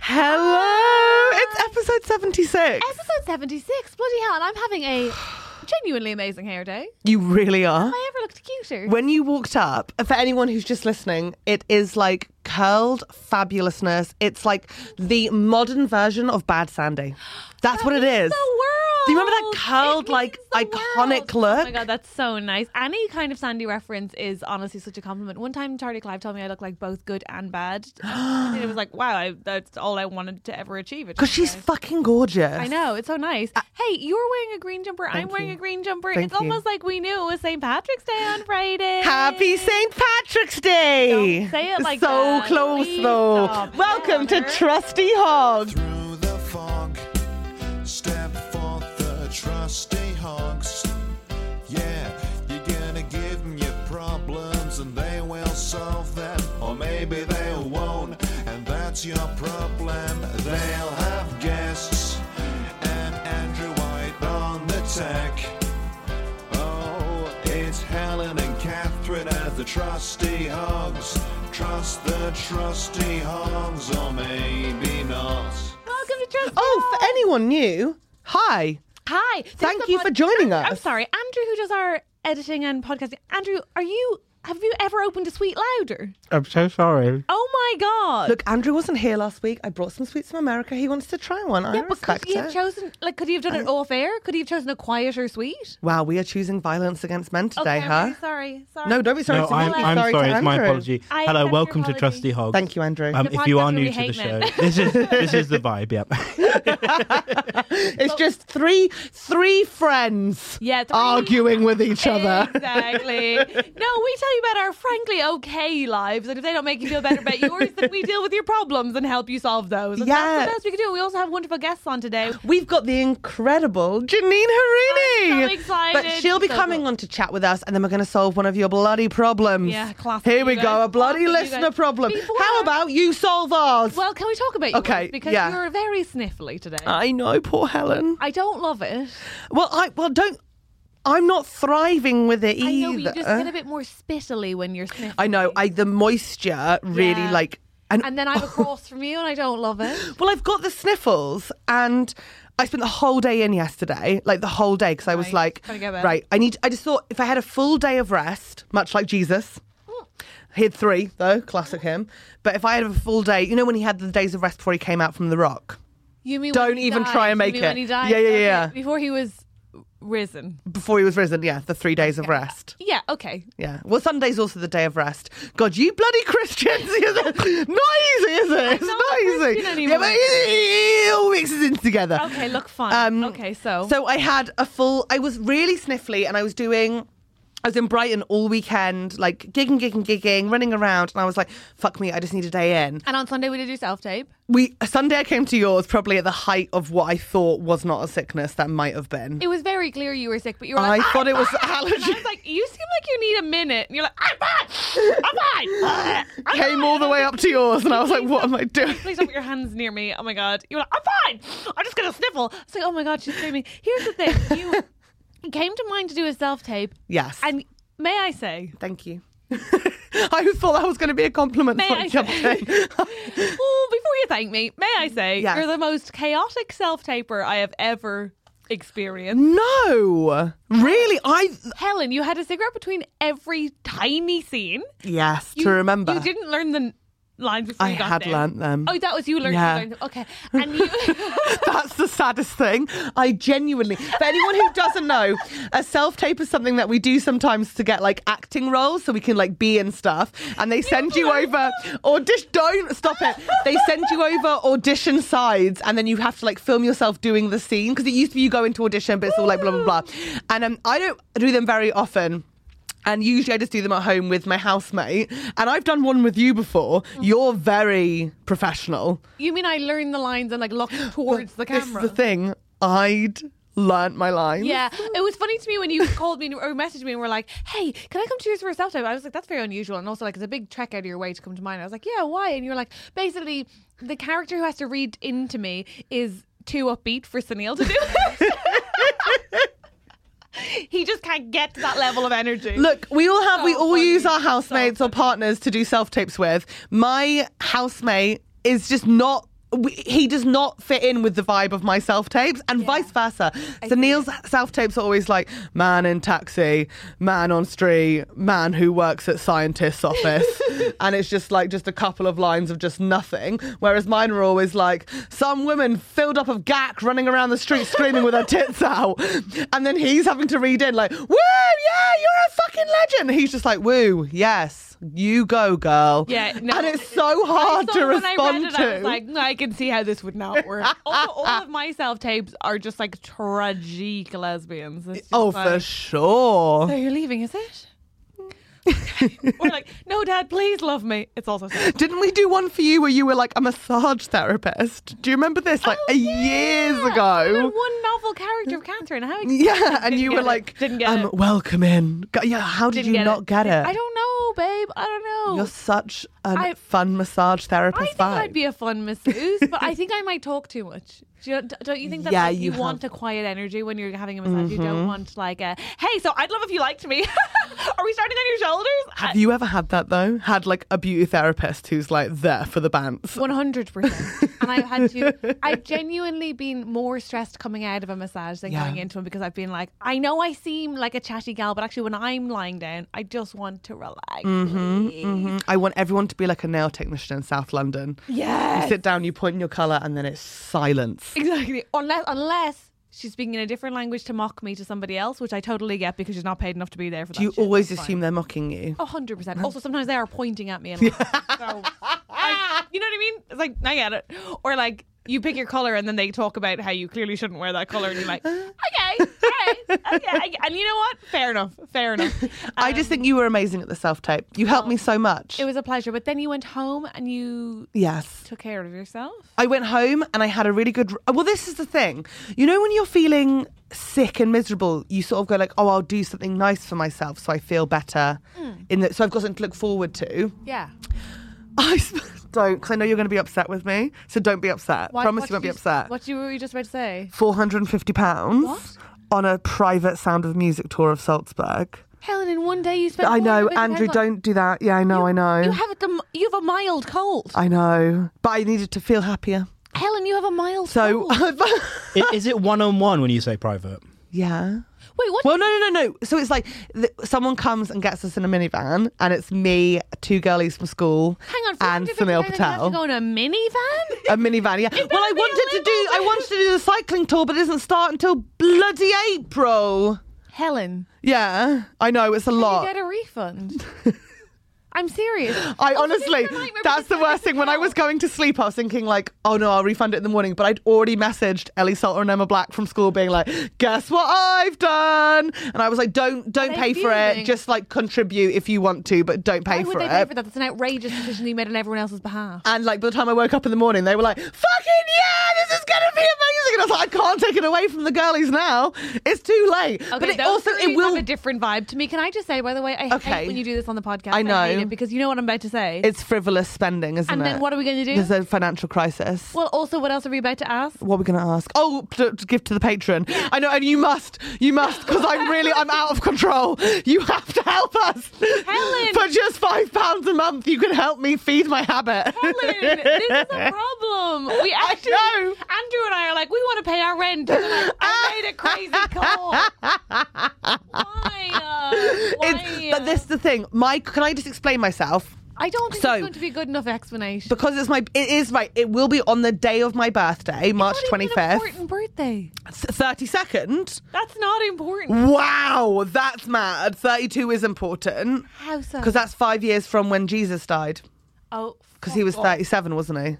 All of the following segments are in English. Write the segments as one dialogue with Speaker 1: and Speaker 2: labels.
Speaker 1: Hello, it's episode 76.
Speaker 2: Episode 76. Bloody hell. And I'm having a genuinely amazing hair day.
Speaker 1: You really are.
Speaker 2: Have I ever looked cuter?
Speaker 1: When you walked up, for anyone who's just listening, it is like curled fabulousness. It's like the modern version of Bad Sandy. That's
Speaker 2: That
Speaker 1: what it is.
Speaker 2: means The world.
Speaker 1: Do you remember that
Speaker 2: It
Speaker 1: curled, like,
Speaker 2: means the
Speaker 1: iconic
Speaker 2: world.
Speaker 1: look?
Speaker 2: Oh my God, that's so nice. Any kind of Sandy reference is honestly such a compliment. One time, Charlie Clive told me I look like both good and bad. and it was like, wow, I, that's all I wanted to ever achieve.
Speaker 1: Because she's fucking gorgeous.
Speaker 2: I know, it's so nice. hey, you're wearing a green jumper. I'm
Speaker 1: Thank
Speaker 2: wearing
Speaker 1: you.
Speaker 2: a green jumper.
Speaker 1: Thank
Speaker 2: it's
Speaker 1: you.
Speaker 2: almost like we knew it was St. Patrick's Day on Friday.
Speaker 1: Happy St. Patrick's Day!
Speaker 2: Don't say it like
Speaker 1: so
Speaker 2: that.
Speaker 1: close
Speaker 2: Please
Speaker 1: though.
Speaker 2: stop.
Speaker 1: Welcome to
Speaker 2: Connor.
Speaker 1: Trusty Hogs.
Speaker 3: Through the fog, step forth the trusty hogs. Yeah, you're gonna give 'em your problems and they will solve them, or maybe they won't, and that's your problem. They'll have guests and Andrew White on the tech. Oh, it's Helen and Catherine as the trusty hogs. Trust the trusty hogs, or maybe not.
Speaker 2: Welcome to Trust
Speaker 1: Oh, for anyone new, hi.
Speaker 2: Hi. This
Speaker 1: Thank
Speaker 2: is the
Speaker 1: you for joining
Speaker 2: An- I'm
Speaker 1: us.
Speaker 2: sorry, Andrew, who does our editing and podcasting. Andrew, are you? Have you ever opened a sweet louder?
Speaker 4: I'm so sorry.
Speaker 2: Oh my god!
Speaker 1: Look, Andrew wasn't here last week. I brought some sweets from America. He wants to try one. I
Speaker 2: yeah, but could
Speaker 1: respect
Speaker 2: he have
Speaker 1: it.
Speaker 2: chosen? Like, could he have done it off air? Could he have chosen a quieter sweet?
Speaker 1: wow, we are choosing violence against men today,
Speaker 2: Okay, I'm
Speaker 1: huh?
Speaker 2: really sorry, sorry.
Speaker 1: No, don't be sorry.
Speaker 4: No,
Speaker 1: to
Speaker 4: I'm,
Speaker 1: me.
Speaker 4: I'm
Speaker 1: sorry,
Speaker 4: sorry.
Speaker 1: to
Speaker 4: It's my
Speaker 1: Andrew.
Speaker 4: apology.
Speaker 2: I
Speaker 4: Hello,
Speaker 2: accept your
Speaker 4: welcome to
Speaker 2: apology.
Speaker 4: Trusty Hogs.
Speaker 1: Thank you, Andrew.
Speaker 4: Um,
Speaker 2: The
Speaker 4: if you
Speaker 2: podcast
Speaker 4: are new
Speaker 2: really
Speaker 4: to the
Speaker 2: hate
Speaker 4: show,
Speaker 2: men.
Speaker 4: this is this is the vibe. Yeah.
Speaker 1: It's just three three friends
Speaker 2: Yeah, three-
Speaker 1: arguing with each other.
Speaker 2: Exactly. no, we tell you about our frankly okay lives, and if they don't make you feel better about yours, then we deal with your problems and help you solve those. And
Speaker 1: Yeah.
Speaker 2: that's the best we can do. We also have wonderful guests on today.
Speaker 1: We've got the incredible Janine Harini.
Speaker 2: I'm so excited.
Speaker 1: But she'll be
Speaker 2: So
Speaker 1: coming
Speaker 2: cool.
Speaker 1: on to chat with us, and then we're going to solve one of your bloody problems.
Speaker 2: Yeah, classic
Speaker 1: Here we
Speaker 2: you
Speaker 1: go,
Speaker 2: guys.
Speaker 1: a bloody
Speaker 2: Classic you
Speaker 1: listener
Speaker 2: guys.
Speaker 1: problem.
Speaker 2: Before-
Speaker 1: How about you solve ours?
Speaker 2: Well, can we talk about you?
Speaker 1: Okay,
Speaker 2: because
Speaker 1: yeah.
Speaker 2: you're very sniffly today.
Speaker 1: I know, poor Helen.
Speaker 2: I don't love it.
Speaker 1: Well, I well don't. I'm not thriving with it either.
Speaker 2: I know, but you just get a bit more spittly when you're sniffing.
Speaker 1: I know. I the moisture really
Speaker 2: Yeah.
Speaker 1: like
Speaker 2: and then I'm across from you and I don't love it.
Speaker 1: Well, I've got the sniffles and I spent the whole day in yesterday, like the whole day, because I was
Speaker 2: Right,
Speaker 1: like,
Speaker 2: gotta get better.
Speaker 1: right, I need, I just thought if I had a full day of rest, much like Jesus, he had three though, classic him, but if I had a full day, you know, when he had the days of rest before he came out from the rock,
Speaker 2: You mean
Speaker 1: Don't
Speaker 2: when he
Speaker 1: even
Speaker 2: died.
Speaker 1: try and
Speaker 2: You
Speaker 1: make
Speaker 2: mean
Speaker 1: it.
Speaker 2: When he died.
Speaker 1: Yeah, yeah,
Speaker 2: Okay,
Speaker 1: yeah.
Speaker 2: Before he was risen.
Speaker 1: before he was risen, yeah, the three days of rest.
Speaker 2: Yeah. Okay.
Speaker 1: Yeah. Well, Sunday's also the day of rest. God, you bloody Christians! You're the- not easy, is it? It's
Speaker 2: not
Speaker 1: not
Speaker 2: a
Speaker 1: easy.
Speaker 2: Christian
Speaker 1: Yeah,
Speaker 2: anymore.
Speaker 1: but it, it all mixes in together. Um,
Speaker 2: Okay. Look, fine. okay. So.
Speaker 1: So I had a full. I was really sniffly, and I was doing I was in Brighton all weekend, like gigging, gigging, gigging, running around, and I was like, "Fuck me, I just need a day in."
Speaker 2: And on Sunday we did do self tape.
Speaker 1: We Sunday I came to yours probably at the height of what I thought was not a sickness that might have been.
Speaker 2: It was very clear you were sick, but you were like,
Speaker 1: I thought
Speaker 2: "I'm
Speaker 1: it was
Speaker 2: fine."
Speaker 1: allergy.
Speaker 2: And I was like, you seem like you need a minute. And you're like, I'm fine. I'm fine. I'm
Speaker 1: Came
Speaker 2: fine."
Speaker 1: all the way up to yours, and I was like,
Speaker 2: Please
Speaker 1: "What
Speaker 2: don't-
Speaker 1: am I doing?"
Speaker 2: Please don't put your hands near me. Oh my god. You were like, I'm fine. I'm just gonna sniffle. It's like, oh my god, she's screaming. Here's the thing. You came to mind to do a self tape.
Speaker 1: Yes.
Speaker 2: And may I say,
Speaker 1: Thank you. I thought that was going to be a compliment.
Speaker 2: May
Speaker 1: for
Speaker 2: I
Speaker 1: Jump
Speaker 2: say-
Speaker 1: Day.
Speaker 2: oh, before you thank me, may I say,
Speaker 1: Yes.
Speaker 2: you're the most chaotic self taper I have ever experienced.
Speaker 1: no, really, I
Speaker 2: Helen, you had a cigarette between every tiny scene.
Speaker 1: yes
Speaker 2: You,
Speaker 1: to remember.
Speaker 2: You didn't learn the n- lines before
Speaker 1: I
Speaker 2: you got
Speaker 1: had
Speaker 2: there.
Speaker 1: learnt them.
Speaker 2: Oh, that was you learned.
Speaker 1: Yeah.
Speaker 2: You learned them. Okay, and you.
Speaker 1: That's the saddest thing. I genuinely, for anyone who doesn't know, a self tape is something that we do sometimes to get like acting roles so we can like be in stuff. And they send you over audition. Don't stop it. They send you over audition sides, and then you have to like film yourself doing the scene because it used to be you go into audition, but it's all like blah blah blah. And um, I don't do them very often. And usually I just do them at home with my housemate. And I've done one with you before. You're very professional.
Speaker 2: You mean I learned the lines and like looked towards the
Speaker 1: This is
Speaker 2: camera?
Speaker 1: the thing. I'd learnt my lines.
Speaker 2: Yeah, it was funny to me when you called me or messaged me and were like, "Hey, can I come to yours for a self tape?" I was like, "That's very unusual," and also like it's a big trek out of your way to come to mine. I was like, "Yeah, why?" And you were like, "Basically, the character who has to read into me is too upbeat for Sunil to do." it." he just can't get to that level of energy.
Speaker 1: Look, we all have, we
Speaker 2: So
Speaker 1: all
Speaker 2: Oh, funny.
Speaker 1: use our
Speaker 2: So
Speaker 1: housemates or
Speaker 2: funny.
Speaker 1: partners to do self tapes with. My housemate is just not. we- He does not fit in with the vibe of my self tapes, and vice versa. So Neil's self tapes are always like man in taxi, man on street, man who works at scientist's office, and it's just like just a couple of lines of just nothing. Whereas mine are always like some woman filled up of gack running around the street screaming with her tits out, and then he's having to read in like woo yeah you're a fucking legend. He's just like woo yes you go girl
Speaker 2: Yeah, no.
Speaker 1: and it's so hard to
Speaker 2: I saw when
Speaker 1: respond
Speaker 2: I read it,
Speaker 1: to.
Speaker 2: I was like, no, I can see how this would not work. also, all of my self tapes are just like tragic lesbians. It's just
Speaker 1: oh for
Speaker 2: like,
Speaker 1: sure.
Speaker 2: So you're leaving, is it? We're like, no, Dad, please love me. It's also sad.
Speaker 1: Didn't we do one for you where you were like a massage therapist? Do you remember this? Like
Speaker 2: Oh,
Speaker 1: a years
Speaker 2: yeah.
Speaker 1: ago.
Speaker 2: Even one novel character of Catherine. How ex-
Speaker 1: Yeah, and
Speaker 2: Didn't
Speaker 1: you
Speaker 2: get
Speaker 1: were
Speaker 2: it.
Speaker 1: like,
Speaker 2: Didn't get
Speaker 1: um,
Speaker 2: it.
Speaker 1: welcome in. Go- Yeah, how did
Speaker 2: Didn't
Speaker 1: you not get it?
Speaker 2: I don't know, babe. I don't know.
Speaker 1: You're such a
Speaker 2: I-
Speaker 1: fun massage
Speaker 2: I
Speaker 1: therapist
Speaker 2: think I'd be a fun masseuse, but I think I might talk too much. Do you, don't you think that
Speaker 1: Yeah,
Speaker 2: like, you,
Speaker 1: you
Speaker 2: want a
Speaker 1: have- Mm-hmm.
Speaker 2: quiet energy when you're having a massage? You don't want like a hey. So I'd love if you liked me. Are we starting on your shoulders?
Speaker 1: Have you ever had that though? Had like a beauty therapist who's like there for the bants?
Speaker 2: One hundred percent. And I've had to. I've genuinely been more stressed coming out of a massage than
Speaker 1: Yeah.
Speaker 2: going into one because I've been like, I know I seem like a chatty gal, but actually, when I'm lying down, I just want to relax.
Speaker 1: Mm-hmm.
Speaker 2: please.
Speaker 1: I want everyone to be like a nail technician in South London.
Speaker 2: Yes.
Speaker 1: You sit down, you point in your colour, and then it's silence.
Speaker 2: Exactly. Unless, unless she's speaking in a different language to mock me to somebody else, which I totally get because she's not paid enough to be there for that.
Speaker 1: Do you
Speaker 2: shit.
Speaker 1: always
Speaker 2: That's fine.
Speaker 1: assume they're mocking you?
Speaker 2: A hundred percent. Also, sometimes they are pointing at me. And like, so, I- you know what I mean? It's like I get it. Or like you pick your color and then they talk about how you clearly shouldn't wear that color, and you're like, okay, okay, okay. I- And you know what? Fair enough. Fair enough.
Speaker 1: I just think you were amazing at the self tape. You helped me so much.
Speaker 2: Um, It was a pleasure. But then you went home and you
Speaker 1: yes.
Speaker 2: took care of yourself.
Speaker 1: I went home and I had a really good. Well, this is the thing. You know, when you're feeling sick and miserable, you sort of go like, "Oh, I'll do something nice for myself, so I feel better."
Speaker 2: Hmm.
Speaker 1: In that, so I've got something to look forward to.
Speaker 2: Yeah.
Speaker 1: I sp- don't, because I know you're going to be upset with me. So don't be upset. Promise you won't be upset.
Speaker 2: What you were you just about to say?
Speaker 1: Four hundred and fifty pounds on a private Sound of Music tour of Salzburg.
Speaker 2: Helen, in one day you spent.
Speaker 1: I know,
Speaker 2: 450
Speaker 1: Andrew.
Speaker 2: pounds on-
Speaker 1: Don't do that. Yeah, I know. I know.
Speaker 2: You have a, you have a mild cold.
Speaker 1: I know, but I needed to feel happier.
Speaker 2: Helen, you have a mild
Speaker 1: So,
Speaker 2: cold.
Speaker 5: I- Is it one on one when you say private?
Speaker 1: yeah.
Speaker 2: Wait, what?
Speaker 1: Well, no, no, no, no. So it's like th- someone comes and gets us in a minivan, and it's me, two girlies from school,
Speaker 2: Hang on,
Speaker 1: and Sunil Patel.
Speaker 2: Going a minivan?
Speaker 1: a minivan, yeah. Well, I
Speaker 2: be a
Speaker 1: wanted to do,
Speaker 2: limo.
Speaker 1: I wanted to do the cycling tour, but it doesn't start until bloody April.
Speaker 2: Helen,
Speaker 1: Yeah, I know it's a
Speaker 2: you
Speaker 1: lot.
Speaker 2: get a refund. I I'm serious.
Speaker 1: I
Speaker 2: Also, this is
Speaker 1: honestly,
Speaker 2: the night where we
Speaker 1: that's the
Speaker 2: decided
Speaker 1: worst
Speaker 2: to
Speaker 1: thing. When I
Speaker 2: tell.
Speaker 1: was going to sleep, I was thinking like, oh no, I'll refund it in the morning. But I'd already messaged Ellie Salter and Emma Black from school, being like, guess what I've done? And I was like, don't don't
Speaker 2: They
Speaker 1: pay for
Speaker 2: fuming.
Speaker 1: it. Just like contribute if you want to, but don't pay
Speaker 2: Why would
Speaker 1: for
Speaker 2: they
Speaker 1: it.
Speaker 2: pay for that? That's an outrageous decision he made on everyone else's behalf.
Speaker 1: And like by the time I woke up in the morning, they were like, "Fucking yeah, this is gonna be amazing!" And I was like, "I can't take it away from the girlies now. It's too late." but
Speaker 2: Okay,
Speaker 1: it
Speaker 2: those
Speaker 1: also
Speaker 2: three
Speaker 1: it will.
Speaker 2: have a different vibe to me. Can I just say, by the way, I
Speaker 1: Okay.
Speaker 2: hate when you do this on the podcast.
Speaker 1: I
Speaker 2: hate
Speaker 1: know.
Speaker 2: it because you know what I'm about to say.
Speaker 1: it's frivolous spending, isn't
Speaker 2: And
Speaker 1: it?
Speaker 2: then what are we gonna do?
Speaker 1: There's a financial crisis.
Speaker 2: well, also, what else are we about to ask?
Speaker 1: what are we going to ask? Oh, to, to give to the patron. I know, and you must, you must, because I'm really, I'm out of control. You have to help us.
Speaker 2: Helen!
Speaker 1: For just five pounds a month, you can help me feed my habit.
Speaker 2: Helen, this is a problem. We
Speaker 1: I
Speaker 2: actually,
Speaker 1: know.
Speaker 2: Andrew and I are like, we want to pay our rent. And I'm like, I made a crazy call. Why? Uh, why
Speaker 1: It's,
Speaker 2: uh,
Speaker 1: but this is the thing. My, can I just explain myself?
Speaker 2: I don't think
Speaker 1: So-
Speaker 2: it's going to be a good enough explanation.
Speaker 1: Because it's my, it is right. It will be on the day of my birthday, March
Speaker 2: It's not even
Speaker 1: twenty
Speaker 2: an
Speaker 1: fifth,
Speaker 2: Important birthday.
Speaker 1: thirty second.
Speaker 2: That's not
Speaker 1: Mm.
Speaker 2: important.
Speaker 1: Wow, that's mad. Thirty two is important
Speaker 2: How so?
Speaker 1: because that's five years from when Jesus died.
Speaker 2: oh,
Speaker 1: Because he was 37, wasn't he?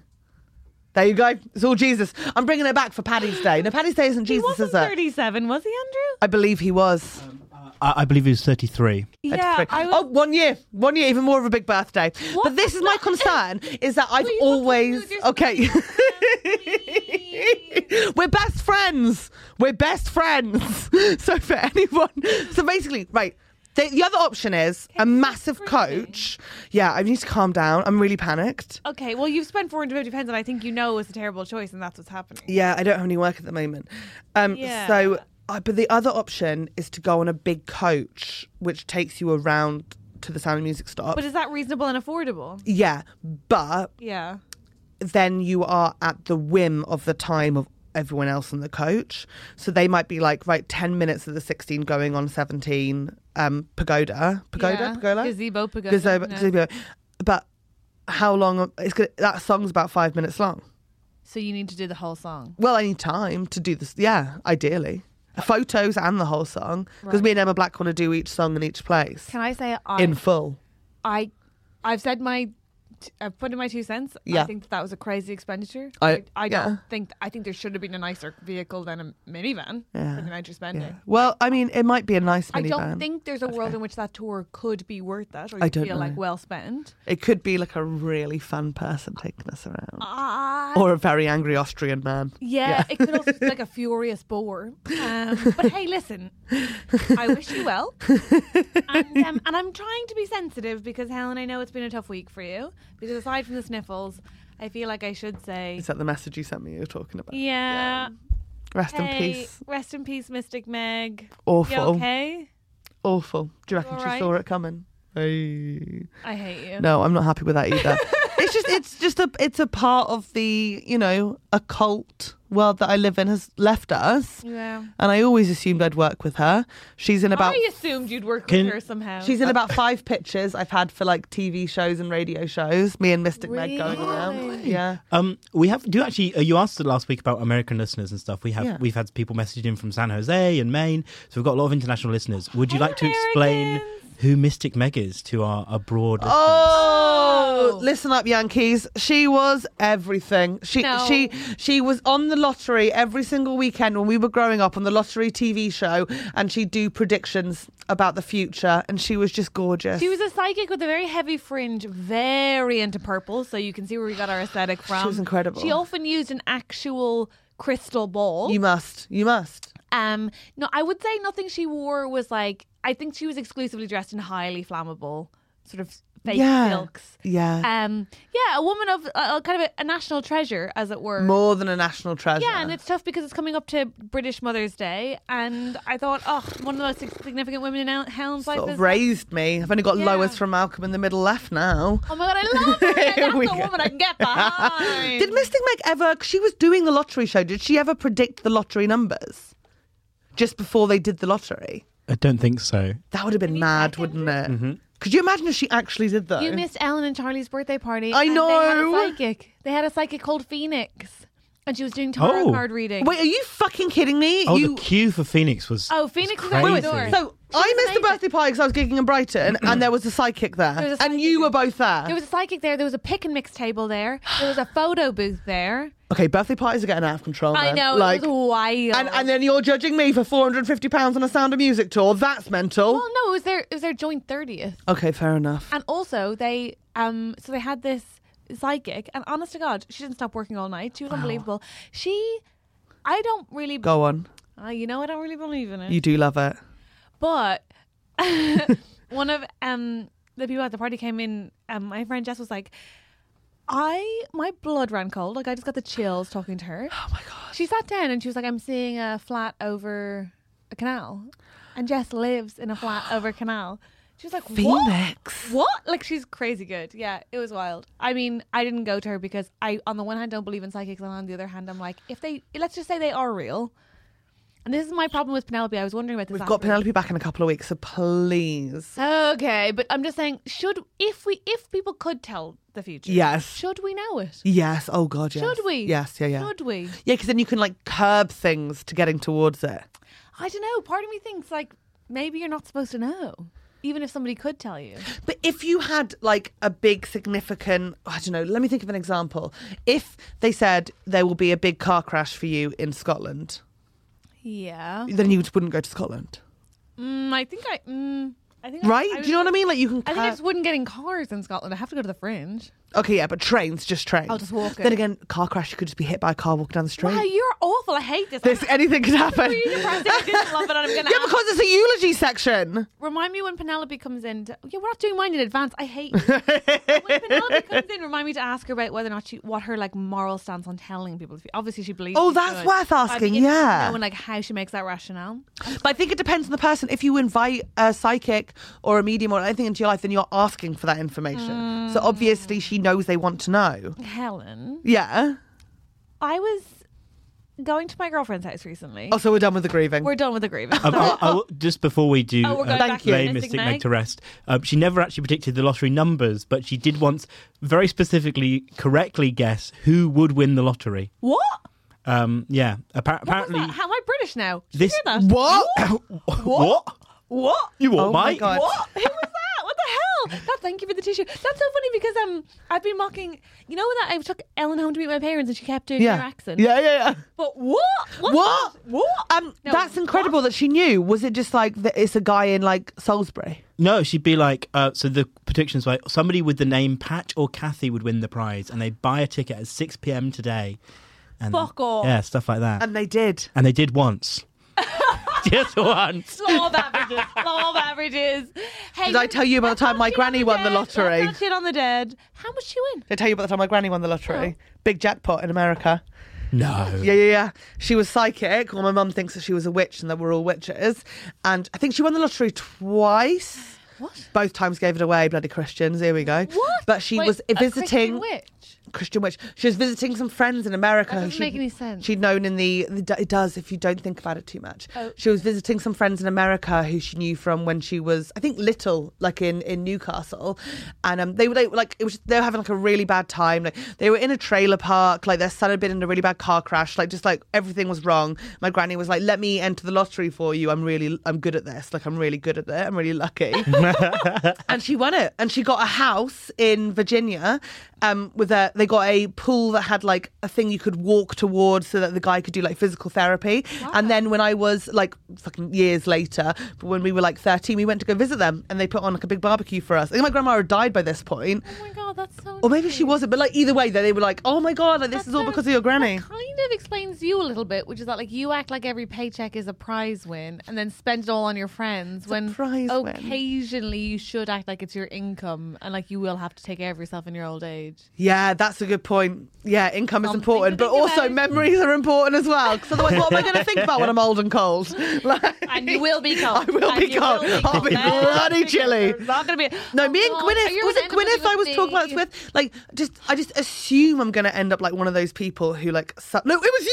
Speaker 1: There you go. It's all Jesus. I'm bringing it back for Paddy's Day. No, Paddy's Day isn't
Speaker 2: He
Speaker 1: Jesus,
Speaker 2: wasn't
Speaker 1: is it?
Speaker 2: 37, was he, Andrew?
Speaker 1: I believe he was.
Speaker 6: Uh, I, I believe he was 33.
Speaker 2: Yeah, I was,
Speaker 1: Oh, one year. One year, even more of a big birthday.
Speaker 2: What?
Speaker 1: But this is my concern is that I've
Speaker 2: Will you not talk
Speaker 1: always.
Speaker 2: to- there's
Speaker 1: Okay.
Speaker 2: something else,
Speaker 1: We're best friends. We're best friends. so for anyone. So basically, right. The, the other option is a massive
Speaker 2: breathing?
Speaker 1: coach. Yeah, I need to calm down. I'm really panicked.
Speaker 2: okay, well, you've spent 450 pounds, and I think you know it's a terrible choice, and that's what's happening.
Speaker 1: Yeah, I don't have any work at the moment. Um,
Speaker 2: Yeah.
Speaker 1: So, uh, but the other option is to go on a big coach, which takes you around to the Sound of Music stop.
Speaker 2: But is that reasonable and affordable?
Speaker 1: yeah, but
Speaker 2: Yeah.
Speaker 1: then you are at the whim of the time of everyone else on the coach. So they might be like, right, ten minutes of the sixteen going on seventeen. Um, pagoda, pagoda,
Speaker 2: Yeah.
Speaker 1: pagoda,
Speaker 2: Gazebo pagoda,
Speaker 1: Gazebo-
Speaker 2: no.
Speaker 1: gazebo. But how long? It's gonna, that song's about five minutes long.
Speaker 2: So you need to do the whole song.
Speaker 1: Well, I need time to do this. Yeah, ideally. Photos and the whole song. Because me and Emma Black want to do each song in each place
Speaker 2: Can I say I,
Speaker 1: in full.
Speaker 2: I, I've said my, I've put in my two cents. I
Speaker 1: Yeah.
Speaker 2: think that, that was a crazy expenditure.
Speaker 1: I-
Speaker 2: I
Speaker 1: yeah.
Speaker 2: don't think I think there should have been a nicer vehicle than a minivan for the amount you're spending.
Speaker 1: Yeah. Well, I mean, it might be a nice minivan.
Speaker 2: I don't think there's a world in which that tour could be worth that, or you
Speaker 1: I don't
Speaker 2: feel like
Speaker 1: know.
Speaker 2: well spent.
Speaker 1: It could be like a really fun person taking us around.
Speaker 2: Ah,
Speaker 1: or a very angry Austrian man.
Speaker 2: yeah, it could also be like a furious bore. Um, but hey, listen, I wish you well, and, um, and I'm trying to be sensitive because Helen, I know it's been a tough week for you. Because aside from the sniffles, I feel like I should say,
Speaker 1: Is that the message you sent me you were talking about?
Speaker 2: yeah,
Speaker 1: Rest
Speaker 2: hey,
Speaker 1: in peace.
Speaker 2: rest in peace, Mystic Meg.
Speaker 1: Awful.
Speaker 2: You okay?
Speaker 1: Awful. Do you reckon
Speaker 2: all
Speaker 1: she
Speaker 2: right?
Speaker 1: saw it coming? Hey.
Speaker 2: I hate you.
Speaker 1: No, I'm not happy with that either. it's just it's just a it's a part of the, you know, occult world that I live in has left us.
Speaker 2: Yeah.
Speaker 1: And I always assumed I'd work with her. She's in about
Speaker 2: I uh, assumed you'd work
Speaker 6: Can-
Speaker 2: with her somehow.
Speaker 1: She's in about five pictures I've had for like TV shows and radio shows. Me and Mystic Meg going around. Yeah.
Speaker 6: Um, we have do you actually. Uh, you asked last week about American listeners and stuff. We have
Speaker 1: Yeah.
Speaker 6: we've had people messaging in from San Jose and Maine, so we've got a lot of international listeners. Would you
Speaker 2: Hey,
Speaker 6: like to explain
Speaker 2: Americans!
Speaker 6: who Mystic Meg is to our abroad? listeners?
Speaker 1: Oh,
Speaker 2: Oh.
Speaker 1: listen up, Yankees! She was everything. She
Speaker 2: No.
Speaker 1: she she was on the lottery every single weekend when we were growing up on the lottery TV show, and she'd do predictions about the future, and she was just gorgeous.
Speaker 2: She was a psychic with a very heavy fringe, very into purple, so you can see where we got our aesthetic from.
Speaker 1: was incredible.
Speaker 2: She often used an actual crystal ball.
Speaker 1: you must, you must.
Speaker 2: um, no, I would say nothing she wore was like. I think she was exclusively dressed in highly flammable sort of fake
Speaker 1: Yeah.
Speaker 2: silks.
Speaker 1: Yeah.
Speaker 2: Um, yeah, a woman of uh, kind of a, a national treasure, as it were.
Speaker 1: More than a national treasure.
Speaker 2: Yeah, and it's tough because it's coming up to British Mother's Day, and I thought, oh, one of the most sig- significant women in Hel- Helen's life
Speaker 1: sort
Speaker 2: is
Speaker 1: of raised me. I've only got
Speaker 2: Yeah.
Speaker 1: Lois from Malcolm in the Middle left now.
Speaker 2: Oh my god, I love her. That's the
Speaker 1: We go.
Speaker 2: woman I can get behind.
Speaker 1: Did Mystic Meg ever? 'cause She was doing the lottery show. Did she ever predict the lottery numbers just before they did the lottery?
Speaker 6: I don't think so. Mm-hmm.
Speaker 1: That would have been mad, wouldn't it? Could you imagine if she actually did though?
Speaker 2: you missed Ellen and Charlie's birthday party?
Speaker 1: I
Speaker 2: and They had a
Speaker 1: know.
Speaker 2: psychic. They had a psychic called Phoenix. and she was doing tarot
Speaker 6: Oh.
Speaker 2: card reading.
Speaker 1: Wait, are you fucking kidding me?
Speaker 6: Oh,
Speaker 1: you
Speaker 6: the queue for Phoenix was.
Speaker 2: Oh, Phoenix
Speaker 6: was
Speaker 2: was out the
Speaker 6: crazy.
Speaker 2: door.
Speaker 1: So I missed the
Speaker 2: amazing.
Speaker 1: birthday party because I was gigging in Brighton, and there was a psychic there,
Speaker 2: There was a
Speaker 1: and
Speaker 2: psychic
Speaker 1: you
Speaker 2: there.
Speaker 1: were both there.
Speaker 2: There was a psychic there. There was a pick and mix table there. There was a photo booth there.
Speaker 1: okay, birthday parties are getting out of control.
Speaker 2: I
Speaker 1: Oh, man.
Speaker 2: know.
Speaker 1: like,
Speaker 2: it was wild.
Speaker 1: and and then you're judging me for four hundred fifty pounds on a Sound of Music tour. That's mental.
Speaker 2: well, no, it was their it was their joint thirtieth.
Speaker 1: okay, fair enough.
Speaker 2: And also they um so they had this psychic and honest to God, she didn't stop working all night. She was unbelievable. She I don't really
Speaker 1: Go on,
Speaker 2: Uh, you know I don't really believe in it.
Speaker 1: you do love it.
Speaker 2: But one of um the people at the party came in. Um, my friend Jess was like, "I my blood ran cold. Like I just got the chills talking to her." Oh my god! She sat down and she was like, "I'm seeing a flat over a canal," and Jess lives in a flat over a canal. She was like, "What?
Speaker 1: Phoenix.
Speaker 2: What? Like she's crazy good. Yeah, it was wild. I mean, I didn't go to her because I, on the one hand, don't believe in psychics, and on the other hand, I'm like, if they, let's just say they are real." And this is my problem with Penelope. I was wondering about this.
Speaker 1: We've got
Speaker 2: afterwards.
Speaker 1: Penelope back in a couple of weeks, so please.
Speaker 2: Okay, but I'm just saying, should if we if people could tell the future,
Speaker 1: Yes.
Speaker 2: should we know it?
Speaker 1: Yes. Oh God. Yes.
Speaker 2: Should we?
Speaker 1: Yes. Yeah. Yeah.
Speaker 2: Should we?
Speaker 1: Yeah, because then you can like curb things to getting towards it.
Speaker 2: I don't know. Part of me thinks like maybe you're not supposed to know, even if somebody could tell you.
Speaker 1: But if you had like a big significant, I don't know, let me think of an example. If they said there will be a big car crash for you in Scotland,
Speaker 2: Yeah,
Speaker 1: then you wouldn't go to Scotland,
Speaker 2: mm, I think I. Mm, I think I-
Speaker 1: right?
Speaker 2: I
Speaker 1: Do you know what I mean? Like you can.
Speaker 2: I think I
Speaker 1: cur-
Speaker 2: just wouldn't get in cars in Scotland. I have to go to the fringe.
Speaker 1: okay, yeah, but trains, just trains.
Speaker 2: I'll just walk
Speaker 1: Then
Speaker 2: it.
Speaker 1: again, car crash, you could just be hit by a car walking down the street.
Speaker 2: Wow, you're awful. I hate this.
Speaker 1: This
Speaker 2: I'm
Speaker 1: anything could happen.
Speaker 2: really depressed. I didn't love it. and I'm
Speaker 1: yeah,
Speaker 2: gonna ask-
Speaker 1: because it's a eulogy section.
Speaker 2: Remind me when Penelope comes in. To, yeah, we're not doing mine in advance. I hate. you. when Penelope comes in, remind me to ask her about whether or not she, what her like moral stance on telling people. if- Obviously, she believes.
Speaker 1: Oh,
Speaker 2: she
Speaker 1: that's
Speaker 2: should.
Speaker 1: worth
Speaker 2: I'd be
Speaker 1: asking,
Speaker 2: interested to
Speaker 1: yeah.
Speaker 2: know and like how she makes that rationale.
Speaker 1: But I think it depends on the person. If you invite a psychic or a medium or anything into your life, then you're asking for that information.
Speaker 2: Mm.
Speaker 1: So obviously, she knows they want to know.
Speaker 2: Helen,
Speaker 1: Yeah.
Speaker 2: I was going to my girlfriend's house recently.
Speaker 1: Oh, so we're done with the grieving.
Speaker 2: We're done with the grieving.
Speaker 6: Um, I- I will- just before we do
Speaker 2: Oh, we're
Speaker 6: uh,
Speaker 2: going
Speaker 1: back to
Speaker 6: lay
Speaker 2: Mystic
Speaker 6: Mystic
Speaker 2: Meg.
Speaker 6: Meg to rest, um, she never actually predicted the lottery numbers, but she did once very specifically, correctly guess who would win the lottery.
Speaker 2: what?
Speaker 6: Um, yeah, appa-
Speaker 2: What was
Speaker 6: apparently
Speaker 2: that? How am I British now? Did
Speaker 6: this.
Speaker 2: you hear that?
Speaker 6: what?
Speaker 2: What?
Speaker 6: You what,
Speaker 1: Oh my
Speaker 6: mate?
Speaker 1: God.
Speaker 2: What? Who was that? What the hell? That, thank you for the tissue. That's so funny because um, I've been mocking. You know that I took Ellen home to meet my parents and she kept doing
Speaker 1: yeah.
Speaker 2: her accent.
Speaker 1: Yeah, yeah, yeah.
Speaker 2: But what?
Speaker 1: What?
Speaker 2: What?
Speaker 1: Um,
Speaker 2: No,
Speaker 1: that's incredible that she knew. Was it just like that it's a guy in like Salisbury?
Speaker 6: No, she'd be like, uh, so the predictions were somebody with the name Pat or Kathy would win the prize, and they buy a ticket at 6 p.m. today. And,
Speaker 2: Fuck off.
Speaker 6: Yeah, stuff like that. And,
Speaker 1: And they did.
Speaker 6: they did once. Just once.
Speaker 2: Slob averages. Slob averages. Hey,
Speaker 1: Did I tell you about the time
Speaker 2: let's
Speaker 1: my
Speaker 2: not shit on
Speaker 1: granny won the
Speaker 2: dead. Let's
Speaker 1: lottery?
Speaker 2: not shit on the dead. How much she win?
Speaker 1: Did I tell you about the time my granny won the lottery?
Speaker 2: Oh.
Speaker 1: Big jackpot in America.
Speaker 6: No.
Speaker 1: Yeah, yeah, yeah. She was psychic. Well, my mum thinks that she was a witch and that we're all witches. And I think she won the lottery twice.
Speaker 2: What?
Speaker 1: Both times gave it away, bloody Christians. Here we go.
Speaker 2: What?
Speaker 1: But she
Speaker 2: Wait,
Speaker 1: was
Speaker 2: a
Speaker 1: visiting.
Speaker 2: Christian witch.
Speaker 1: Christian witch. She was visiting some friends in America.
Speaker 2: That doesn't
Speaker 1: she'd-
Speaker 2: make any sense.
Speaker 1: She'd known in the, the it does if you don't think about it too much.
Speaker 2: Oh.
Speaker 1: She was visiting some friends in America who she knew from when she was I think little, like in in Newcastle, and um they were they, were, like it was they were having like a really bad time. Like they were in a trailer park. Like their son had been in a really bad car crash. Like just like everything was wrong. My granny was like, "Let me enter the lottery for you. I'm really I'm good at this. Like I'm really good at it. I'm really lucky." and she won it and she got a house in virginia um with a they got a pool that had like a thing you could walk towards so that the guy could do like physical therapy and then when i was like fucking years later but when we were like 13 we went to go visit them and they put on like a big barbecue for us i think my grandma had died by this point
Speaker 2: Oh my god, that's so.
Speaker 1: or maybe she
Speaker 2: nice.
Speaker 1: wasn't but like either way they they were like oh my god like this
Speaker 2: That
Speaker 1: is all
Speaker 2: sort
Speaker 1: because of your granny
Speaker 2: That kind of explains you a little bit, which is that like you act like every paycheck is a prize win, and then spend it all on your friends.
Speaker 1: a
Speaker 2: when
Speaker 1: prize win.
Speaker 2: occasionally you should act like it's your income, and like you will have to take care of yourself in your old age.
Speaker 1: yeah that's a good point yeah income is
Speaker 2: Something
Speaker 1: important
Speaker 2: to
Speaker 1: but
Speaker 2: think
Speaker 1: also
Speaker 2: about.
Speaker 1: memories are important as well because otherwise what am i going to think about when i'm old and cold like
Speaker 2: And you will be cold.
Speaker 1: I will
Speaker 2: And
Speaker 1: be
Speaker 2: you
Speaker 1: cold. I'll be
Speaker 2: cold.
Speaker 1: bloody chilly.
Speaker 2: It's not gonna be.
Speaker 1: No,
Speaker 2: Oh
Speaker 1: me and
Speaker 2: God, are
Speaker 1: Gwyneth
Speaker 2: you
Speaker 1: was it
Speaker 2: gonna end up
Speaker 1: Gwyneth I was
Speaker 2: with
Speaker 1: talking about this
Speaker 2: me?
Speaker 1: with? Like, just I just assume I'm going to end up like one of those people who like. Su- no, it was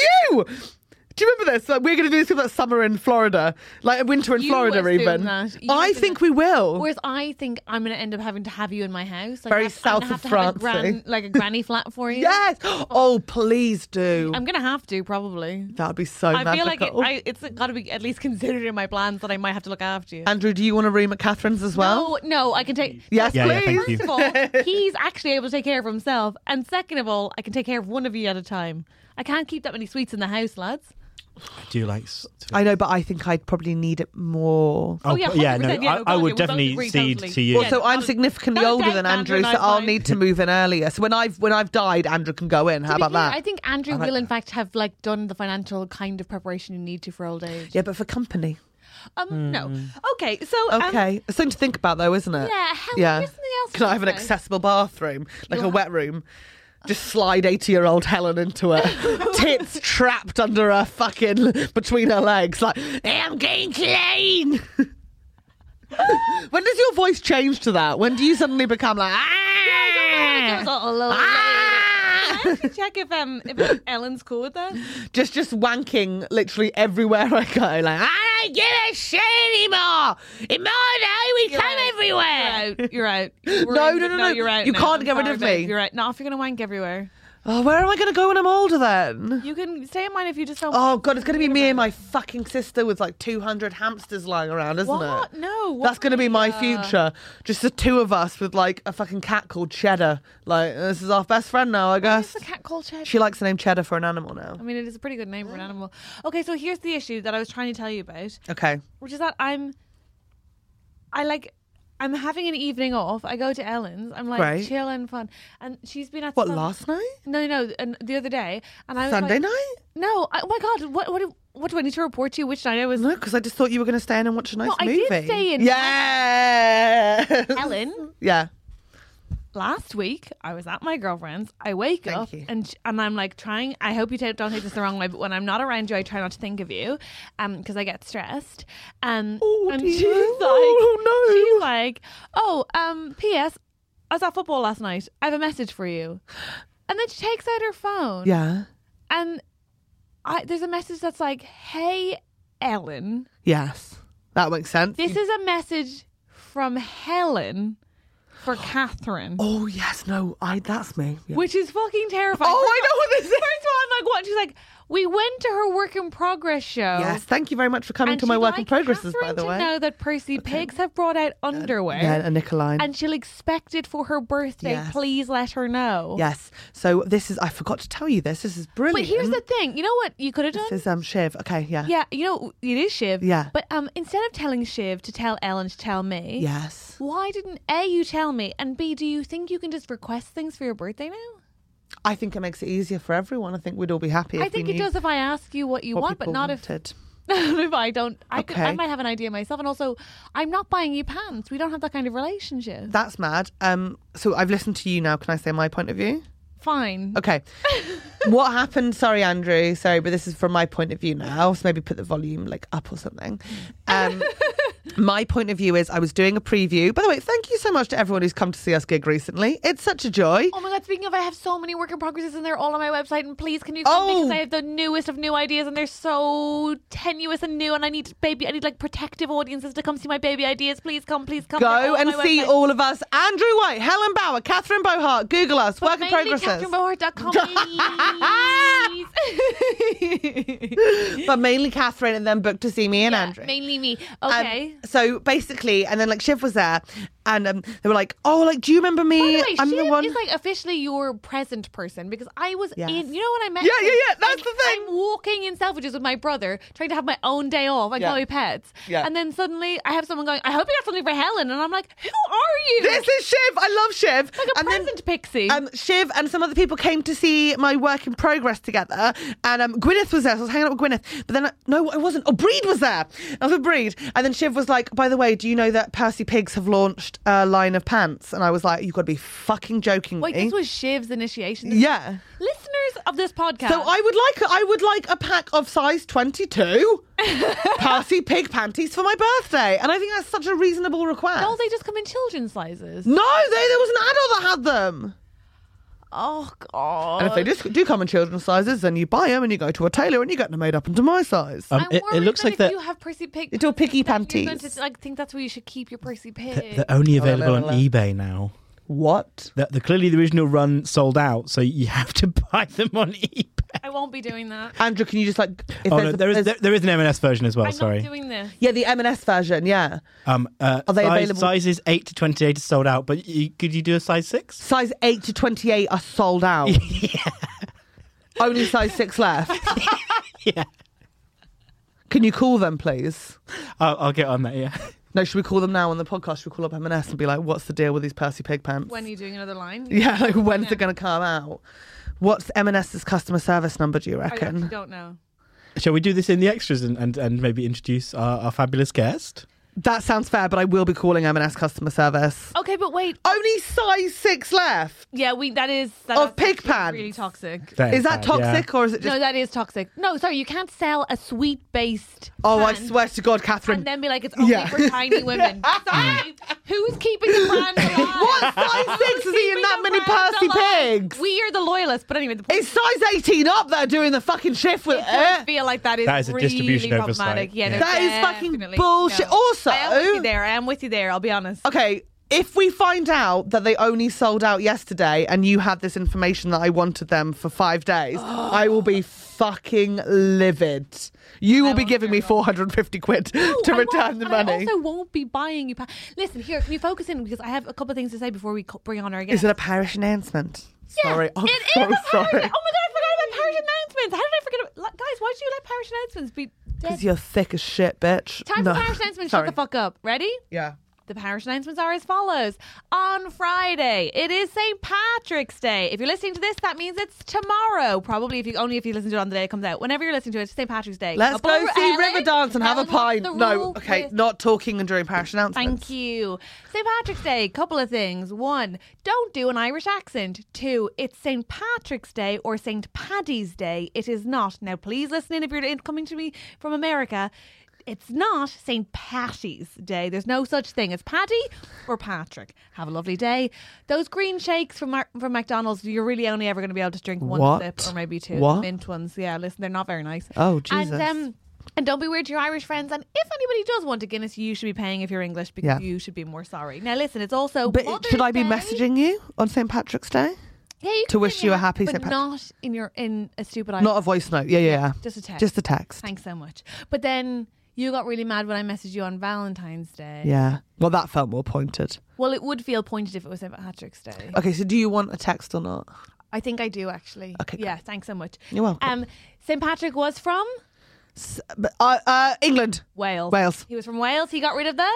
Speaker 1: you. Do you remember this? Like we're going to do this that summer in Florida, like winter in
Speaker 2: You
Speaker 1: Florida,
Speaker 2: was doing
Speaker 1: even.
Speaker 2: that. You
Speaker 1: I
Speaker 2: did
Speaker 1: think
Speaker 2: it.
Speaker 1: we will.
Speaker 2: Whereas I think I'm going to end up having to have you in my house. Like,
Speaker 1: Very
Speaker 2: I have-
Speaker 1: south
Speaker 2: I'm gonna
Speaker 1: of
Speaker 2: have to have
Speaker 1: France,
Speaker 2: a gran-
Speaker 1: eh?
Speaker 2: like a granny flat for you.
Speaker 1: yes. Oh, please do.
Speaker 2: I'm going to have to probably.
Speaker 1: that would be so
Speaker 2: I feel like it,
Speaker 1: magical.
Speaker 2: I, it's got to be at least considered in my plans that I might have to look after you.
Speaker 1: Andrew, do you want a room at Catherine's as well?
Speaker 2: no, no, I can take.
Speaker 1: Yes,
Speaker 6: Yeah, yeah,
Speaker 1: please.
Speaker 6: thank you.
Speaker 2: First of all, he's actually able to take care of himself, and second of all, I can take care of one of you at a time. I can't keep that many sweets in the house, lads.
Speaker 6: I do like. s- to-
Speaker 1: I know, but I think I'd probably need it more.
Speaker 6: Oh,
Speaker 2: yeah,
Speaker 6: p- yeah, no,
Speaker 2: 100%, yeah,
Speaker 6: I,
Speaker 2: no,
Speaker 6: I
Speaker 2: God,
Speaker 6: would
Speaker 2: yeah, we
Speaker 6: definitely
Speaker 2: both agree
Speaker 6: cede
Speaker 2: totally.
Speaker 6: to you.
Speaker 2: Yeah.
Speaker 1: So I'm
Speaker 2: I'll-
Speaker 1: significantly
Speaker 2: Don't
Speaker 1: older
Speaker 2: doubt
Speaker 1: than Andrew,
Speaker 2: Andrew and
Speaker 1: so
Speaker 2: I
Speaker 1: I'll
Speaker 2: find-
Speaker 1: need to move in earlier. So when I've when I've died, Andrew can go in. How
Speaker 2: To be
Speaker 1: about
Speaker 2: clear,
Speaker 1: that?
Speaker 2: I think Andrew will, in fact, have like done the financial kind of preparation you need to for old age.
Speaker 1: yeah, but for company.
Speaker 2: Um, no.
Speaker 6: Hmm.
Speaker 2: Okay, so um,
Speaker 1: Okay, it's something to think about though, isn't it?
Speaker 2: Yeah, hell, here's something else
Speaker 1: Can
Speaker 2: to
Speaker 1: I have an
Speaker 2: think about.
Speaker 1: accessible bathroom, like
Speaker 2: You'll
Speaker 1: a wet room? Just slide eighty-year-old Helen into it, tits trapped under her fucking between her legs, like I'm going clean. when does your voice change to that? When do you suddenly become like
Speaker 2: I
Speaker 1: ah?
Speaker 2: don't know what it goes on, although-
Speaker 1: Ah!
Speaker 2: I have to check if um if Ellen's cool with that.
Speaker 1: just just wanking literally everywhere I go. Like I don't give a shit anymore. In my day, we
Speaker 2: You're
Speaker 1: came
Speaker 2: out.
Speaker 1: everywhere.
Speaker 2: You're out. You're out. We're
Speaker 1: No,
Speaker 2: in-
Speaker 1: no, no, no.
Speaker 2: You're out.
Speaker 1: You
Speaker 2: now.
Speaker 1: can't
Speaker 2: I'm
Speaker 1: get rid
Speaker 2: sorry,
Speaker 1: of
Speaker 2: babe.
Speaker 1: me.
Speaker 2: You're out. Not if you're gonna wank everywhere.
Speaker 1: Oh, where am I going to go when I'm older then?
Speaker 2: You can stay in mine if you just don't.
Speaker 1: Oh god, it's going to be me and my fucking sister with like 200 hamsters lying around, isn't
Speaker 2: What?
Speaker 1: it?
Speaker 2: No,
Speaker 1: That's going to be my
Speaker 2: why?
Speaker 1: future. Just the two of us with like a fucking cat called Cheddar. Like this is our best friend now, I
Speaker 2: Why
Speaker 1: guess.
Speaker 2: is the cat called Cheddar?
Speaker 1: She likes the name Cheddar for an animal now.
Speaker 2: I mean, it is a pretty good name for an animal. Okay, so here's the issue that I was trying to tell you about,
Speaker 1: Okay.
Speaker 2: which is that I'm, I like, I'm having an evening off. I go to Ellen's. I'm like
Speaker 1: Right.
Speaker 2: chill and fun, and she's been at
Speaker 1: What
Speaker 2: some-
Speaker 1: last night?
Speaker 2: No, no, and the other day, and I was
Speaker 1: Sunday
Speaker 2: like-
Speaker 1: night?
Speaker 2: No, I, oh my god, what, what, do- what do I need to report to you? Which night I was?
Speaker 1: No, because I just thought you were going to stay in and watch a nice
Speaker 2: I
Speaker 1: movie.
Speaker 2: did stay in.
Speaker 1: Yeah.
Speaker 2: Ellen,
Speaker 1: yeah.
Speaker 2: last week I was at my girlfriend's. I wake
Speaker 1: Thank
Speaker 2: up
Speaker 1: you.
Speaker 2: and sh- and I'm like trying. I hope you don't, don't take this the wrong way, but when I'm not around you, I try not to think of you, um, because I get stressed. Um,
Speaker 1: Oh,
Speaker 2: and
Speaker 1: dear.
Speaker 2: she's like,
Speaker 1: Oh, no.
Speaker 2: she's like, oh, um, P.S. I was at football last night. I have a message for you. And then she takes out her phone.
Speaker 1: Yeah.
Speaker 2: And I there's a message that's like, hey, Ellen,
Speaker 1: Yes. That makes sense.
Speaker 2: this is a message from Helen for Catherine.
Speaker 1: oh, yes. No, I that's me. Yeah.
Speaker 2: Which is fucking terrifying.
Speaker 1: Oh, I
Speaker 2: First of
Speaker 1: know
Speaker 2: all-
Speaker 1: what this is.
Speaker 2: First of all, I'm like, what? She's like, we went to her work in progress show.
Speaker 1: Yes, thank you very much for coming
Speaker 2: and
Speaker 1: to my
Speaker 2: she'd
Speaker 1: work in
Speaker 2: like
Speaker 1: progresses, by
Speaker 2: Catherine
Speaker 1: the
Speaker 2: to
Speaker 1: way.
Speaker 2: know that Percy Pigs have brought out underwear.
Speaker 1: Yeah, a Nicoline.
Speaker 2: and she'll expect it for her birthday.
Speaker 1: Yes.
Speaker 2: Please let her know.
Speaker 1: yes. So this is I forgot to tell you this. This is
Speaker 2: But
Speaker 1: brilliant.
Speaker 2: here's the thing. You know what you could have done?
Speaker 1: This is um Shiv. Okay, yeah.
Speaker 2: yeah, you know it is Shiv.
Speaker 1: Yeah.
Speaker 2: But um, instead of telling Shiv to tell Ellen to tell me,
Speaker 1: Yes.
Speaker 2: why didn't A you tell me, and B do you think you can just request things for your birthday now?
Speaker 1: I think it makes it easier for everyone. I think we'd all be happy.
Speaker 2: I
Speaker 1: if we
Speaker 2: think it
Speaker 1: knew
Speaker 2: does if I ask you what you
Speaker 1: what
Speaker 2: want, but
Speaker 1: people
Speaker 2: not if
Speaker 1: wanted.
Speaker 2: if I don't, I, could, I
Speaker 1: Okay.
Speaker 2: might have an idea myself. And also, I'm not buying you pants. We don't have that kind of relationship.
Speaker 1: That's mad. Um so I've listened to you now. Can I say my point of view?
Speaker 2: Fine.
Speaker 1: Okay. what happened? Sorry, Andrew. Sorry, but this is from my point of view now. So maybe put the volume like up or something. Um, my point of view is I was doing a preview. By the way, thank you so much to everyone who's come to see us gig recently. It's such a joy.
Speaker 2: Oh my god! Speaking of, I have so many work in progresses, and they're all on my website. And please, can you come
Speaker 1: Oh.
Speaker 2: because I have the newest of new ideas, and they're so tenuous and new. And I need baby, I need like protective audiences to come see my baby ideas. Please come, please come. They're
Speaker 1: Go
Speaker 2: all on
Speaker 1: and
Speaker 2: my
Speaker 1: see
Speaker 2: website.
Speaker 1: all of us. Andrew White, Helen Bauer, Catherine Bohart. Google us.
Speaker 2: But
Speaker 1: Work in
Speaker 2: mainly
Speaker 1: progresses.
Speaker 2: CatherineBohart.com, please.
Speaker 1: but mainly Catherine, and then book to see me and
Speaker 2: Yeah,
Speaker 1: Andrew.
Speaker 2: mainly me.
Speaker 1: Um,
Speaker 2: Okay.
Speaker 1: so basically, and then like Shiv was there, and um, they were like, "Oh, like, do you remember me?
Speaker 2: By the way,
Speaker 1: I'm
Speaker 2: she
Speaker 1: the one."
Speaker 2: is like officially your present person because I was
Speaker 1: Yes.
Speaker 2: in. You know when I met?
Speaker 1: Yeah, yeah,
Speaker 2: him?
Speaker 1: yeah, that's the
Speaker 2: I'm-
Speaker 1: thing.
Speaker 2: I'm walking in Selfridges with my brother, trying to have my own day off. I
Speaker 1: Yeah.
Speaker 2: Chloe Pets.
Speaker 1: Yeah.
Speaker 2: And then suddenly I have someone going, "I hope you got something for Helen," and I'm like, "Who are you?"
Speaker 1: This is Shiv. I love Shiv.
Speaker 2: like a
Speaker 1: and then,
Speaker 2: present pixie.
Speaker 1: um, Shiv and some other people came to see my work in progress together, and um, Gwyneth was there. So I was hanging out with Gwyneth, but then I, no, I wasn't. Oh, Breed was there. I was with Breed, and then Shiv was like, "By the way, do you know that Percy Pigs have launched a line of pants?" And I was like, "You've got to be fucking joking
Speaker 2: Wait,
Speaker 1: me."
Speaker 2: this was Shiv's initiation.
Speaker 1: yeah.
Speaker 2: Listeners of this podcast.
Speaker 1: So I would like I would like a pack of size 22 Percy pig panties for my birthday and I think that's such a reasonable request.
Speaker 2: No, they just come in children's sizes.
Speaker 1: No, they, there was an adult that had them.
Speaker 2: Oh god.
Speaker 1: And if they just do come in children's sizes, then you buy them and you go to a tailor and you get them made up into my size.
Speaker 6: Um,
Speaker 2: I'm
Speaker 6: it, it
Speaker 2: worried
Speaker 6: looks
Speaker 2: that
Speaker 6: like
Speaker 2: if
Speaker 6: they're,
Speaker 2: you have prissy pig.
Speaker 1: Little piggy
Speaker 2: that You're going
Speaker 1: panties.
Speaker 2: to like think that's where you should keep your prissy
Speaker 6: they're-
Speaker 2: pig.
Speaker 6: they're only
Speaker 1: no,
Speaker 6: available on
Speaker 1: no.
Speaker 6: eBay now.
Speaker 1: What?
Speaker 6: That the, clearly the original run sold out, so you have to buy them on eBay.
Speaker 2: I won't be doing that.
Speaker 1: Andrew, can you just like? If
Speaker 6: Oh no,
Speaker 1: there's a-
Speaker 6: there is
Speaker 1: there's-
Speaker 6: there, there is an M&S version as well.
Speaker 2: I'm
Speaker 6: sorry.
Speaker 2: not doing this.
Speaker 1: yeah, the M&S version. Yeah,
Speaker 6: um, uh,
Speaker 1: Are they
Speaker 6: size-
Speaker 1: available?
Speaker 6: Sizes eight to twenty-eight is sold out, but you, could you do a size six?
Speaker 1: size eight to twenty-eight are sold out. Only size six left.
Speaker 6: Yeah,
Speaker 1: Can you call them, please?
Speaker 6: I'll, I'll get on that. Yeah,
Speaker 1: No, should we call them now on the podcast? Should we call up M&S and be like, "What's the deal with these Percy Pig pants?"
Speaker 2: When are you doing another line?
Speaker 1: yeah, like when's it going to come out? What's M&S's customer service number? Do you
Speaker 2: I actually
Speaker 1: reckon?
Speaker 2: don't know.
Speaker 6: shall we do this in the extras and, and, and maybe introduce our, our fabulous guest?
Speaker 1: That sounds fair, but I will be calling M&S customer service.
Speaker 2: Okay, but wait.
Speaker 1: Only size six left.
Speaker 2: Yeah, we that is that
Speaker 1: Oh. Of
Speaker 2: is
Speaker 1: pig
Speaker 2: actually
Speaker 1: pants.
Speaker 2: Really toxic.
Speaker 1: Is that toxic or is it just?
Speaker 2: No, that is toxic. No, sorry, you can't sell a sweet based.
Speaker 1: oh, I swear to God, Catherine.
Speaker 2: And then be like, it's only
Speaker 1: Yeah.
Speaker 2: for tiny women. Sorry, who's keeping the brand alive?
Speaker 1: What size
Speaker 2: Who's
Speaker 1: six is eating
Speaker 2: keeping
Speaker 1: that
Speaker 2: the
Speaker 1: many
Speaker 2: brand
Speaker 1: Percy
Speaker 2: alive?
Speaker 1: pigs?
Speaker 2: We are the loyalists, but anyway, the point
Speaker 1: it's size eighteen up that are doing the fucking shift with
Speaker 2: is, it does
Speaker 1: it.
Speaker 2: feel like that is
Speaker 6: That is a
Speaker 2: really
Speaker 6: distribution oversight.
Speaker 2: problematic. Yeah, no,
Speaker 6: Yeah.
Speaker 1: That is fucking
Speaker 2: definitely.
Speaker 1: bullshit. Also-
Speaker 2: I am with you there. I am with you there. I'll be honest.
Speaker 1: Okay, if we find out that they only sold out yesterday and you had this information that I wanted them for five days, I will be fucking livid. You will be
Speaker 2: won't
Speaker 1: giving
Speaker 2: care
Speaker 1: me
Speaker 2: about it.
Speaker 1: four hundred fifty quid
Speaker 2: No,
Speaker 1: to
Speaker 2: I
Speaker 1: return
Speaker 2: won't,
Speaker 1: the
Speaker 2: and
Speaker 1: money.
Speaker 2: I also won't be buying you. Pa- Listen, here, can we focus in because I have a couple of things to say before we co- bring on our guest.
Speaker 1: Is it a parish announcement?
Speaker 2: Yeah,
Speaker 1: sorry, I'm
Speaker 2: it is
Speaker 1: so
Speaker 2: a parish-
Speaker 1: sorry.
Speaker 2: Oh my god, I forgot about parish announcements. How did I forget? About, like, guys, why did you let parish announcements be
Speaker 1: Because
Speaker 2: dead?
Speaker 1: you're thick as shit, bitch.
Speaker 2: Oh Time
Speaker 1: No.
Speaker 2: for parish announcements.
Speaker 1: Sorry.
Speaker 2: Shut the fuck up. Ready?
Speaker 1: Yeah.
Speaker 2: The parish announcements are as follows. On Friday, it is St. Patrick's Day. If you're listening to this, that means it's tomorrow. Probably if you only if you listen to it on the day it comes out. Whenever you're listening to it, it's St. Patrick's Day.
Speaker 1: Let's
Speaker 2: Uh, but
Speaker 1: go see
Speaker 2: Ellen,
Speaker 1: Riverdance and have a
Speaker 2: Ellen, what's
Speaker 1: pint.
Speaker 2: the
Speaker 1: No,
Speaker 2: rule
Speaker 1: okay,
Speaker 2: with-
Speaker 1: not talking and during parish announcements.
Speaker 2: Thank you. St. Patrick's Day, couple of things. One, don't do an Irish accent. Two, it's St. Patrick's Day or St. Paddy's Day. It is not. Now, please listen in if you're in- coming to me from America. It's not St. Patty's Day. There's no such thing as Paddy or Patrick. Have a lovely day. Those green shakes from Mar- from McDonald's, you're really only ever going to be able to drink one
Speaker 1: What?
Speaker 2: sip or maybe two.
Speaker 1: What?
Speaker 2: Mint ones. Yeah, listen, they're not very nice.
Speaker 1: Oh, Jesus.
Speaker 2: And, um, and don't be weird to your Irish friends. And if anybody does want a Guinness, you should be paying if you're English
Speaker 1: Yeah.
Speaker 2: because you should be more sorry. Now, listen, it's also.
Speaker 1: But
Speaker 2: Mother's
Speaker 1: should I be
Speaker 2: Day.
Speaker 1: messaging you on St. Patrick's Day?
Speaker 2: Yeah, you
Speaker 1: to
Speaker 2: can
Speaker 1: wish
Speaker 2: sing
Speaker 1: you a
Speaker 2: it,
Speaker 1: happy
Speaker 2: but
Speaker 1: St. Patrick-
Speaker 2: Not in your in a stupid Irish.
Speaker 1: Not a voice note. Yeah, yeah, yeah.
Speaker 2: just a text.
Speaker 1: Just a text.
Speaker 2: Thanks so much. But then you got really mad when I messaged you on Valentine's Day.
Speaker 1: Yeah. Well, that felt more pointed.
Speaker 2: Well, it would feel pointed if it was St. Patrick's Day.
Speaker 1: Okay, so do you want a text or not?
Speaker 2: I think I do actually.
Speaker 1: Okay,
Speaker 2: Yeah. Thanks so much.
Speaker 1: You're welcome.
Speaker 2: Um, St. Patrick was from
Speaker 1: But, uh, uh, England.
Speaker 2: Wales.
Speaker 1: Wales.
Speaker 2: He was from Wales. He got rid of the.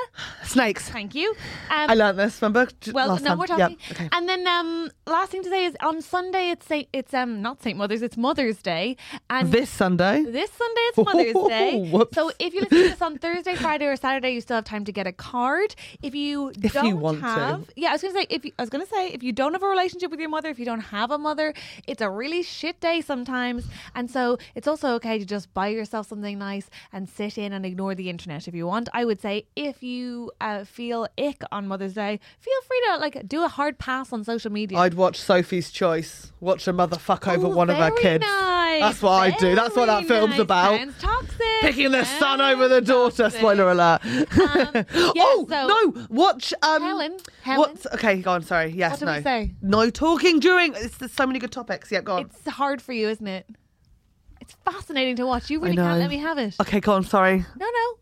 Speaker 1: Snakes.
Speaker 2: Thank you. Um,
Speaker 1: I learnt this, remember? J-
Speaker 2: Well,
Speaker 1: last
Speaker 2: no,
Speaker 1: time.
Speaker 2: we're
Speaker 1: Yeah,
Speaker 2: talking.
Speaker 1: okay.
Speaker 2: And then um, last thing to say is on Sunday it's Saint, it's um not Saint Mother's, it's Mother's Day, and
Speaker 1: This Sunday.
Speaker 2: this Sunday it's Mother's Day.
Speaker 1: Whoops.
Speaker 2: so if you listen to this on Thursday, Friday, or Saturday, you still have time to get a card. If you
Speaker 1: If you
Speaker 2: don't
Speaker 1: want to.
Speaker 2: have, yeah, I was gonna say if you, I was gonna say if you don't have a relationship with your mother, if you don't have a mother, it's a really shit day sometimes, and so it's also okay to just buy yourself something nice and sit in and ignore the internet if you want. I would say if you uh, feel ick on Mother's Day, feel free to like do a hard pass on social media.
Speaker 1: I'd watch Sophie's Choice, watch a mother fuck over
Speaker 2: Oh,
Speaker 1: one of her
Speaker 2: very
Speaker 1: kids.
Speaker 2: nice,
Speaker 1: That's what I do. That's what that
Speaker 2: very
Speaker 1: film's
Speaker 2: nice.
Speaker 1: about.
Speaker 2: Sounds toxic.
Speaker 1: Picking the son
Speaker 2: Sounds
Speaker 1: over the daughter.
Speaker 2: toxic.
Speaker 1: Spoiler alert.
Speaker 2: Um, yeah,
Speaker 1: oh
Speaker 2: so-
Speaker 1: no! Watch um.
Speaker 2: Helen, Helen.
Speaker 1: What's okay? Go on. Sorry. Yes.
Speaker 2: What did
Speaker 1: no.
Speaker 2: we say?
Speaker 1: No talking during. It's, there's so many good topics. Yeah. Go on.
Speaker 2: It's hard for you, isn't it? It's fascinating to watch. You really
Speaker 1: know.
Speaker 2: can't let me have it.
Speaker 1: okay. Go on. Sorry.
Speaker 2: No, no.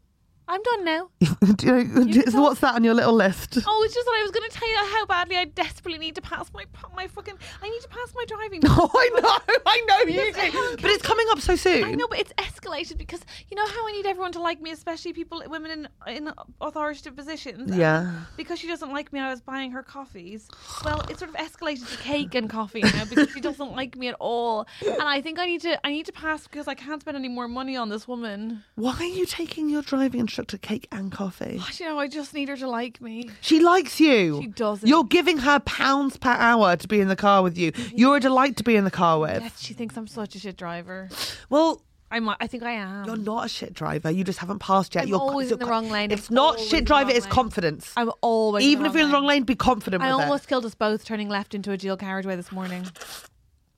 Speaker 2: I'm done now.
Speaker 1: do you know,
Speaker 2: can
Speaker 1: so what's that on your little list?
Speaker 2: Oh, it's just that I was going to tell you how badly I desperately need to pass my pa- my fucking. I need to pass my driving.
Speaker 1: Oh, I know. I know you
Speaker 2: Yes, I
Speaker 1: do.
Speaker 2: can't-
Speaker 1: But it's coming up so soon.
Speaker 2: I know, but it's escalated because you know how I need everyone to like me, especially people, women in in authoritative positions.
Speaker 1: Yeah.
Speaker 2: Because she doesn't like me, I was buying her coffees. Well, it sort of escalated to cake and coffee now because she doesn't like me at all, and I think I need to I need to pass because I can't spend any more money on this woman.
Speaker 1: Why are you taking your driving instructor cake and coffee?
Speaker 2: You know, I just need her to like me.
Speaker 1: She likes you.
Speaker 2: She doesn't.
Speaker 1: You're giving her pounds per hour to be in the car with you. You're a delight to be in the car with.
Speaker 2: Yes, she thinks I'm such a shit driver.
Speaker 1: Well,
Speaker 2: I might. I think I am.
Speaker 1: You're not a shit driver. You just haven't passed yet.
Speaker 2: I'm
Speaker 1: You're
Speaker 2: always in the wrong lane.
Speaker 1: It's
Speaker 2: I'm
Speaker 1: not
Speaker 2: always
Speaker 1: shit
Speaker 2: in the
Speaker 1: driver.
Speaker 2: wrong
Speaker 1: It's
Speaker 2: lane.
Speaker 1: confidence.
Speaker 2: I'm always in
Speaker 1: even
Speaker 2: the
Speaker 1: if you're in the
Speaker 2: wrong
Speaker 1: wrong
Speaker 2: lane.
Speaker 1: lane, be confident.
Speaker 2: I
Speaker 1: with
Speaker 2: almost
Speaker 1: it.
Speaker 2: killed us both turning left into a dual carriageway this morning.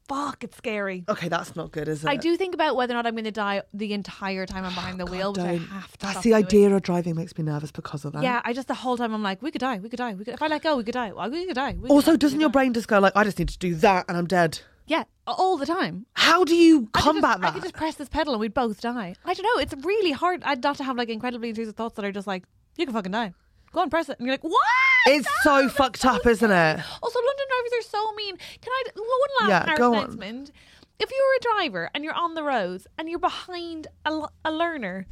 Speaker 2: Fuck, it's scary.
Speaker 1: Okay, that's not good, is it? Oh,
Speaker 2: I do think about whether or not I'm going to die the entire time I'm behind the wheel, which I
Speaker 1: Don't.
Speaker 2: have to.
Speaker 1: That's
Speaker 2: stop
Speaker 1: the
Speaker 2: doing.
Speaker 1: idea of driving makes me nervous because of that.
Speaker 2: Yeah, I just the whole time I'm like, we could die, we could die, we could. If I let go, we could die. We could die. We could die,
Speaker 1: Also,
Speaker 2: we
Speaker 1: doesn't
Speaker 2: could
Speaker 1: your
Speaker 2: die."
Speaker 1: brain just go like, I just need to do that and I'm dead?
Speaker 2: Yeah, all the time.
Speaker 1: How do you
Speaker 2: I could just-
Speaker 1: combat
Speaker 2: I could
Speaker 1: that?
Speaker 2: just press this pedal and we'd both die. I don't know. It's really hard. I'd not to have like incredibly intrusive thoughts that are just like, you can fucking die. Go on, press it. And you're like, what?
Speaker 1: It's
Speaker 2: No,
Speaker 1: so
Speaker 2: that's
Speaker 1: fucked
Speaker 2: so
Speaker 1: up, isn't
Speaker 2: scary.
Speaker 1: it?
Speaker 2: Also, London drivers are so mean. Can I? One last
Speaker 1: Yeah,
Speaker 2: yeah,
Speaker 1: go on.
Speaker 2: announcement. If you're a driver and you're on the roads and you're behind a, l- a learner,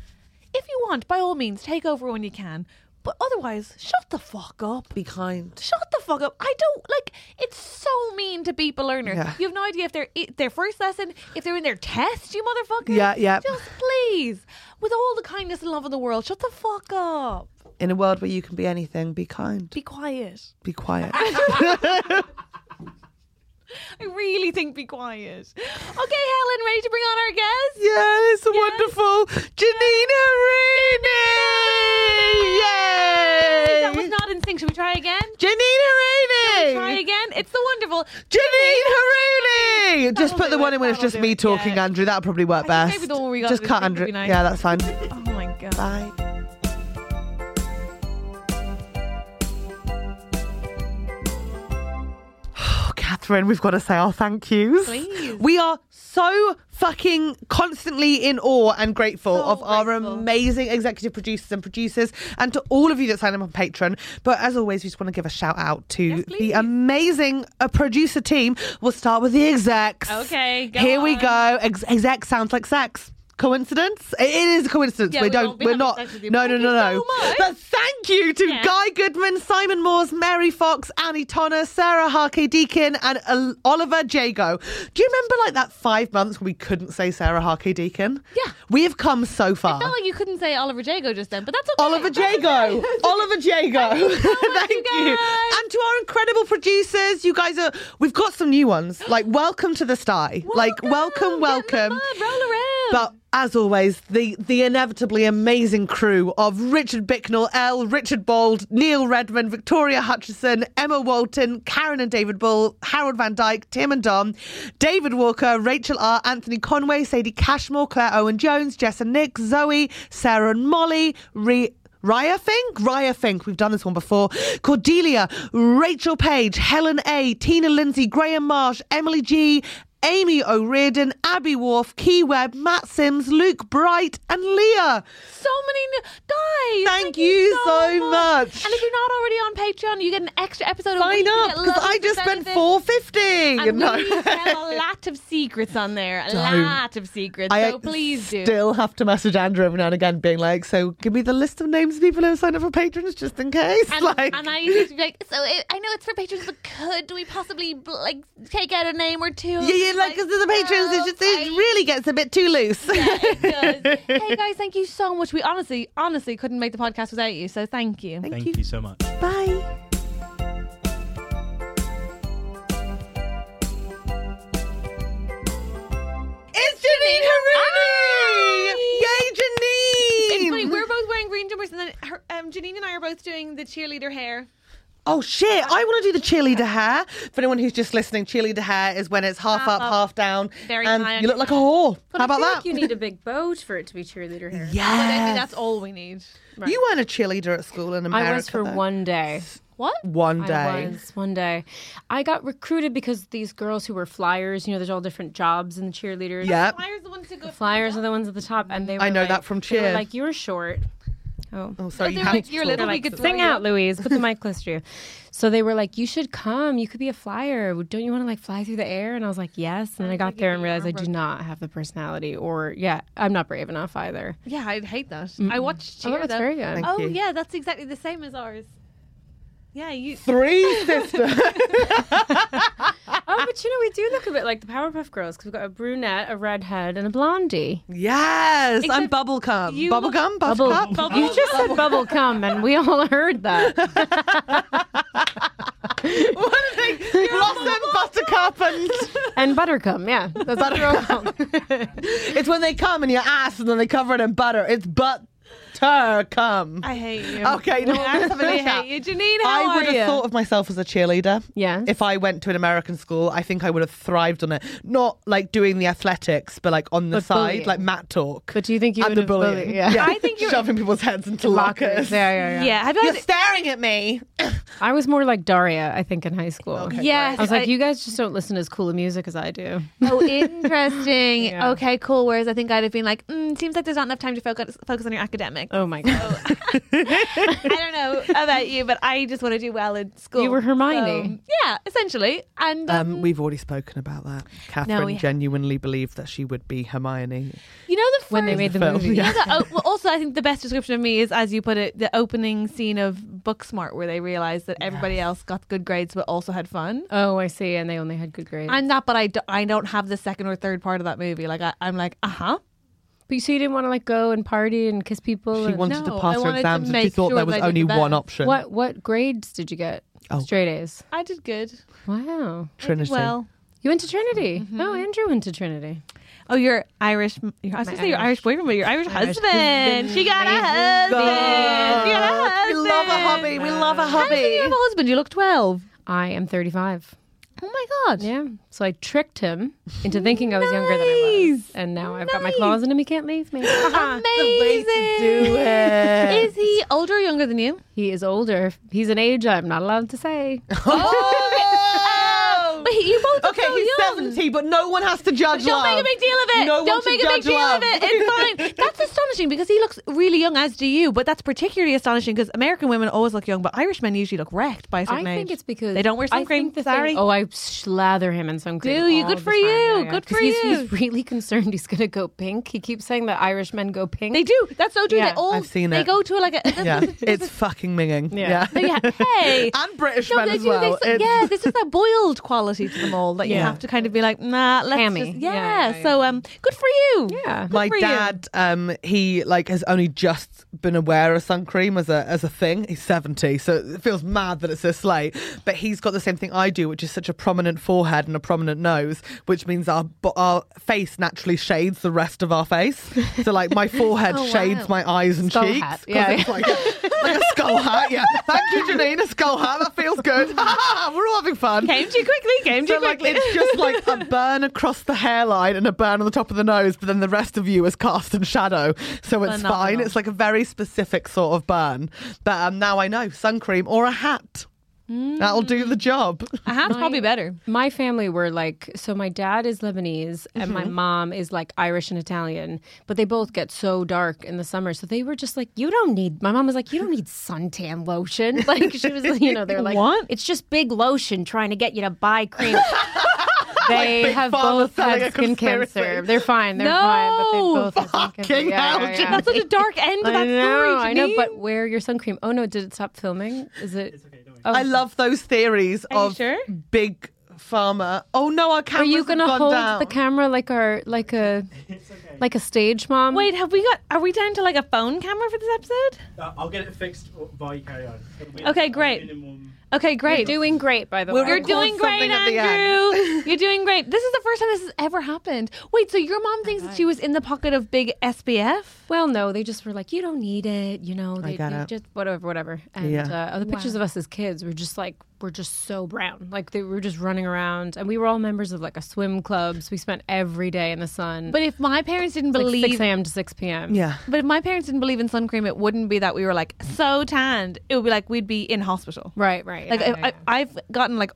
Speaker 2: if you want, by all means, take over when you can. But otherwise, shut the fuck up.
Speaker 1: Be kind.
Speaker 2: Shut the fuck up! I don't like. It's so mean to beep a learner.
Speaker 1: Yeah.
Speaker 2: You have no idea if they're i- their first lesson, if they're in their test, you motherfucker.
Speaker 1: Yeah, yeah.
Speaker 2: Just please, with all the kindness and love in the world, shut the fuck up.
Speaker 1: In a world where you can be anything, be kind.
Speaker 2: Be quiet.
Speaker 1: Be quiet.
Speaker 2: I really think be quiet. Okay, Helen, ready to bring on our guest?
Speaker 1: Yeah, it's wonderful. Janina Rainey! Yay!
Speaker 2: That was not in sync. Should we try again?
Speaker 1: Janina Rainey!
Speaker 2: Try again. It's the wonderful.
Speaker 1: Janine Rooney! Just
Speaker 2: That'll
Speaker 1: put the
Speaker 2: do
Speaker 1: one
Speaker 2: it,
Speaker 1: in when it's
Speaker 2: that'll
Speaker 1: just
Speaker 2: do
Speaker 1: me
Speaker 2: it,
Speaker 1: talking,
Speaker 2: yeah.
Speaker 1: Andrew. That'll probably work
Speaker 2: I
Speaker 1: best.
Speaker 2: think maybe the one where we got
Speaker 1: just
Speaker 2: this
Speaker 1: cut
Speaker 2: thing would
Speaker 1: Andrew.
Speaker 2: be nice.
Speaker 1: Yeah, that's fine.
Speaker 2: Oh my god.
Speaker 1: Bye. Oh, Catherine, we've got to say our thank yous.
Speaker 2: Please.
Speaker 1: We are so fucking constantly in awe and grateful
Speaker 2: So
Speaker 1: of our
Speaker 2: grateful.
Speaker 1: amazing executive producers and producers and to all of you that signed up on Patreon. But as always, we just want to give a shout out to
Speaker 2: Yes,
Speaker 1: the
Speaker 2: please.
Speaker 1: amazing uh, producer team. We'll start with the execs.
Speaker 2: Okay, go
Speaker 1: Here we
Speaker 2: on.
Speaker 1: go. Ex- exec sounds like sex. Coincidence? It it is a coincidence.
Speaker 2: Yeah,
Speaker 1: we,
Speaker 2: we
Speaker 1: don't.
Speaker 2: won't be
Speaker 1: we're
Speaker 2: having
Speaker 1: not.
Speaker 2: sex with you,
Speaker 1: No,
Speaker 2: but
Speaker 1: no,
Speaker 2: thank
Speaker 1: no,
Speaker 2: you
Speaker 1: no.
Speaker 2: so much.
Speaker 1: But thank you to
Speaker 2: Yeah.
Speaker 1: Guy Goodman, Simon Moores, Mary Fox, Annie Tonner, Sarah Harkey Deakin, and uh, Oliver Jago. Do you remember like that five months when we couldn't say Sarah Harkey Deakin?
Speaker 2: Yeah.
Speaker 1: we have come so far.
Speaker 2: I felt like you couldn't say Oliver Jago just then, but that's okay.
Speaker 1: Oliver Jago. Oliver Jago. Thank you.
Speaker 2: you guys.
Speaker 1: And to our incredible producers, you guys are we've got some new ones. Like welcome to the sty. Like welcome,
Speaker 2: Get in the
Speaker 1: welcome.
Speaker 2: mud, roll around.
Speaker 1: But as always, the the inevitably amazing crew of Richard Bicknell, L, Richard Bold, Neil Redmond, Victoria Hutchison, Emma Walton, Karen and David Bull, Harold Van Dyke, Tim and Dom, David Walker, Rachel R, Anthony Conway, Sadie Cashmore, Claire Owen Jones, Jess and Nick, Zoe, Sarah and Molly, Re. Raya Fink? Raya Fink. We've done this one before. Cordelia, Rachel Page, Helen A, Tina Lindsay, Graham Marsh, Emily G, Amy O'Reardon, Abby Wharf, Key Webb, Matt Sims, Luke Bright, and Leah.
Speaker 2: so many new guys.
Speaker 1: Thank you so much.
Speaker 2: And if you're not already on Patreon, you get an extra episode. a
Speaker 1: Sign
Speaker 2: week, you
Speaker 1: up
Speaker 2: get
Speaker 1: because I
Speaker 2: loads
Speaker 1: just
Speaker 2: of
Speaker 1: spent
Speaker 2: benefits.
Speaker 1: four fifty.
Speaker 2: And we tell a lot of secrets on there. A
Speaker 1: Don't.
Speaker 2: lot of secrets.
Speaker 1: I
Speaker 2: so please do.
Speaker 1: still have to message Andrew every now and again, being like, "So give me the list of names of people who have signed up for patrons, just in case."
Speaker 2: and,
Speaker 1: like,
Speaker 2: and I used to be like, so it, I know it's for patrons, but could we possibly bl- like take out a name or two?
Speaker 1: yeah, yeah, like because the patrons, it, just, it really gets a bit too loose.
Speaker 2: it does. hey guys, thank you so much. We honestly, honestly couldn't make the podcast without you. So thank you.
Speaker 1: Thank
Speaker 6: Thank
Speaker 1: you.
Speaker 6: you so much.
Speaker 1: Bye. It's Janine Harouni! Yay,
Speaker 2: It's
Speaker 1: Janine!
Speaker 2: funny, we're both wearing green jumpers, and then her, um, Janine and I are both doing the cheerleader hair.
Speaker 1: Oh shit, I want to do the cheerleader hair. For anyone who's just listening, cheerleader hair is when it's half,
Speaker 2: Half
Speaker 1: up,
Speaker 2: up.
Speaker 1: half down.
Speaker 2: Very
Speaker 1: and
Speaker 2: high on
Speaker 1: you look
Speaker 2: your
Speaker 1: like a whore.
Speaker 7: But
Speaker 1: How
Speaker 7: I
Speaker 1: about
Speaker 7: feel
Speaker 1: that?
Speaker 7: Like you need a big boat for it to be cheerleader hair.
Speaker 2: But I
Speaker 1: yeah.
Speaker 2: think that's all we need.
Speaker 1: You weren't a cheerleader at school in America.
Speaker 7: I was for
Speaker 1: though.
Speaker 7: one day.
Speaker 2: What?
Speaker 1: One day.
Speaker 7: I was one day. I got recruited because these girls who were flyers, you know, there's all different jobs in the cheerleaders.
Speaker 1: Yeah.
Speaker 2: Flyers the ones to go.
Speaker 7: Flyers are the ones at the top, and they. Were
Speaker 1: I know
Speaker 7: like-
Speaker 1: that from
Speaker 7: They
Speaker 1: cheer.
Speaker 7: were like you're short. Oh.
Speaker 1: Oh, sorry,
Speaker 2: They
Speaker 1: you
Speaker 2: were
Speaker 1: have
Speaker 2: like,
Speaker 1: to
Speaker 2: "You're
Speaker 1: talk.
Speaker 2: little,
Speaker 7: They're
Speaker 2: we
Speaker 7: like,
Speaker 2: could throw
Speaker 7: sing
Speaker 2: you."
Speaker 7: out, Louise. Put the mic close to you. So they were like, "You should come. You could be a flyer. Don't you want to like fly through the air?" And I was like, "Yes." And then I got there and realized I do not have the personality, or yeah, I'm not brave enough either.
Speaker 2: Yeah, I'd hate that. I watched
Speaker 7: Oh,
Speaker 2: Cheer.
Speaker 7: that's
Speaker 2: though.
Speaker 7: very good.
Speaker 2: Oh
Speaker 1: you.
Speaker 2: yeah, that's exactly the same as ours. Yeah, you.
Speaker 1: Three sisters.
Speaker 7: oh, but you know, we do look a bit like the Powerpuff Girls because we've got a brunette, a redhead, and a blondie.
Speaker 1: Yes, I'm
Speaker 2: Except
Speaker 1: bubblegum.
Speaker 2: you look-
Speaker 1: Bubblegum, buttercup.
Speaker 7: you just said bubble cum, and we all heard that.
Speaker 1: what are they? Blossom, buttercup, and
Speaker 7: and buttercum. Yeah, that's buttercum.
Speaker 1: it's when they come in your ass and then they cover it in butter. It's butter cum.
Speaker 2: I hate you.
Speaker 1: Okay, no,
Speaker 2: I
Speaker 1: let's have a
Speaker 2: absolutely
Speaker 1: look at-
Speaker 2: hate you, Janine. How
Speaker 1: I would
Speaker 2: are
Speaker 1: have
Speaker 2: you?
Speaker 1: thought of myself as a cheerleader.
Speaker 7: Yeah.
Speaker 1: If I went to an American school, I think I would have thrived on it. Not like doing the athletics, but like on the
Speaker 7: But
Speaker 1: side,
Speaker 7: bullying.
Speaker 1: like mat talk.
Speaker 7: But do you think you
Speaker 1: and
Speaker 7: would
Speaker 1: the
Speaker 7: have
Speaker 1: bullying.
Speaker 7: bullied- Yeah.
Speaker 2: I think you're-
Speaker 1: shoving people's heads into lockers.
Speaker 7: Lockers. Yeah, yeah, yeah.
Speaker 2: yeah, have you
Speaker 1: You're
Speaker 2: guys-
Speaker 1: staring at me.
Speaker 7: I was more like Daria, I think, in high school.
Speaker 2: Yes,
Speaker 7: I was like, you guys just don't listen to as cool a music as I do.
Speaker 2: Oh, interesting.
Speaker 7: Yeah.
Speaker 2: Okay, cool. Whereas I think I'd have been like, mm, seems like there's not enough time to focus focus on your academic.
Speaker 7: Oh my god!
Speaker 2: I don't know about you, but I just want to do well in school.
Speaker 7: You were Hermione.
Speaker 2: So, yeah, essentially. And um,
Speaker 1: Um, we've already spoken about that. Catherine
Speaker 2: No, we-
Speaker 1: genuinely believed that she would be Hermione.
Speaker 2: you know the first,
Speaker 7: When they made the
Speaker 1: Film,
Speaker 7: movie,
Speaker 1: yeah.
Speaker 2: You know the o- well, also, I think the best description of me is, as you put it, the opening scene of Booksmart, where they realize that everybody else got good grades but also had fun.
Speaker 7: Oh, I see. And they only had good grades.
Speaker 2: I'm not, but I, do, I don't have the second or third part of that movie. Like I, I'm like, uh huh.
Speaker 7: but you- so you didn't want to like go and party and kiss people.
Speaker 1: She
Speaker 7: and-
Speaker 1: wanted
Speaker 2: No,
Speaker 1: to
Speaker 2: I
Speaker 1: pass her
Speaker 2: wanted to
Speaker 1: exams, and she
Speaker 2: make
Speaker 1: thought
Speaker 2: sure
Speaker 1: there was
Speaker 2: that I did
Speaker 1: only
Speaker 2: the
Speaker 1: one
Speaker 2: best.
Speaker 1: option.
Speaker 7: What what grades did you get?
Speaker 1: Oh.
Speaker 7: Straight A's.
Speaker 2: I did good.
Speaker 7: Wow.
Speaker 1: Trinity.
Speaker 2: Well,
Speaker 7: You went to Trinity.
Speaker 2: Mm-hmm.
Speaker 7: Oh, Andrew went to Trinity.
Speaker 2: Oh, your Irish. Your, I was
Speaker 7: My
Speaker 2: going to say your
Speaker 7: Irish-
Speaker 2: Irish boyfriend, but your Irish,
Speaker 7: Irish
Speaker 2: husband. She got a
Speaker 7: husband.
Speaker 2: husband. She got a
Speaker 1: we
Speaker 2: husband.
Speaker 1: love a hobby. We love a
Speaker 2: How old do you have
Speaker 1: hobby.
Speaker 2: a husband? You look twelve.
Speaker 7: I am 35.
Speaker 2: Oh my god.
Speaker 7: Yeah. So I tricked him into thinking I was younger than I was,
Speaker 2: Nice.
Speaker 7: and now I've got my
Speaker 2: Nice.
Speaker 7: claws in him. He can't leave me.
Speaker 2: Amazing.
Speaker 1: do it.
Speaker 2: Is he older or younger than you?
Speaker 7: he is older. He's an age I'm not allowed to say.
Speaker 1: Oh!
Speaker 2: Wait, you both look
Speaker 1: Okay,
Speaker 2: so
Speaker 1: he's
Speaker 2: young.
Speaker 1: 70, but no one has to judge
Speaker 2: Don't
Speaker 1: love.
Speaker 2: make a big deal of it.
Speaker 1: No one
Speaker 2: Don't
Speaker 1: should
Speaker 2: make a big
Speaker 1: judge
Speaker 2: deal
Speaker 1: love.
Speaker 2: of it. It's fine. That's astonishing because he looks really young, as do you. But that's particularly astonishing because American women always look young, but Irish men usually look wrecked by a
Speaker 7: I
Speaker 2: certain
Speaker 7: think
Speaker 2: age.
Speaker 7: it's because
Speaker 2: they don't wear
Speaker 7: I
Speaker 2: sun cream.
Speaker 7: think the thing-
Speaker 2: Sorry.
Speaker 7: oh, I slather him in sun cream.
Speaker 2: Do you?
Speaker 7: all
Speaker 2: Good
Speaker 7: the
Speaker 2: for
Speaker 7: time.
Speaker 2: you.
Speaker 7: Yeah, yeah.
Speaker 2: Good for
Speaker 7: 'Cause he's,
Speaker 2: you.
Speaker 7: He's really concerned. He's going to go pink. He keeps saying that Irishmen go pink.
Speaker 2: They do. That's so true.
Speaker 7: Yeah.
Speaker 2: they all
Speaker 1: I've seen
Speaker 2: they
Speaker 1: it.
Speaker 2: go to like a
Speaker 1: Yeah, it's fucking minging.
Speaker 7: Yeah.
Speaker 1: Yeah.
Speaker 2: yeah. Hey.
Speaker 1: And British
Speaker 2: No,
Speaker 1: men
Speaker 2: they
Speaker 1: as
Speaker 2: do. They
Speaker 1: well.
Speaker 2: so-
Speaker 1: It's-
Speaker 2: yeah, there's just that boiled quality to them all that you
Speaker 7: Yeah.
Speaker 2: have to kind of be like, nah, let's
Speaker 7: Hammy.
Speaker 2: just,
Speaker 7: Yeah,
Speaker 2: yeah.
Speaker 7: yeah, yeah.
Speaker 2: So um, good for you.
Speaker 7: Yeah.
Speaker 2: Good
Speaker 1: My
Speaker 2: for you.
Speaker 1: dad, um, he like has only just been aware of sun cream as a as a thing. He's seventy, so it feels mad that it's this late. But he's got the same thing I do, which is such a prominent forehead and a prominent nose, which means our bo- our face naturally shades the rest of our face. So like my forehead
Speaker 2: Oh,
Speaker 1: shades
Speaker 2: wow.
Speaker 1: my eyes and
Speaker 7: Skull
Speaker 1: cheeks.
Speaker 7: hat.
Speaker 1: 'cause
Speaker 7: Yeah,
Speaker 1: it's
Speaker 7: yeah.
Speaker 1: Like, a, like a skull hat. Yeah. Thank you, Janine. A skull hat. That feels good. We're all having fun.
Speaker 2: Came too quickly. Came too
Speaker 1: So like
Speaker 2: quickly.
Speaker 1: it's just like a burn across the hairline and a burn on the top of the nose, but then the rest of you is cast in shadow, so it's fine.
Speaker 2: Phenomenal.
Speaker 1: It's like a very specific sort of burn. But um, now I know sun cream or a hat that'll do the job.
Speaker 2: a hat's probably better.
Speaker 7: My family were like, so my dad is Lebanese and
Speaker 1: Mm-hmm.
Speaker 7: my mom is like Irish and Italian, but they both get so dark in the summer. So they were just like, you don't need, my mom was like, you don't need suntan lotion. Like she was, you know, they're like,
Speaker 2: What?
Speaker 7: it's just big lotion trying to get you to buy cream. They
Speaker 1: Big
Speaker 7: have
Speaker 1: Pharma
Speaker 7: both
Speaker 1: selling a
Speaker 7: had skin
Speaker 1: conspiracy.
Speaker 7: cancer. They're fine. They're
Speaker 2: No!
Speaker 7: fine. But they both have skin
Speaker 1: Fucking
Speaker 7: cancer. Yeah,
Speaker 1: hell,
Speaker 7: yeah, yeah.
Speaker 1: Jenny.
Speaker 2: That's such a dark end to
Speaker 7: I
Speaker 2: that
Speaker 7: know,
Speaker 2: story.
Speaker 7: I know,
Speaker 2: Janine.
Speaker 7: but wear your sun cream. Oh no, did it stop filming? Is it? Oh.
Speaker 1: I love those theories
Speaker 2: Are you
Speaker 1: of
Speaker 2: sure?
Speaker 1: big pharma. Oh no, our
Speaker 7: Are
Speaker 1: camera's
Speaker 7: you gonna
Speaker 1: gone
Speaker 7: hold
Speaker 1: down.
Speaker 7: the camera like our like a like a stage mom?
Speaker 2: wait, have we got? Are we down to like a phone camera for this episode?
Speaker 6: Uh, I'll get it fixed while you carry on.
Speaker 2: Okay, great.
Speaker 6: Minimum-
Speaker 2: Okay, great.
Speaker 7: You're doing great, by the
Speaker 1: We'll
Speaker 7: way.
Speaker 2: You're
Speaker 1: record
Speaker 2: doing great,
Speaker 1: something at the
Speaker 2: Andrew. You're doing great. This is the first time this has ever happened. Wait, so your mom thinks that she was in the pocket of big SBF?
Speaker 7: well, no, they just were like, you don't need it, you know. They,
Speaker 1: got
Speaker 7: they
Speaker 1: it.
Speaker 7: just whatever, whatever. And
Speaker 1: Yeah.
Speaker 7: uh, other pictures of us as kids were just like we're just so brown, like they were just running around, and we were all members of like a swim club. So we spent every day in the sun,
Speaker 2: But if my parents didn't
Speaker 7: like
Speaker 2: believe
Speaker 7: six a.m. to six p.m.
Speaker 1: Yeah.
Speaker 2: But if my parents didn't believe in sun cream, it wouldn't be that we were like so tanned. It would be like we'd be in hospital.
Speaker 7: right, right.
Speaker 2: Like
Speaker 7: yeah,
Speaker 2: I,
Speaker 7: yeah, yeah.
Speaker 2: I, I've gotten like,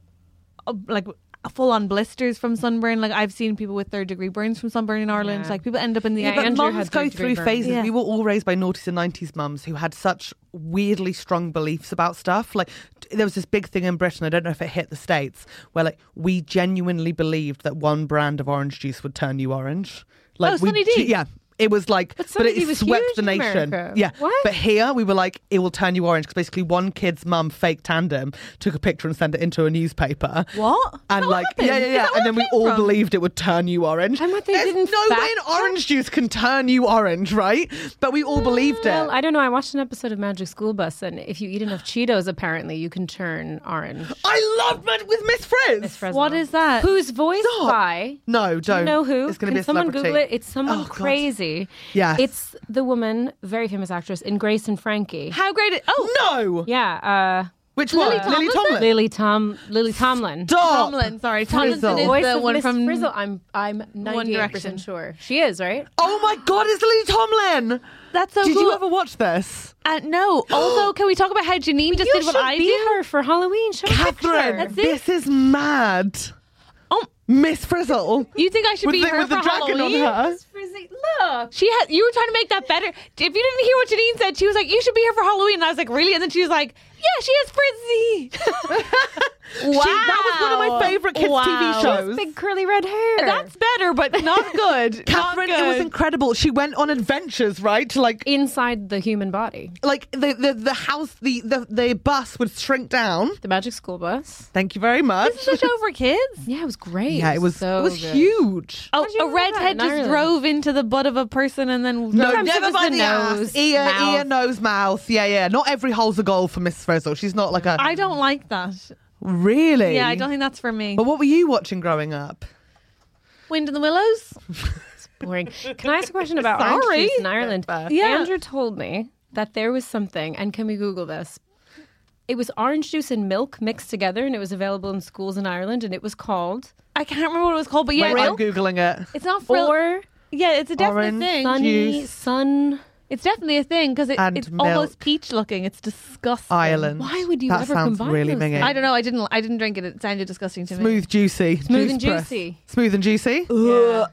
Speaker 2: uh, like full on blisters from sunburn. Like I've seen people with third degree burns from sunburn in Ireland.
Speaker 7: Yeah.
Speaker 2: Like people end up in the
Speaker 7: Yeah,
Speaker 2: but
Speaker 7: Andrew
Speaker 1: mums
Speaker 7: had
Speaker 1: go
Speaker 7: big
Speaker 1: through
Speaker 7: dream
Speaker 1: phases.
Speaker 2: burns.
Speaker 1: We were all raised by noughties and nineties mums who had such weirdly strong beliefs about stuff. Like t- there was this big thing in Britain. I don't know if it hit the states where like we genuinely believed that one brand of orange juice would turn you orange. Like
Speaker 2: Oh, Sunny
Speaker 1: ge-
Speaker 2: D.
Speaker 1: yeah. It was like, but,
Speaker 7: somebody
Speaker 1: it
Speaker 7: was
Speaker 1: swept
Speaker 7: huge
Speaker 1: the
Speaker 7: in
Speaker 1: nation.
Speaker 7: America.
Speaker 1: Yeah,
Speaker 7: What?
Speaker 1: but here we were like, it will turn you orange because basically one kid's mum faked tandem, took a picture and sent it into a newspaper.
Speaker 2: What? Is
Speaker 1: And
Speaker 2: that what
Speaker 1: like,
Speaker 2: happened?
Speaker 1: yeah, yeah,
Speaker 2: Is
Speaker 1: yeah.
Speaker 2: that where
Speaker 1: And then
Speaker 2: it
Speaker 1: we
Speaker 2: came
Speaker 1: all
Speaker 2: from?
Speaker 1: believed it would turn you orange.
Speaker 7: And what they
Speaker 1: There's
Speaker 7: didn't
Speaker 1: no way
Speaker 7: fact
Speaker 1: an
Speaker 7: check?
Speaker 1: orange juice can turn you orange, right? But we all believed it.
Speaker 7: Well, I don't know. I watched an episode of Magic School Bus, and if you eat enough Cheetos, apparently you can turn orange.
Speaker 1: I loved it with Miss Frizz.
Speaker 7: Miss Fresno.
Speaker 2: What is that?
Speaker 7: Who's voiced
Speaker 1: Stop.
Speaker 7: by?
Speaker 1: No,
Speaker 7: Do you
Speaker 1: don't.
Speaker 7: know who?
Speaker 1: It's gonna
Speaker 7: Can
Speaker 1: be a
Speaker 7: someone
Speaker 1: celebrity.
Speaker 7: Google it? It's someone
Speaker 1: Oh, God.
Speaker 7: crazy.
Speaker 1: Yes.
Speaker 7: It's the woman, very famous actress in Grace and Frankie.
Speaker 2: How great! It, oh,
Speaker 1: No.
Speaker 7: yeah. Uh,
Speaker 1: Which
Speaker 2: Lily
Speaker 1: one? Lily
Speaker 2: Tomlinson?
Speaker 1: Tomlin.
Speaker 7: Lily Tom Lily Tomlin.
Speaker 1: Stop.
Speaker 2: Tomlin. Sorry, Tomlinson
Speaker 1: Frizzle.
Speaker 2: is
Speaker 7: Voice
Speaker 2: the
Speaker 7: of
Speaker 2: one
Speaker 7: Miss
Speaker 2: from
Speaker 7: Frizzle. I'm I'm ninety eight
Speaker 2: Direction.
Speaker 7: percent sure she is right.
Speaker 1: Oh my God! It's Lily Tomlin.
Speaker 2: That's
Speaker 7: Oh
Speaker 2: so
Speaker 1: Did
Speaker 2: cool.
Speaker 1: you ever watch this?
Speaker 2: Uh, no. Also, can we talk about how Janine just
Speaker 7: you
Speaker 2: did what
Speaker 7: should
Speaker 2: I
Speaker 7: be
Speaker 2: do?
Speaker 7: her for Halloween. Show a picture.
Speaker 1: Catherine,
Speaker 2: That's it.
Speaker 1: this is mad.
Speaker 2: Oh.
Speaker 1: Miss Frizzle.
Speaker 2: You think I should
Speaker 1: With
Speaker 2: be
Speaker 1: the-
Speaker 2: her
Speaker 1: with
Speaker 2: for
Speaker 1: the dragon on
Speaker 2: Halloween?
Speaker 1: her.
Speaker 2: Miss Frizzle, Look, she had. You were trying to make that better. If you didn't hear what Janine said, she was like, "You should be here for Halloween," and I was like, "Really?" And then she was like, "Yeah, she is Frizzy." wow,
Speaker 1: She- that was one of my favorite kids' TV shows.
Speaker 7: Big curly red hair.
Speaker 2: That's better, but not good.
Speaker 1: Catherine,
Speaker 2: not
Speaker 1: it was
Speaker 2: good.
Speaker 1: incredible. She went on adventures, right? To like,
Speaker 7: inside the human body.
Speaker 1: like the the, the house, the, the the bus would shrink down.
Speaker 7: The Magic School Bus.
Speaker 1: Thank you very much.
Speaker 2: This is a show for kids.
Speaker 7: Yeah, it was great.
Speaker 1: yeah, it was
Speaker 7: so
Speaker 1: it was
Speaker 7: good.
Speaker 1: huge.
Speaker 2: Oh,
Speaker 7: How'd you
Speaker 2: a
Speaker 7: know that?
Speaker 2: redhead
Speaker 7: In
Speaker 2: just
Speaker 7: Ireland.
Speaker 2: drove into the butt of a person and then
Speaker 1: No,
Speaker 2: Sometimes it
Speaker 1: never
Speaker 2: was
Speaker 1: by
Speaker 2: the
Speaker 1: the
Speaker 2: nose,
Speaker 1: ass. Ear,
Speaker 2: mouth.
Speaker 1: ear, nose, mouth. Yeah, yeah. Not every hole's a goal for Miss Frizzle. She's not like a
Speaker 2: I don't like that.
Speaker 1: really.
Speaker 2: Yeah, I don't think that's for me.
Speaker 1: But what were you watching growing up?
Speaker 2: Wind in the Willows.
Speaker 7: boring. Can I ask a question about
Speaker 1: Sorry.
Speaker 7: orange juice in Ireland?
Speaker 2: Yeah.
Speaker 7: Andrew told me that there was something, and can we Google this? It was orange juice and milk mixed together, and it was available in schools in Ireland, and it was called
Speaker 2: I can't remember what it was called, but yeah,
Speaker 1: Wait, I'm
Speaker 2: it's-
Speaker 1: googling it.
Speaker 2: it's not frill.
Speaker 7: or
Speaker 2: yeah, it's a definite
Speaker 1: orange
Speaker 2: thing.
Speaker 7: sunny
Speaker 1: juice.
Speaker 7: sun.
Speaker 2: It's definitely a thing because it,
Speaker 1: And
Speaker 2: it's
Speaker 1: milk.
Speaker 2: almost peach looking. It's disgusting.
Speaker 1: Ireland.
Speaker 7: Why would you
Speaker 1: that
Speaker 7: ever
Speaker 1: sounds
Speaker 7: combine
Speaker 1: really
Speaker 7: those
Speaker 1: mingy.
Speaker 7: things?
Speaker 2: I don't know. I didn't. I didn't drink it. It sounded disgusting to me.
Speaker 1: Smooth, juicy.
Speaker 7: Smooth and
Speaker 1: Juice press.
Speaker 7: juicy.
Speaker 1: Smooth and juicy.
Speaker 7: Yeah.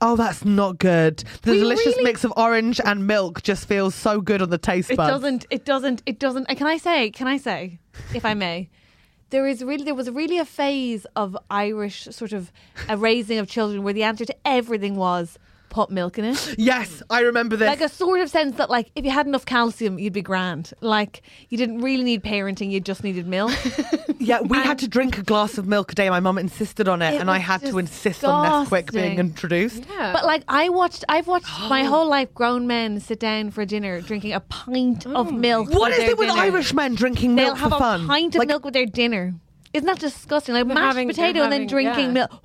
Speaker 1: Oh, that's not good. The
Speaker 7: We
Speaker 1: delicious
Speaker 7: really-
Speaker 1: mix of orange and milk just feels so good on the taste
Speaker 2: It
Speaker 1: buds.
Speaker 2: doesn't. It doesn't. It doesn't. Can I say? Can I say? If I may. There is really there was really a phase of Irish sort of a raising of children where the answer to everything was put milk in it.
Speaker 1: Yes, I remember this.
Speaker 2: like a sort of sense that like if you had enough calcium you'd be grand like you didn't really need parenting you just needed milk
Speaker 1: yeah, we had to drink a glass of milk a day. My mum insisted on it,
Speaker 2: It
Speaker 1: and I
Speaker 2: was
Speaker 1: had to insist on Nesquik being
Speaker 2: disgusting.
Speaker 1: introduced.
Speaker 7: Yeah.
Speaker 2: but like i watched i've watched my whole life grown men sit down for dinner drinking a pint of milk
Speaker 1: What is
Speaker 2: with their
Speaker 1: it with
Speaker 2: dinner.
Speaker 1: Irish men drinking
Speaker 2: they'll
Speaker 1: milk
Speaker 2: have
Speaker 1: for
Speaker 2: a
Speaker 1: fun?
Speaker 2: pint of
Speaker 1: Like,
Speaker 2: milk with their dinner isn't that disgusting like mashed
Speaker 7: having- they're
Speaker 2: potato and then
Speaker 7: having-
Speaker 2: drinking
Speaker 7: yeah.
Speaker 2: milk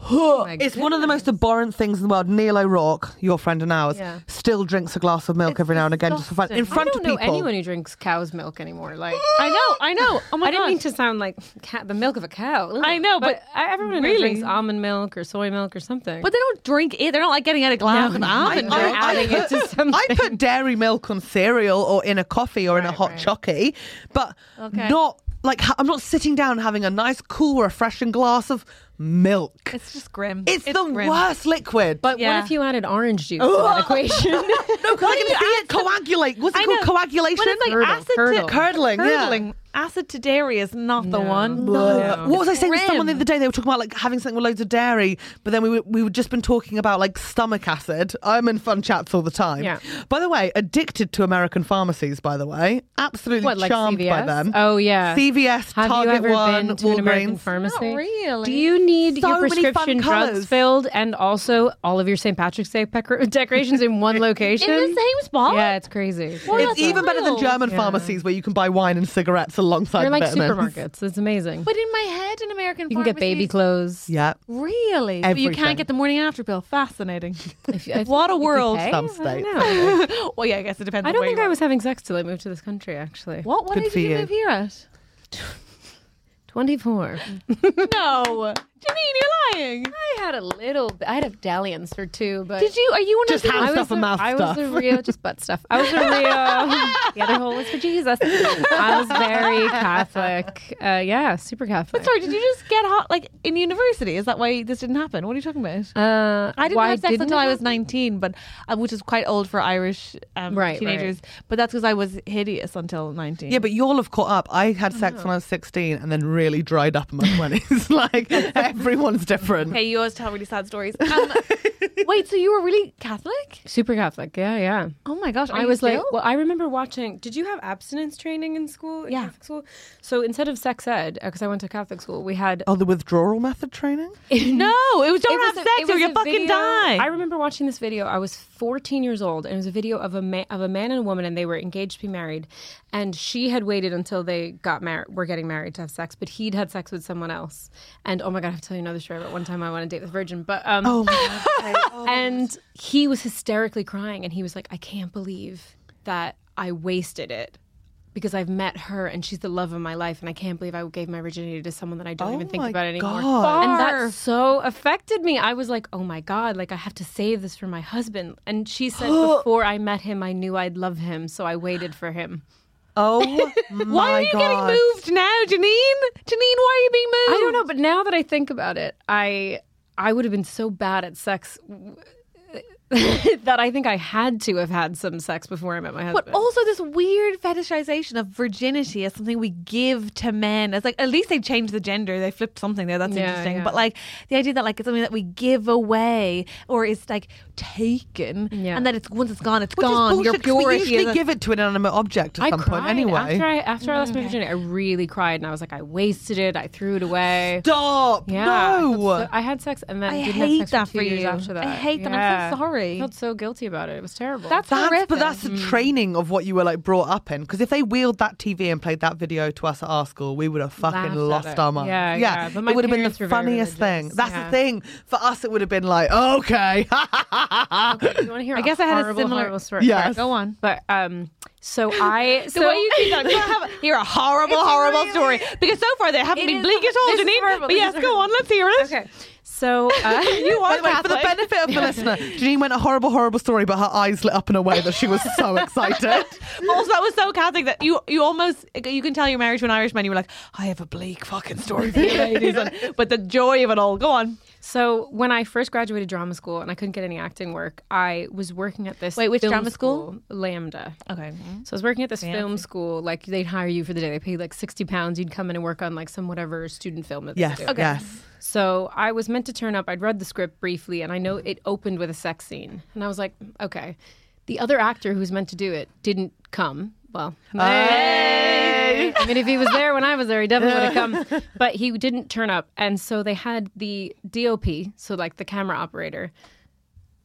Speaker 7: My
Speaker 1: It's one of the most abhorrent things in the world. Neil O'Rourke, your friend and ours,
Speaker 7: Yeah.
Speaker 1: still drinks a glass of milk
Speaker 2: It's
Speaker 1: every now and again just for fun in
Speaker 2: disgusting.
Speaker 7: I
Speaker 1: front
Speaker 7: don't
Speaker 1: of
Speaker 7: know
Speaker 1: people.
Speaker 7: anyone who drinks cow's milk anymore. Like
Speaker 2: i know i know oh my
Speaker 7: I didn't
Speaker 2: god
Speaker 7: mean to sound like cat, the milk of a cow. Ugh.
Speaker 2: I know, but
Speaker 7: I- everyone
Speaker 2: really?
Speaker 7: really? drinks almond milk or soy milk or something.
Speaker 2: but they don't drink it they're not like getting out a glass of almond
Speaker 7: I-
Speaker 2: milk.
Speaker 7: I- adding it to something.
Speaker 1: I put dairy milk on cereal or in a coffee or in a hot chockey, but
Speaker 2: Okay.
Speaker 1: not like ha- I'm not sitting down having a nice, cool, refreshing glass of milk. It's,
Speaker 2: it's just grim
Speaker 1: the
Speaker 2: grim.
Speaker 1: worst liquid. But
Speaker 2: Yeah.
Speaker 7: what if you added orange juice to that equation?
Speaker 1: no, because I can see it coagulate. What's it
Speaker 2: I
Speaker 1: called?
Speaker 2: know.
Speaker 1: Coagulation.
Speaker 2: When it's like
Speaker 7: Curdle,
Speaker 2: acid
Speaker 7: curdle.
Speaker 2: to
Speaker 1: Curdling, yeah.
Speaker 2: curdling. Acid to dairy is not the
Speaker 7: No.
Speaker 2: one.
Speaker 1: Blah. What was I saying to someone the
Speaker 2: Grim.
Speaker 1: other day? They were talking about like having something with loads of dairy, but then we were, we were just been talking about like stomach acid. I'm in fun chats all the time.
Speaker 7: Yeah.
Speaker 1: By the way, addicted to American pharmacies. By the way, absolutely
Speaker 7: What, like
Speaker 1: charmed by
Speaker 7: CVS?
Speaker 1: them.
Speaker 7: Oh, yeah.
Speaker 1: CVS,
Speaker 7: Have
Speaker 1: Target
Speaker 7: you ever
Speaker 1: One,
Speaker 7: been to an American
Speaker 1: Walgreens.
Speaker 7: pharmacy?
Speaker 2: Not really.
Speaker 7: Do you need
Speaker 1: So
Speaker 7: your
Speaker 1: many fun
Speaker 7: prescription
Speaker 1: colours.
Speaker 7: drugs filled and also all of your St. Patrick's Day pecor- decorations in one location?
Speaker 2: In the same spot?
Speaker 7: Yeah, it's crazy.
Speaker 2: What?
Speaker 1: it's even better than
Speaker 2: wild.
Speaker 1: German pharmacies where you can buy wine and cigarettes alongside
Speaker 7: They're like
Speaker 1: vitamins.
Speaker 7: supermarkets. It's amazing.
Speaker 2: But in my head, in American
Speaker 7: you can get baby
Speaker 2: pharmacies-
Speaker 7: clothes.
Speaker 1: Yeah.
Speaker 2: Really? But you
Speaker 1: Everything.
Speaker 2: can't get the morning after pill. Fascinating.
Speaker 7: If you- I
Speaker 2: What a
Speaker 7: think- if you
Speaker 2: world.
Speaker 7: pay,
Speaker 1: Some
Speaker 7: I don't
Speaker 1: states.
Speaker 7: know.
Speaker 2: well, yeah, I guess it depends.
Speaker 7: I
Speaker 2: on
Speaker 7: don't
Speaker 2: where
Speaker 7: think
Speaker 2: you
Speaker 7: I
Speaker 2: are.
Speaker 7: was having sex till I moved to this country, actually.
Speaker 2: What? What
Speaker 1: Good
Speaker 2: age
Speaker 1: for
Speaker 2: did you,
Speaker 1: you.
Speaker 2: move here at?
Speaker 7: 24.
Speaker 2: No, Janine, you're lying.
Speaker 7: I had a little, bit- I had a dalliance or two, but.
Speaker 2: Did you? Are you one
Speaker 1: Just
Speaker 2: of
Speaker 1: how-
Speaker 2: those?
Speaker 1: Mouth stuff
Speaker 7: I was
Speaker 1: and
Speaker 7: a,
Speaker 1: mouth
Speaker 7: I
Speaker 1: stuff.
Speaker 7: was a real, just butt stuff. I was a real. the other hole was for Jesus. I was very Catholic. Uh, yeah, super Catholic.
Speaker 2: But sorry, did you just get hot like in university? Is that why this didn't happen? What are you talking about?
Speaker 7: Uh,
Speaker 2: I didn't
Speaker 7: why
Speaker 2: have sex
Speaker 7: didn't
Speaker 2: until I
Speaker 7: it
Speaker 2: was
Speaker 7: happen?
Speaker 2: 19, but uh, which is quite old for Irish um,
Speaker 7: Right,
Speaker 2: teenagers. But that's because I was hideous until 19.
Speaker 1: Yeah, but you'll have caught up. I had sex when I was 16 and then really dried up in my 20s. like, everyone's different.
Speaker 2: Okay, you always tell really sad stories. Um, Wait, so you were really Catholic?
Speaker 7: Super Catholic. Yeah, yeah.
Speaker 2: Oh my gosh,
Speaker 7: I was like, well, I remember watching. Did you have abstinence training in school? in
Speaker 2: Yeah.
Speaker 7: Catholic school. So instead of sex ed, because I went to Catholic school, we had
Speaker 1: Oh, the withdrawal method training?
Speaker 8: No, it was don't
Speaker 7: It was
Speaker 8: have
Speaker 7: a- it
Speaker 8: sex or
Speaker 7: was
Speaker 8: you
Speaker 7: a
Speaker 8: fucking
Speaker 7: video-
Speaker 8: die.
Speaker 7: I remember watching this video. I was 14 years old, and it was a video of a man, of a man and a woman, and they were engaged to be married. And she had waited until they got married, were getting married to have sex, but he'd had sex with someone else. And oh my god, I have to tell you another story about one time I went on a date with a virgin, but um, oh my god, and he was hysterically crying, and he was like, I can't believe that I wasted it. Because I've met her and she's the love of my life, and I can't believe I gave my virginity to someone that I don't
Speaker 1: Oh
Speaker 7: even think
Speaker 1: my
Speaker 7: about anymore.
Speaker 1: God.
Speaker 7: And that so affected me. I was like, oh my God, like I have to save this for my husband. And she said, before I met him, I knew I'd love him. So I waited for him.
Speaker 1: Oh my god.
Speaker 2: why are you getting moved now, Janine? Janine, why are you being moved?
Speaker 7: I don't know. But now that I think about it, I. I would have been so bad at sex that I think I had to have had some sex before I met my husband.
Speaker 2: But also this weird fetishization of virginity as something we give to men. It's like at least they changed the gender. They flipped something there. That's
Speaker 7: Yeah,
Speaker 2: interesting.
Speaker 7: yeah.
Speaker 2: But like the idea that like it's something that we give away or is like taken
Speaker 7: Yeah.
Speaker 2: and that it's once it's gone, it's
Speaker 1: Which is
Speaker 2: gone.
Speaker 1: bullshit,
Speaker 2: Your
Speaker 1: 'cause we
Speaker 2: purity
Speaker 1: usually
Speaker 2: is
Speaker 1: give it to an inanimate object at
Speaker 7: I
Speaker 1: some point
Speaker 7: cried.
Speaker 1: anyway.
Speaker 7: After I, after I lost my virginity, I really cried and I was like, I wasted it. I threw it away.
Speaker 1: Stop.
Speaker 7: Yeah. I,
Speaker 1: No.
Speaker 7: felt so- I had sex and then
Speaker 2: I
Speaker 7: didn't
Speaker 2: hate
Speaker 7: have sex
Speaker 2: that
Speaker 7: for
Speaker 2: for
Speaker 7: two years
Speaker 2: you.
Speaker 7: after that.
Speaker 2: I hate that. I'm so sorry.
Speaker 7: I felt so guilty about it. It was terrible.
Speaker 2: that's,
Speaker 1: That's,
Speaker 2: horrific.
Speaker 1: but that's
Speaker 7: Mm.
Speaker 1: the training of what you were like brought up in. Because if they wheeled that TV and played that video to us at our school, we would have
Speaker 7: Laughed
Speaker 1: fucking
Speaker 7: at
Speaker 1: lost
Speaker 7: it.
Speaker 1: our minds.
Speaker 7: Yeah, yeah, but my
Speaker 1: it would have been
Speaker 7: parents were
Speaker 1: the
Speaker 7: very
Speaker 1: funniest thing.
Speaker 7: religious.
Speaker 1: That's
Speaker 7: Yeah.
Speaker 1: the thing. For us, it would have been like, okay,
Speaker 7: you want to hear?
Speaker 2: I guess
Speaker 7: I
Speaker 2: I had a
Speaker 7: horrible,
Speaker 2: similar-
Speaker 7: horrible story.
Speaker 1: Yes.
Speaker 7: Sorry,
Speaker 2: Go on.
Speaker 7: But um, so I so
Speaker 2: the way you keep that, you're a horrible,
Speaker 7: It's
Speaker 2: horrible
Speaker 7: really-
Speaker 2: story. Because so far there haven't
Speaker 7: It
Speaker 2: been
Speaker 7: is
Speaker 2: bleak at
Speaker 7: horrible.
Speaker 2: all,
Speaker 7: This is
Speaker 2: Janine.
Speaker 7: horrible.
Speaker 2: But
Speaker 7: This
Speaker 2: yes,
Speaker 7: is
Speaker 2: go
Speaker 7: horrible.
Speaker 2: on. Let's hear it.
Speaker 7: Okay. So uh,
Speaker 2: You are
Speaker 1: Wait, wait, for the
Speaker 2: Catholic.
Speaker 1: benefit of the listener, Janine went a horrible, horrible story, but her eyes lit up in a way that she was so excited.
Speaker 2: also, that was so Catholic that you you almost you can tell you're married to an Irishman. You were like, I have a bleak fucking story for you, ladies. And- but the joy of it all. Go on.
Speaker 7: so when I first graduated drama school and I couldn't get any acting work, I was working at this
Speaker 2: Wait, which
Speaker 7: film
Speaker 2: drama school?
Speaker 7: Lambda.
Speaker 2: Okay.
Speaker 7: So I was working at this film school. Like they'd hire you for the day. They paid like sixty pounds. You'd come in and work on like some whatever student film. That they
Speaker 1: Yes.
Speaker 7: do.
Speaker 1: Yes.
Speaker 7: So I was meant to turn up. I'd read the script briefly, and I know it opened with a sex scene, and I was like, okay. The other actor who was meant to do it didn't come. Well, I mean, if he was there when I was there, he definitely would have come. But he didn't turn up, and so they had the DOP, so like the camera operator,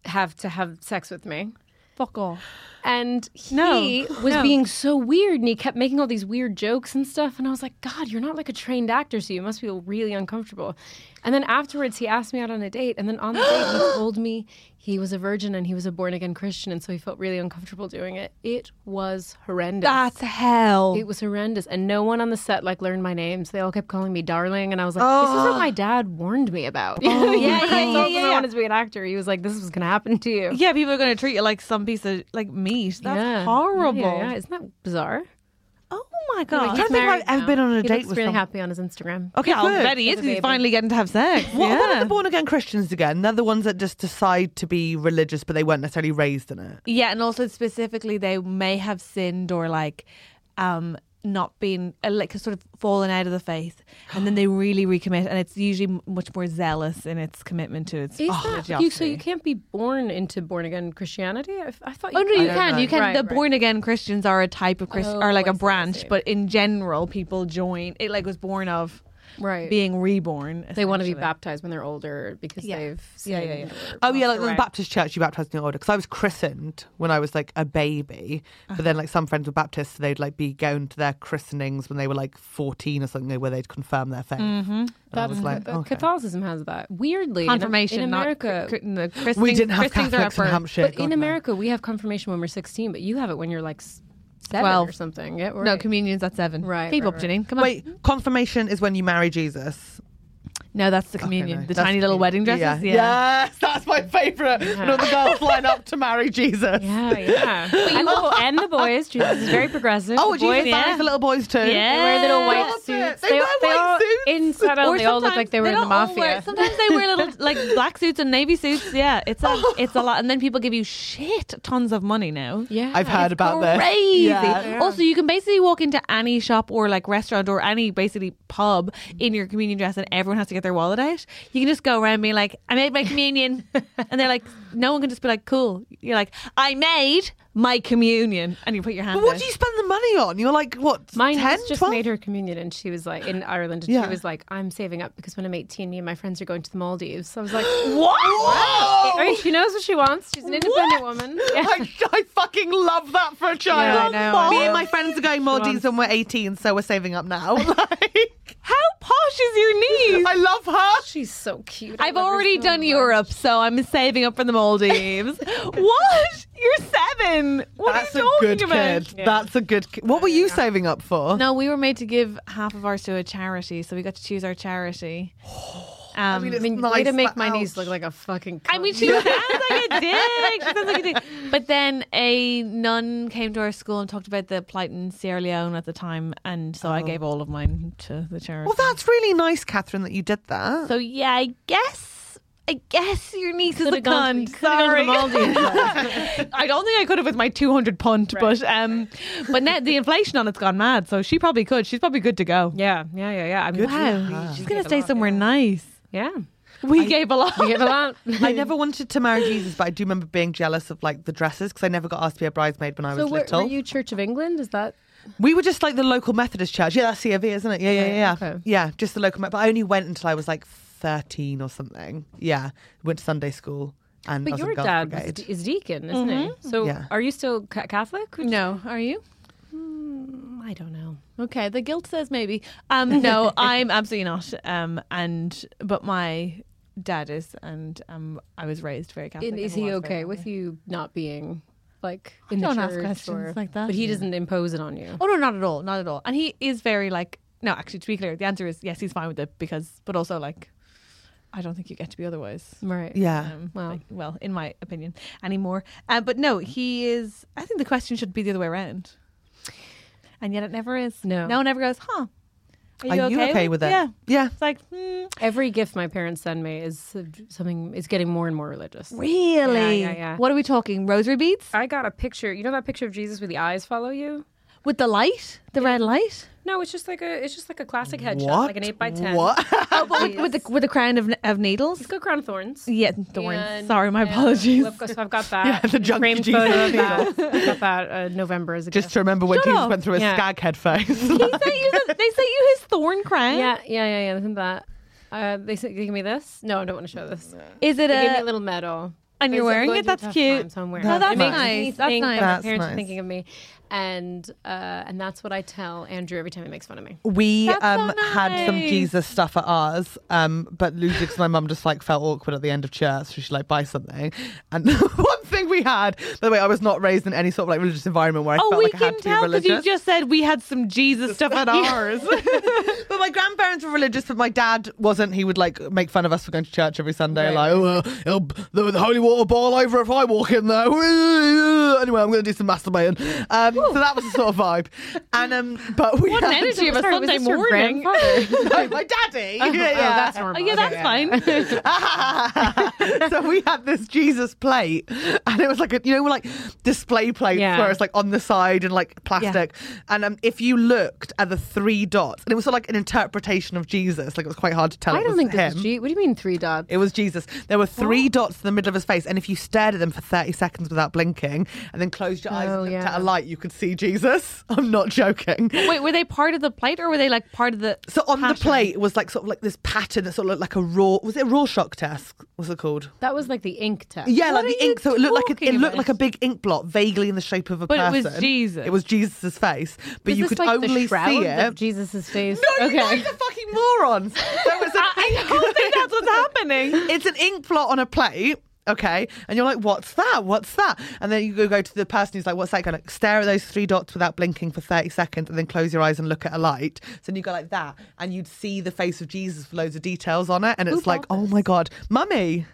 Speaker 7: have to have sex with me
Speaker 2: Fuck off.
Speaker 7: and he
Speaker 2: No.
Speaker 7: was
Speaker 2: No.
Speaker 7: being so weird and he kept making all these weird jokes and stuff and i was like god you're not like a trained actor so you must feel really uncomfortable and then afterwards he asked me out on a date and then on the date he told me he was a virgin and he was a born-again christian and so he felt really uncomfortable doing it it was horrendous
Speaker 2: That's hell.
Speaker 7: it was horrendous and no one on the set like learned my names they all kept calling me darling and i was like this is what my dad warned me about
Speaker 2: Oh
Speaker 7: yeah oh, yeah yeah, yeah. i wanted to be an actor he was like this was gonna happen to you
Speaker 2: Yeah, people are going to treat you like some piece of like meat. That's
Speaker 7: Yeah.
Speaker 2: horrible.
Speaker 7: Yeah, yeah, yeah. Isn't that bizarre?
Speaker 2: Oh my god.
Speaker 1: I don't think I've ever been on a
Speaker 7: he
Speaker 1: date
Speaker 7: looks
Speaker 1: with
Speaker 7: really
Speaker 1: someone.
Speaker 7: happy on his Instagram.
Speaker 2: Okay, I'll
Speaker 1: good.
Speaker 2: bet he is 'cause he's finally getting to have sex.
Speaker 1: What,
Speaker 2: yeah.
Speaker 1: what are the born again Christians again? They're the ones that just decide to be religious, but they weren't necessarily raised in it.
Speaker 2: Yeah, and also specifically, they may have sinned or like um not been uh, like sort of fallen out of the faith, and then they really recommit, and it's usually m- much more zealous in its commitment to its.
Speaker 7: Is
Speaker 1: Oh,
Speaker 7: that, you, so
Speaker 2: religiosity.
Speaker 7: you can't be born into born again Christianity? I, I thought.
Speaker 2: Oh no, you
Speaker 7: I
Speaker 2: can.
Speaker 7: don't
Speaker 2: You can.
Speaker 7: know. Right,
Speaker 2: the
Speaker 7: right.
Speaker 2: born again Christians are a type of Christian,
Speaker 7: Oh,
Speaker 2: are like
Speaker 7: I
Speaker 2: a
Speaker 7: see, I
Speaker 2: branch,
Speaker 7: see.
Speaker 2: but in general, people join. It like was born of
Speaker 7: right.
Speaker 2: being reborn.
Speaker 7: they want to be
Speaker 2: essentially.
Speaker 7: baptized when they're older because
Speaker 2: Yeah.
Speaker 7: they've.
Speaker 2: Yeah, yeah,
Speaker 7: sinned
Speaker 2: yeah.
Speaker 7: or
Speaker 1: Oh yeah,
Speaker 7: crossed
Speaker 1: like the
Speaker 7: the
Speaker 1: Baptist church, you baptized in your order. Because I was christened when I was like a baby, but then like some friends were Baptists, so they'd like be going to their christenings when they were like fourteen or something, where they'd confirm their faith. And I was like,
Speaker 7: But
Speaker 1: okay.
Speaker 7: Catholicism has that. Weirdly, in-
Speaker 2: Confirmation,
Speaker 7: in, America.
Speaker 2: Not, cr- cr- no, christenings-
Speaker 1: we didn't have
Speaker 2: christenings are
Speaker 1: Catholics in
Speaker 2: upper.
Speaker 1: Hampshire.
Speaker 7: but
Speaker 1: God,
Speaker 7: in
Speaker 1: no.
Speaker 7: America, we have confirmation when we're 16, but you have it when you're like s- seven
Speaker 2: Twelve.
Speaker 7: or something. Yeah,
Speaker 2: No,
Speaker 7: right.
Speaker 2: communion's at seven.
Speaker 7: Right,
Speaker 2: Keep
Speaker 7: right,
Speaker 2: up,
Speaker 7: right.
Speaker 2: Janine. Come on.
Speaker 1: Wait, confirmation is when you marry Jesus.
Speaker 2: No, that's the
Speaker 1: Okay,
Speaker 2: communion.
Speaker 1: no,
Speaker 2: The
Speaker 1: that's
Speaker 2: tiny little
Speaker 1: communion.
Speaker 2: wedding dresses.
Speaker 1: Yeah. Yes, that's my favourite. When all the girls line up to marry Jesus.
Speaker 7: Yeah, yeah. and, the, and the boys. Jesus is very progressive.
Speaker 1: Oh,
Speaker 7: the
Speaker 1: Jesus
Speaker 7: boys,
Speaker 1: marries the little boys too.
Speaker 7: They wear little white
Speaker 1: Stop it.
Speaker 7: suits.
Speaker 1: They wear white
Speaker 7: all,
Speaker 1: suits.
Speaker 7: In Seattle,
Speaker 2: Or
Speaker 7: they all look
Speaker 2: sometimes-
Speaker 7: like they were in the
Speaker 2: don't all
Speaker 7: mafia.
Speaker 2: wear- sometimes they wear little like black suits and navy suits. Yeah, it's a
Speaker 7: Oh.
Speaker 2: it's a lot. And then people give you shit tons of money now.
Speaker 7: yeah,
Speaker 1: I've heard about this.
Speaker 2: Crazy.
Speaker 1: Yeah.
Speaker 2: Also, you can basically walk into any shop or like restaurant or any basically pub in your communion dress, and everyone has to get their wallet out. You can just go around being like, I made my communion. and they're like, no one can just be like, cool. You're like, I made my communion. And you put your hand
Speaker 1: But what
Speaker 2: out.
Speaker 1: do you spend the money on? You're like, what,
Speaker 7: Mine
Speaker 1: 10,
Speaker 7: has just
Speaker 1: 12?
Speaker 7: made her communion, and she was like in Ireland, and
Speaker 1: Yeah.
Speaker 7: she was like, "I'm saving up because when I'm 18, me and my friends are going to the Maldives." So I was like,
Speaker 1: Whoa!
Speaker 7: "All right, she knows what she wants. She's an independent
Speaker 1: What?
Speaker 7: woman."
Speaker 1: I, I fucking love that for a child.
Speaker 7: Yeah, I know, I
Speaker 1: Me and
Speaker 7: know.
Speaker 1: my friends are going Maldives and we're 18, so we're saving up now. Like,
Speaker 2: How posh is your niece?
Speaker 1: I love her.
Speaker 7: She's so cute. I
Speaker 2: I've
Speaker 7: love her
Speaker 2: already
Speaker 7: so
Speaker 2: done
Speaker 7: much.
Speaker 2: Europe, so I'm saving up for the Maldives. what? You're seven. What
Speaker 1: That's
Speaker 2: are
Speaker 1: a
Speaker 2: you talking
Speaker 1: good
Speaker 2: about?
Speaker 1: kid. That's a good kid. What were you saving up for?
Speaker 2: No, we were made to give half of ours to a charity, so we got to choose our charity. Um, I mean,
Speaker 7: I mean,
Speaker 1: Nice,
Speaker 7: way to make
Speaker 1: but
Speaker 7: my niece
Speaker 1: ouch.
Speaker 7: look like a fucking. cunt.
Speaker 2: she sounds like a dick. She sounds like a dick. But then a nun came to our school and talked about the plight in Sierra Leone at the time, and
Speaker 1: Oh.
Speaker 2: so I gave all of mine to the charity.
Speaker 1: Well, that's really nice, Catherine, that you did that.
Speaker 2: so yeah, I guess. I guess your niece is a
Speaker 7: Could've
Speaker 2: cunt.
Speaker 7: gone to- could've gone to the
Speaker 2: Sorry.
Speaker 7: Maldives.
Speaker 2: I don't think I could have with my 200 punt, but um, but now the inflation on it's gone mad, so she probably could. She's probably good to go.
Speaker 7: yeah, yeah, yeah, yeah. I mean,
Speaker 2: Wow, she's gonna stay
Speaker 7: lot,
Speaker 2: somewhere nice.
Speaker 7: yeah.
Speaker 2: We gave a lot.
Speaker 7: We gave a lot.
Speaker 1: I never wanted to marry Jesus, but I do remember being jealous of like the dresses because I never got asked to be a bridesmaid when I
Speaker 7: So
Speaker 1: was
Speaker 7: were,
Speaker 1: little.
Speaker 7: were you Church of England? Is that
Speaker 1: We were just like the local Methodist church. Yeah, that's C of E, isn't it? Yeah, yeah,
Speaker 7: Right,
Speaker 1: yeah.
Speaker 7: okay.
Speaker 1: Yeah, just the local. Me- But I only went until I was like thirteen or something. Yeah, went to Sunday school and. I
Speaker 7: But
Speaker 1: was in
Speaker 7: your
Speaker 1: Girls
Speaker 7: dad was,
Speaker 1: Brigade.
Speaker 7: de- is deacon, isn't he? So
Speaker 1: Yeah.
Speaker 7: are you still ca- Catholic? Would you-
Speaker 2: No, are you?
Speaker 7: I don't know.
Speaker 2: Okay, the guilt says maybe. Um, no, I'm absolutely not. Um, and but my dad is, and um, I was raised very Catholic.
Speaker 7: And is
Speaker 2: and
Speaker 7: he
Speaker 2: was very
Speaker 7: okay
Speaker 2: Catholic.
Speaker 7: with you not being like in
Speaker 2: Don't
Speaker 7: the
Speaker 2: ask
Speaker 7: church
Speaker 2: questions
Speaker 7: or-
Speaker 2: like that.
Speaker 7: But he
Speaker 2: Yeah.
Speaker 7: doesn't impose it on you.
Speaker 2: Oh no, not at all, not at all. And he is very like. No, actually, to be clear, the answer is yes, he's fine with it because, but also like, I don't think you get to be otherwise.
Speaker 7: Right.
Speaker 1: Yeah.
Speaker 2: Um,
Speaker 7: Wow.
Speaker 2: like, well, in my opinion, anymore. Um, but no, he is. I think the question should be the other way around. And yet it never is.
Speaker 7: No.
Speaker 2: No one ever goes, huh?
Speaker 1: Are you okay, with it?
Speaker 2: Yeah.
Speaker 1: Yeah.
Speaker 2: It's like, hmm.
Speaker 7: Every gift my parents send me is uh, something is getting more and more religious.
Speaker 2: Really?
Speaker 7: Yeah, yeah, yeah.
Speaker 2: What are we talking? Rosary beads?
Speaker 7: I got a picture. You know that picture of Jesus where the eyes follow you?
Speaker 2: With the light? The red light?
Speaker 7: No, it's just like a it's just like a classic headshot,
Speaker 1: What?
Speaker 7: like an eight by ten.
Speaker 1: What?
Speaker 2: Oh, but with, with the with the crown of, of needles?
Speaker 7: It's got crown of thorns.
Speaker 2: Yeah, thorns.
Speaker 7: And-
Speaker 2: Sorry, my
Speaker 7: and
Speaker 2: apologies.
Speaker 7: we've got- So I've got that.
Speaker 1: the
Speaker 7: and a
Speaker 1: junk
Speaker 7: framed
Speaker 1: Jesus
Speaker 7: photo of
Speaker 1: needle.
Speaker 7: that. I got that uh, November as a
Speaker 1: Just
Speaker 7: gift.
Speaker 1: to remember when
Speaker 2: Shut
Speaker 1: Jesus
Speaker 2: up.
Speaker 1: went through a
Speaker 7: Yeah.
Speaker 1: skag head phase.
Speaker 2: He sent you the, they sent you his thorn crown.
Speaker 7: Yeah, yeah, yeah, yeah. Isn't that? Uh, they, said- they give me this. No, I don't want to show this.
Speaker 2: Is it
Speaker 7: They gave me a
Speaker 2: a
Speaker 7: little medal.
Speaker 2: and you're
Speaker 7: Because I'm
Speaker 2: wearing
Speaker 7: going
Speaker 2: it?
Speaker 7: through a
Speaker 2: That's
Speaker 7: tough
Speaker 2: cute.
Speaker 7: time, so I'm wearing
Speaker 2: Oh,
Speaker 7: it.
Speaker 2: that's
Speaker 7: It makes
Speaker 2: nice.
Speaker 7: me
Speaker 2: That's
Speaker 7: think
Speaker 2: nice.
Speaker 7: that my
Speaker 1: That's
Speaker 7: parents
Speaker 1: nice.
Speaker 7: are thinking of me, and uh, and that's what I tell Andrew every time he makes fun of me.
Speaker 1: We
Speaker 2: That's so
Speaker 1: um, had some
Speaker 2: nice.
Speaker 1: Jesus stuff at ours, um, but Lucy, because my mum just like felt awkward at the end of church, so she like buy something. And one thing we had, by the way, I was not raised in any sort of like religious environment where I
Speaker 2: Oh,
Speaker 1: felt
Speaker 2: we
Speaker 1: like I had to
Speaker 2: can
Speaker 1: be
Speaker 2: tell because
Speaker 1: religious.
Speaker 2: you just said we had some Jesus stuff at ours.
Speaker 1: but my grandparents were religious, but my dad wasn't. He would like make fun of us for going to church every Sunday, like oh, uh, it'll, the, the holy water boil over if I walk in there. Anyway, I'm going to do some masturbating. Um, so that was the sort of vibe. And um, but we
Speaker 2: What an
Speaker 1: had-
Speaker 2: energy of a
Speaker 7: Sorry, was
Speaker 2: Sunday
Speaker 7: this your
Speaker 2: morning.
Speaker 7: grandfather?
Speaker 1: No, Oh, my daddy. yeah, yeah.
Speaker 7: that's
Speaker 2: Oh,
Speaker 7: normal.
Speaker 2: yeah, that's fine.
Speaker 1: so we had this Jesus plate, and it was like a you know like display plates
Speaker 7: Yeah.
Speaker 1: where it's like on the side and like plastic, and um, if you looked at the three dots, and it was sort of like an interpretation of Jesus, like it was quite hard to tell.
Speaker 7: I
Speaker 1: it
Speaker 7: don't
Speaker 1: was
Speaker 7: think
Speaker 1: him.
Speaker 7: this is G. What do you mean three dots?
Speaker 1: It was Jesus. There were three dots in the middle of his face, and if you stared at them for thirty seconds without blinking, and then closed your eyes
Speaker 7: Oh,
Speaker 1: and looked
Speaker 7: yeah.
Speaker 1: at a light, you could see Jesus. I'm not joking.
Speaker 2: Wait, were they part of the plate or were they like part of the?
Speaker 1: So on the
Speaker 2: passion?
Speaker 1: plate was like sort of like this pattern that sort of looked like a raw. Was it a raw shock test? What's it called?
Speaker 7: That was like the ink test.
Speaker 1: Yeah, like
Speaker 2: What are
Speaker 1: the ink.
Speaker 2: you
Speaker 1: So it looked like a, it
Speaker 2: talking
Speaker 1: looked
Speaker 2: about?
Speaker 1: like a big ink blot, vaguely in the shape of a
Speaker 2: But it was
Speaker 1: person.
Speaker 2: Jesus.
Speaker 1: It was Jesus's face, but
Speaker 7: Is
Speaker 1: you
Speaker 7: this
Speaker 1: could
Speaker 7: like the
Speaker 1: only
Speaker 7: shroud
Speaker 1: see
Speaker 7: of
Speaker 1: it.
Speaker 7: Jesus's face.
Speaker 1: no, you
Speaker 7: okay.
Speaker 1: guys are fucking morons. There was an
Speaker 2: I
Speaker 1: ink-
Speaker 2: don't think that's what's happening.
Speaker 1: it's an ink blot on a plate. Okay, and you're like, what's that? What's that? And then you go go to the person who's like, what's that? Go like, stare at those three dots without blinking for 30 seconds, and then close your eyes and look at a light. So then you go like that, and you'd see the face of Jesus with loads of details on it, and it's like, oh my god, mummy,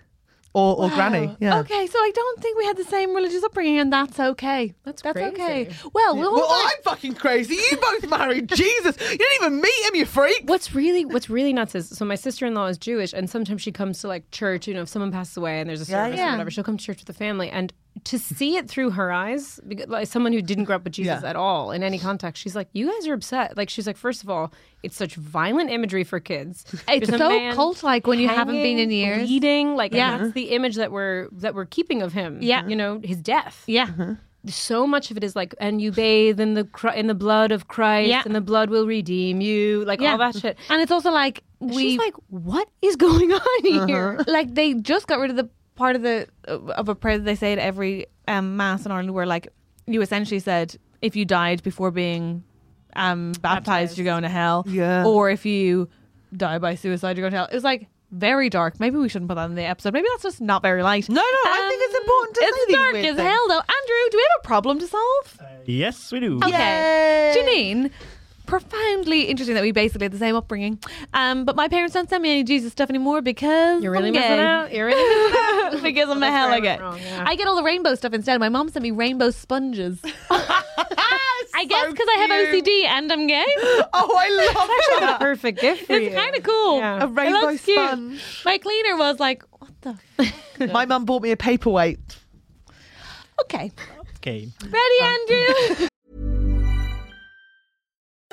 Speaker 1: or or granny. Yeah.
Speaker 2: Okay, so I don't think we had the same religious upbringing, and that's okay. That's
Speaker 7: crazy.
Speaker 2: okay. Well, we'll
Speaker 1: Well, I'm fucking crazy. You both married Jesus. You didn't even meet him, you freak.
Speaker 7: What's really what's really nuts is so my sister in law is Jewish and sometimes she comes to like church, you know, if someone passes away and there's a service
Speaker 2: yeah.
Speaker 7: or whatever, she'll come to church with the family and to see it through her eyes, because, like someone who didn't grow up with Jesus
Speaker 1: Yeah.
Speaker 7: at all in any context, she's like, "You guys are upset." Like she's like, first of all, it's such violent imagery for kids.
Speaker 2: It's
Speaker 7: There's a
Speaker 2: so
Speaker 7: man
Speaker 2: cult-like when you haven't been in
Speaker 7: hanging,
Speaker 2: years.
Speaker 7: bleeding. Like
Speaker 2: Yeah.
Speaker 7: that's the image that we're that we're keeping of him.
Speaker 2: Yeah.
Speaker 7: you know his death.
Speaker 2: Yeah.
Speaker 1: Uh-huh.
Speaker 7: So much of it is like, and you bathe in the cri- in the blood of Christ,
Speaker 2: Yeah.
Speaker 7: and the blood will redeem you. Like
Speaker 2: Yeah.
Speaker 7: all that shit.
Speaker 2: And it's also like we Uh-huh.
Speaker 7: She's like, what is going on here?
Speaker 2: like they just got rid of the part of the uh, of a prayer that they say at every um, mass in Ireland, where like you essentially said if you died before being um, baptized, you're going to hell,
Speaker 1: Yeah.
Speaker 2: or if you die by suicide, you're going to hell. It was like very dark. Maybe we shouldn't put that in the episode. Maybe that's just not very light. Um,
Speaker 1: No, no, I think it's important to
Speaker 2: it's
Speaker 1: say these
Speaker 2: dark
Speaker 1: weird
Speaker 2: as
Speaker 1: things.
Speaker 2: hell, though. Andrew, do we have a problem to solve?
Speaker 6: Yes, we
Speaker 1: Oh,
Speaker 6: do.
Speaker 2: Okay. Janine, profoundly interesting that we basically had the same upbringing. Um, but my parents don't send me any Jesus stuff anymore because
Speaker 7: You're really
Speaker 2: I'm
Speaker 7: missing
Speaker 2: gay.
Speaker 7: out. You're really missing out.
Speaker 2: because I'm the
Speaker 7: that's
Speaker 2: hell
Speaker 7: where I
Speaker 2: I
Speaker 7: went
Speaker 2: get.
Speaker 7: wrong, yeah.
Speaker 2: I get all the rainbow stuff instead. My mom sent me rainbow sponges. I guess because I have OCD and I'm gay.
Speaker 1: Oh, I love that.
Speaker 7: That's the perfect gift for you.
Speaker 2: It's kind of cool.
Speaker 7: Yeah.
Speaker 1: A rainbow
Speaker 2: it looks cute.
Speaker 1: sponge.
Speaker 2: My cleaner was like, "What the? f-
Speaker 1: My mum bought me a paperweight.
Speaker 2: Okay,
Speaker 6: Okay.
Speaker 2: ready, Andrew."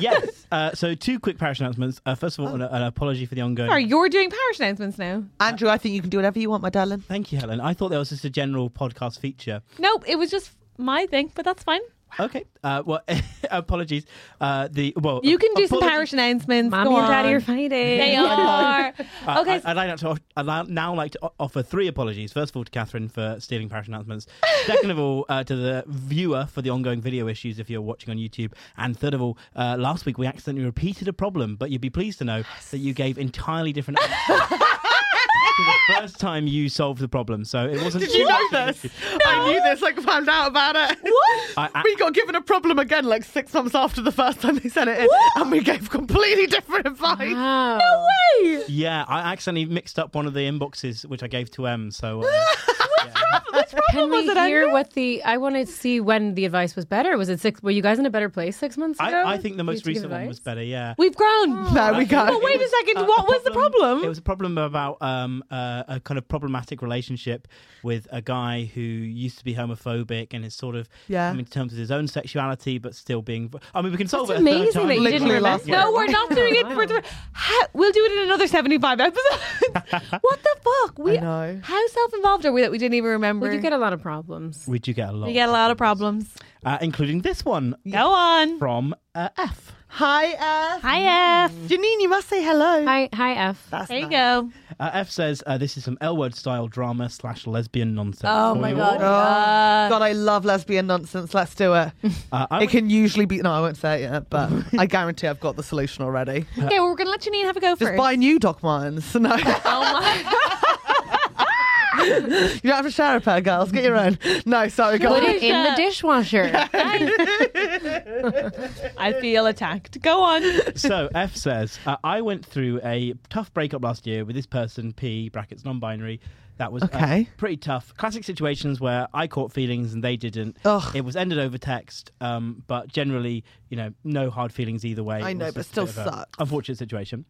Speaker 6: yes. Uh, so two quick parish announcements. Uh, first of
Speaker 1: Oh.
Speaker 6: all, an, an apology for the ongoing.
Speaker 2: Sorry, you're doing parish announcements now.
Speaker 1: Andrew, I think you can do whatever you want, my darling.
Speaker 6: Thank you, Helen. I thought that was just a general podcast feature.
Speaker 2: Nope, it was just my thing, but that's fine.
Speaker 6: Okay. Uh, well, apologies. Uh, the well,
Speaker 2: You can do some
Speaker 6: apologies-
Speaker 2: parish announcements.
Speaker 7: Mommy
Speaker 2: Go
Speaker 7: and daddy
Speaker 2: on.
Speaker 7: are fighting.
Speaker 2: They are.
Speaker 6: Uh,
Speaker 2: okay.
Speaker 6: I, would like to. I'd li- now like to o- offer three apologies. First of all, to Catherine for stealing parish announcements. Second of all, uh, to the viewer for the ongoing video issues if you're watching on YouTube. And third of all, uh, last week we accidentally repeated a problem, but you'd be pleased to know that you gave entirely different. answers to the first time you solved the problem, so it wasn't.
Speaker 1: Did you know this? I knew this, like, found out about it. What?
Speaker 6: I- I-
Speaker 1: we got given a problem again, like, six months after the first time they sent it in, and we gave completely different advice.
Speaker 7: Wow.
Speaker 6: Yeah, I accidentally mixed up one of the inboxes, which I gave to M. So uh,
Speaker 7: Can we hear what the? I want to see when the advice was better. Was it six? Were you guys in a better place six months ago?
Speaker 6: I, I think the
Speaker 7: You
Speaker 6: most
Speaker 7: took
Speaker 6: recent one
Speaker 7: advice?
Speaker 6: was better. Oh. Yeah.
Speaker 2: We've grown.
Speaker 1: There we go.
Speaker 2: Well, wait a second. what was the problem?
Speaker 6: It was a problem about um, uh, a kind of problematic relationship with a guy who used to be homophobic and is sort of
Speaker 1: Yeah.
Speaker 6: coming to terms with his own sexuality, but still being. I mean, we can solve
Speaker 7: That's
Speaker 6: it. a third
Speaker 7: amazing that
Speaker 6: time.
Speaker 7: you didn't
Speaker 1: Literally
Speaker 7: remember.
Speaker 1: last
Speaker 2: no, we're not doing it. For, Ha- we'll do it in another 75 episodes. what the fuck? We,
Speaker 1: I know.
Speaker 2: How self involved are we that we didn't even remember?
Speaker 7: We could get a lot of problems.
Speaker 6: We do get a lot,
Speaker 2: We get a lot of problems.
Speaker 6: Uh, including this one
Speaker 2: Go on.
Speaker 6: from uh, F.
Speaker 1: Hi, uh,
Speaker 2: Hi, F.
Speaker 1: Janine, you must say hello.
Speaker 7: Hi, hi, F.
Speaker 1: That's
Speaker 2: There you
Speaker 1: nice.
Speaker 2: go.
Speaker 6: Uh, F says uh, this is some L word style drama slash lesbian nonsense.
Speaker 2: Oh,
Speaker 6: For
Speaker 2: my
Speaker 6: you
Speaker 2: God.
Speaker 6: all.
Speaker 2: Uh,
Speaker 1: God, I love lesbian nonsense. Let's do it.
Speaker 6: Uh, I
Speaker 1: It can usually be. No, I won't say it yet, but I guarantee I've got the solution already.
Speaker 2: okay, well, we're going to let Janine have a go
Speaker 1: Just
Speaker 2: first.
Speaker 1: buy new Doc Martens. No, you
Speaker 2: oh, my.
Speaker 1: don't have to share a pair, girls. Get your own. No, sorry,
Speaker 7: Put
Speaker 1: guys.
Speaker 7: it in the dishwasher.
Speaker 2: I feel attacked. Go on.
Speaker 6: so F says, uh, I went through a tough breakup last year with this person, P brackets non-binary. That was uh,
Speaker 1: Okay.
Speaker 6: pretty tough. Classic situations where I caught feelings and they didn't.
Speaker 1: Ugh.
Speaker 6: It was ended over text, um, but generally, you know, no hard feelings either way.
Speaker 1: I
Speaker 6: It
Speaker 1: know,
Speaker 6: was
Speaker 1: but
Speaker 6: just a
Speaker 1: still
Speaker 6: bit of a
Speaker 1: sucks.
Speaker 6: Unfortunate situation.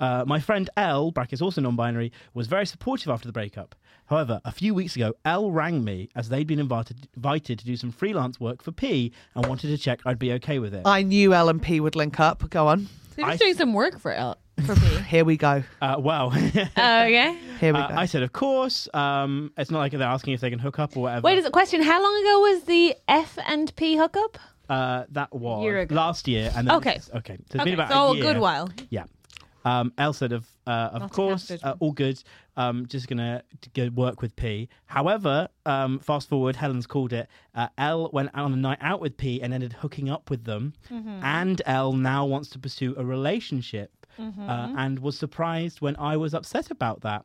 Speaker 6: Uh, my friend L brackets also non-binary was very supportive after the breakup. However, a few weeks ago, L rang me as they'd been invited invited to do some freelance work for P and wanted to check I'd be okay with it.
Speaker 1: I knew L and P would link up. Go on.
Speaker 2: They're just doing some work for, L- for me.
Speaker 1: Here we go.
Speaker 6: Uh, well,
Speaker 2: okay.
Speaker 1: Here we
Speaker 6: Uh,
Speaker 1: go.
Speaker 6: I said, of course. Um, it's not like they're asking if they can hook up or whatever.
Speaker 2: Wait, is it question? How long ago was the F and P hookup?
Speaker 6: uh, that was
Speaker 7: Year ago.
Speaker 6: last year, and then
Speaker 2: Okay.
Speaker 6: this- okay, so it's
Speaker 2: Okay,
Speaker 6: been about
Speaker 2: so
Speaker 6: a,
Speaker 2: a
Speaker 6: year.
Speaker 2: good while.
Speaker 6: Yeah. Um, Elle said, of uh, of course,
Speaker 2: counted.
Speaker 6: uh, all good. Um, just gonna t- go work with P. However, um, fast forward, Helen's called it. Uh, Elle went out on a night out with P and ended hooking up with them,
Speaker 2: Mm-hmm.
Speaker 6: and Elle now wants to
Speaker 2: Mm-hmm.
Speaker 6: pursue a relationship, uh, and was surprised when I was upset about that.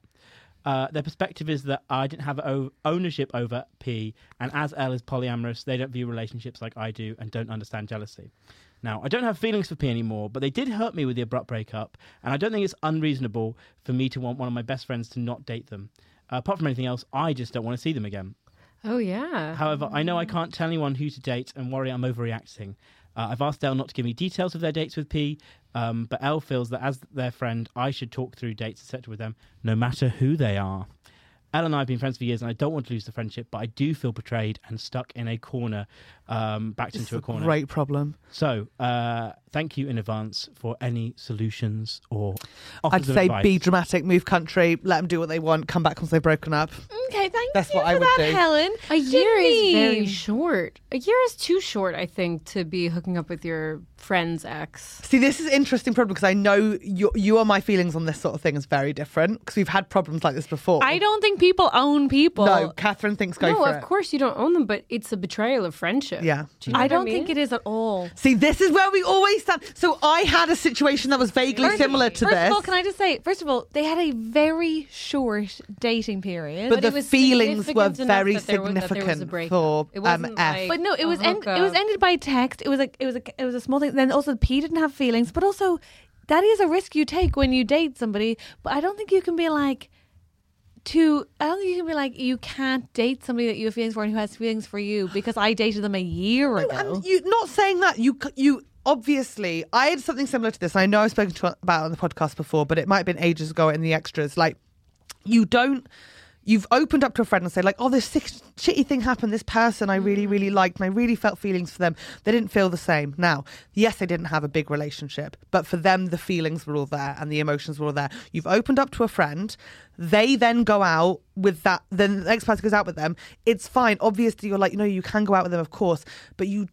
Speaker 6: Uh, their perspective is that I didn't have o- ownership over P, and as L is polyamorous, they don't view relationships like I do and don't understand jealousy. Now, I don't have feelings for P anymore, but they did hurt me with the abrupt breakup, and I don't think it's unreasonable for me to want one of my best friends to not date them. Uh, apart from anything else, I just don't want to see them again.
Speaker 7: Oh yeah.
Speaker 6: However, I know I can't tell anyone who to date and worry I'm overreacting. Uh, I've asked Elle not to give me details of their dates with P, um, but Elle feels that as their friend, I should talk through dates, etc., with them, no matter who they are. Elle and I have been friends for years, and I don't want to lose the friendship, but I do feel betrayed and stuck in a corner, um, backed into a corner.
Speaker 1: Great problem.
Speaker 6: So, uh, thank you in advance for any solutions or offers
Speaker 1: I'd
Speaker 6: of
Speaker 1: say
Speaker 6: advice.
Speaker 1: be dramatic, move country, let them do what they want, come back once they've broken up.
Speaker 2: Okay, thank
Speaker 1: That's
Speaker 2: you
Speaker 1: what I
Speaker 2: for
Speaker 1: would
Speaker 2: that,
Speaker 1: do.
Speaker 2: Helen.
Speaker 7: A year is very
Speaker 2: Janine.
Speaker 7: short. A year is too short, I think, to be hooking up with your friend's ex.
Speaker 1: See, this is interesting problem because I know you, you are my feelings on this sort of thing is very different because we've had problems like this before.
Speaker 2: I don't think people own people.
Speaker 1: No, Catherine thinks go
Speaker 7: no,
Speaker 1: for
Speaker 7: of
Speaker 1: it.
Speaker 7: course you don't own them, but it's a betrayal of friendship.
Speaker 1: Yeah.
Speaker 7: Do you know
Speaker 2: I
Speaker 7: what
Speaker 2: don't
Speaker 7: mean?
Speaker 2: think it is at all.
Speaker 1: See, this is where we always stand. So I had a situation that was vaguely
Speaker 2: First-
Speaker 1: similar to
Speaker 2: first
Speaker 1: this.
Speaker 2: of all, can I just say, first of all, they had a very short dating period.
Speaker 1: but,
Speaker 7: it
Speaker 1: the
Speaker 7: was
Speaker 1: feelings were
Speaker 7: significant enough
Speaker 1: very
Speaker 7: that there was- that there was a
Speaker 1: significant
Speaker 7: breakup.
Speaker 1: for
Speaker 7: It
Speaker 1: um,
Speaker 7: wasn't
Speaker 1: F.
Speaker 7: like- Oh,
Speaker 2: But no, it
Speaker 7: a
Speaker 2: was end, it was
Speaker 7: hookup.
Speaker 2: ended by text. It was like it was a it was a small thing. Then also P didn't have feelings, but also that is a risk you take when you date somebody. But I don't think you can be like to I don't think you can be like you can't date somebody that you have feelings for and who has feelings for you because I dated them a year ago.
Speaker 1: And you not saying that you c- you obviously I had something similar to this. I know I've spoken to about it on the podcast before, but it might have been ages ago in the extras. Like you don't. You've opened up to a friend and say like, "Oh, this sick, shitty thing happened. This person I really,
Speaker 2: Mm.
Speaker 1: really liked, and I really felt feelings for them. They didn't feel the same." Now, yes, they didn't have a big relationship, but for them, the feelings were all there and the emotions were all there. You've opened up to a friend. They then go out with that. Then the next person goes out with them. It's fine. Obviously, you're like, you know, you can go out with them, of course, but you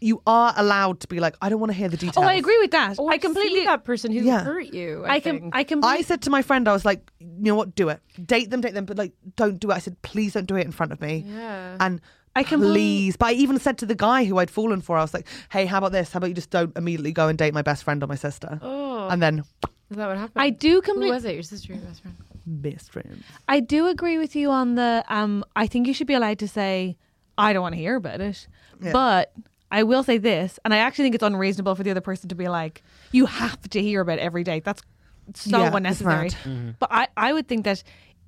Speaker 1: you are allowed to be like, I don't want to hear the details.
Speaker 2: oh, I agree with that.
Speaker 7: Or
Speaker 2: I completely
Speaker 7: see that person who
Speaker 1: Yeah.
Speaker 7: hurt you. I,
Speaker 2: I can
Speaker 7: think.
Speaker 2: I can
Speaker 1: I said to my friend, I was like, you know what, do it. Date them, date them, but like, don't do it. I said, please don't do it in front of me.
Speaker 7: Yeah.
Speaker 1: And
Speaker 2: I
Speaker 1: I can
Speaker 2: can believe-
Speaker 1: please. But I even said to the guy who I'd fallen for, I was like, hey, how about this? How about you just don't immediately go and date my best friend or my sister?
Speaker 7: Oh.
Speaker 1: And then
Speaker 7: Is that what happened?
Speaker 2: I do
Speaker 7: Who
Speaker 2: completely
Speaker 7: was it? Your sister, or your best friend?
Speaker 1: best friend.
Speaker 2: I do agree with you on the. Um, I think you should be allowed to say, "I don't want to hear about it," but I will say this, and I actually think it's unreasonable for the other person to be like, "You have to hear about it every day." That's so
Speaker 1: Yeah, it's
Speaker 2: unnecessary.
Speaker 1: mad.
Speaker 7: Mm-hmm.
Speaker 2: But I, I would think that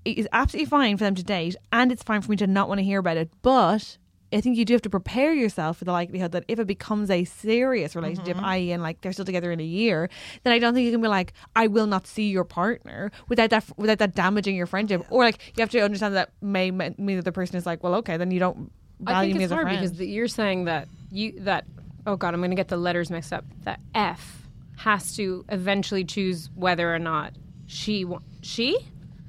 Speaker 2: it is absolutely fine for them to date, and it's fine for me to not want to hear about it. But I think you do have to prepare yourself for the likelihood that if it becomes a serious
Speaker 7: Mm-hmm.
Speaker 2: relationship, i.e., and like they're still together in a year, then I don't think you can be like, "I will not see your partner" without that without that damaging your friendship, or like you have to understand that may mean that the person is like, "Well, okay, then you don't value
Speaker 7: I think
Speaker 2: me
Speaker 7: it's
Speaker 2: as a
Speaker 7: hard
Speaker 2: friend."
Speaker 7: because the, you're saying that you that oh god, I'm going to get the letters mixed up. That F has to eventually choose whether or not she wa- she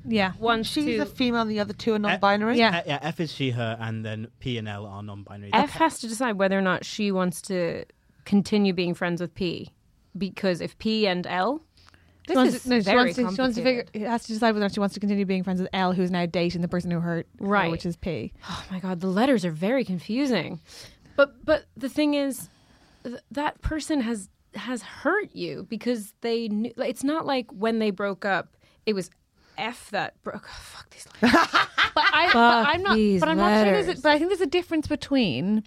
Speaker 2: yeah,
Speaker 7: wants
Speaker 1: She's
Speaker 7: to.
Speaker 1: a female and the other two are non binary.
Speaker 2: yeah.
Speaker 6: Uh, yeah, F is she, her, and then P and L are non-binary.
Speaker 7: F has to decide whether or not she wants to continue being friends with P, because if P and L,
Speaker 2: She
Speaker 7: this
Speaker 2: wants
Speaker 7: is
Speaker 2: to- no, she
Speaker 7: very
Speaker 2: wants to, she wants to figure.
Speaker 7: complicated.
Speaker 2: Has to decide whether or not she wants to continue being friends with L, who's now dating the person who hurt, her,
Speaker 7: Right.
Speaker 2: which is P.
Speaker 7: Oh my god, the letters are very confusing. But but the thing is, th- that person has has hurt you because they knew. like, It's not like when they broke up, it was f that broke. Oh, fuck these letters.
Speaker 2: But, I,
Speaker 7: Fuck
Speaker 2: but I'm not.
Speaker 7: these
Speaker 2: But I'm not sure. There's a,
Speaker 7: letters.
Speaker 2: but I think there's a difference between.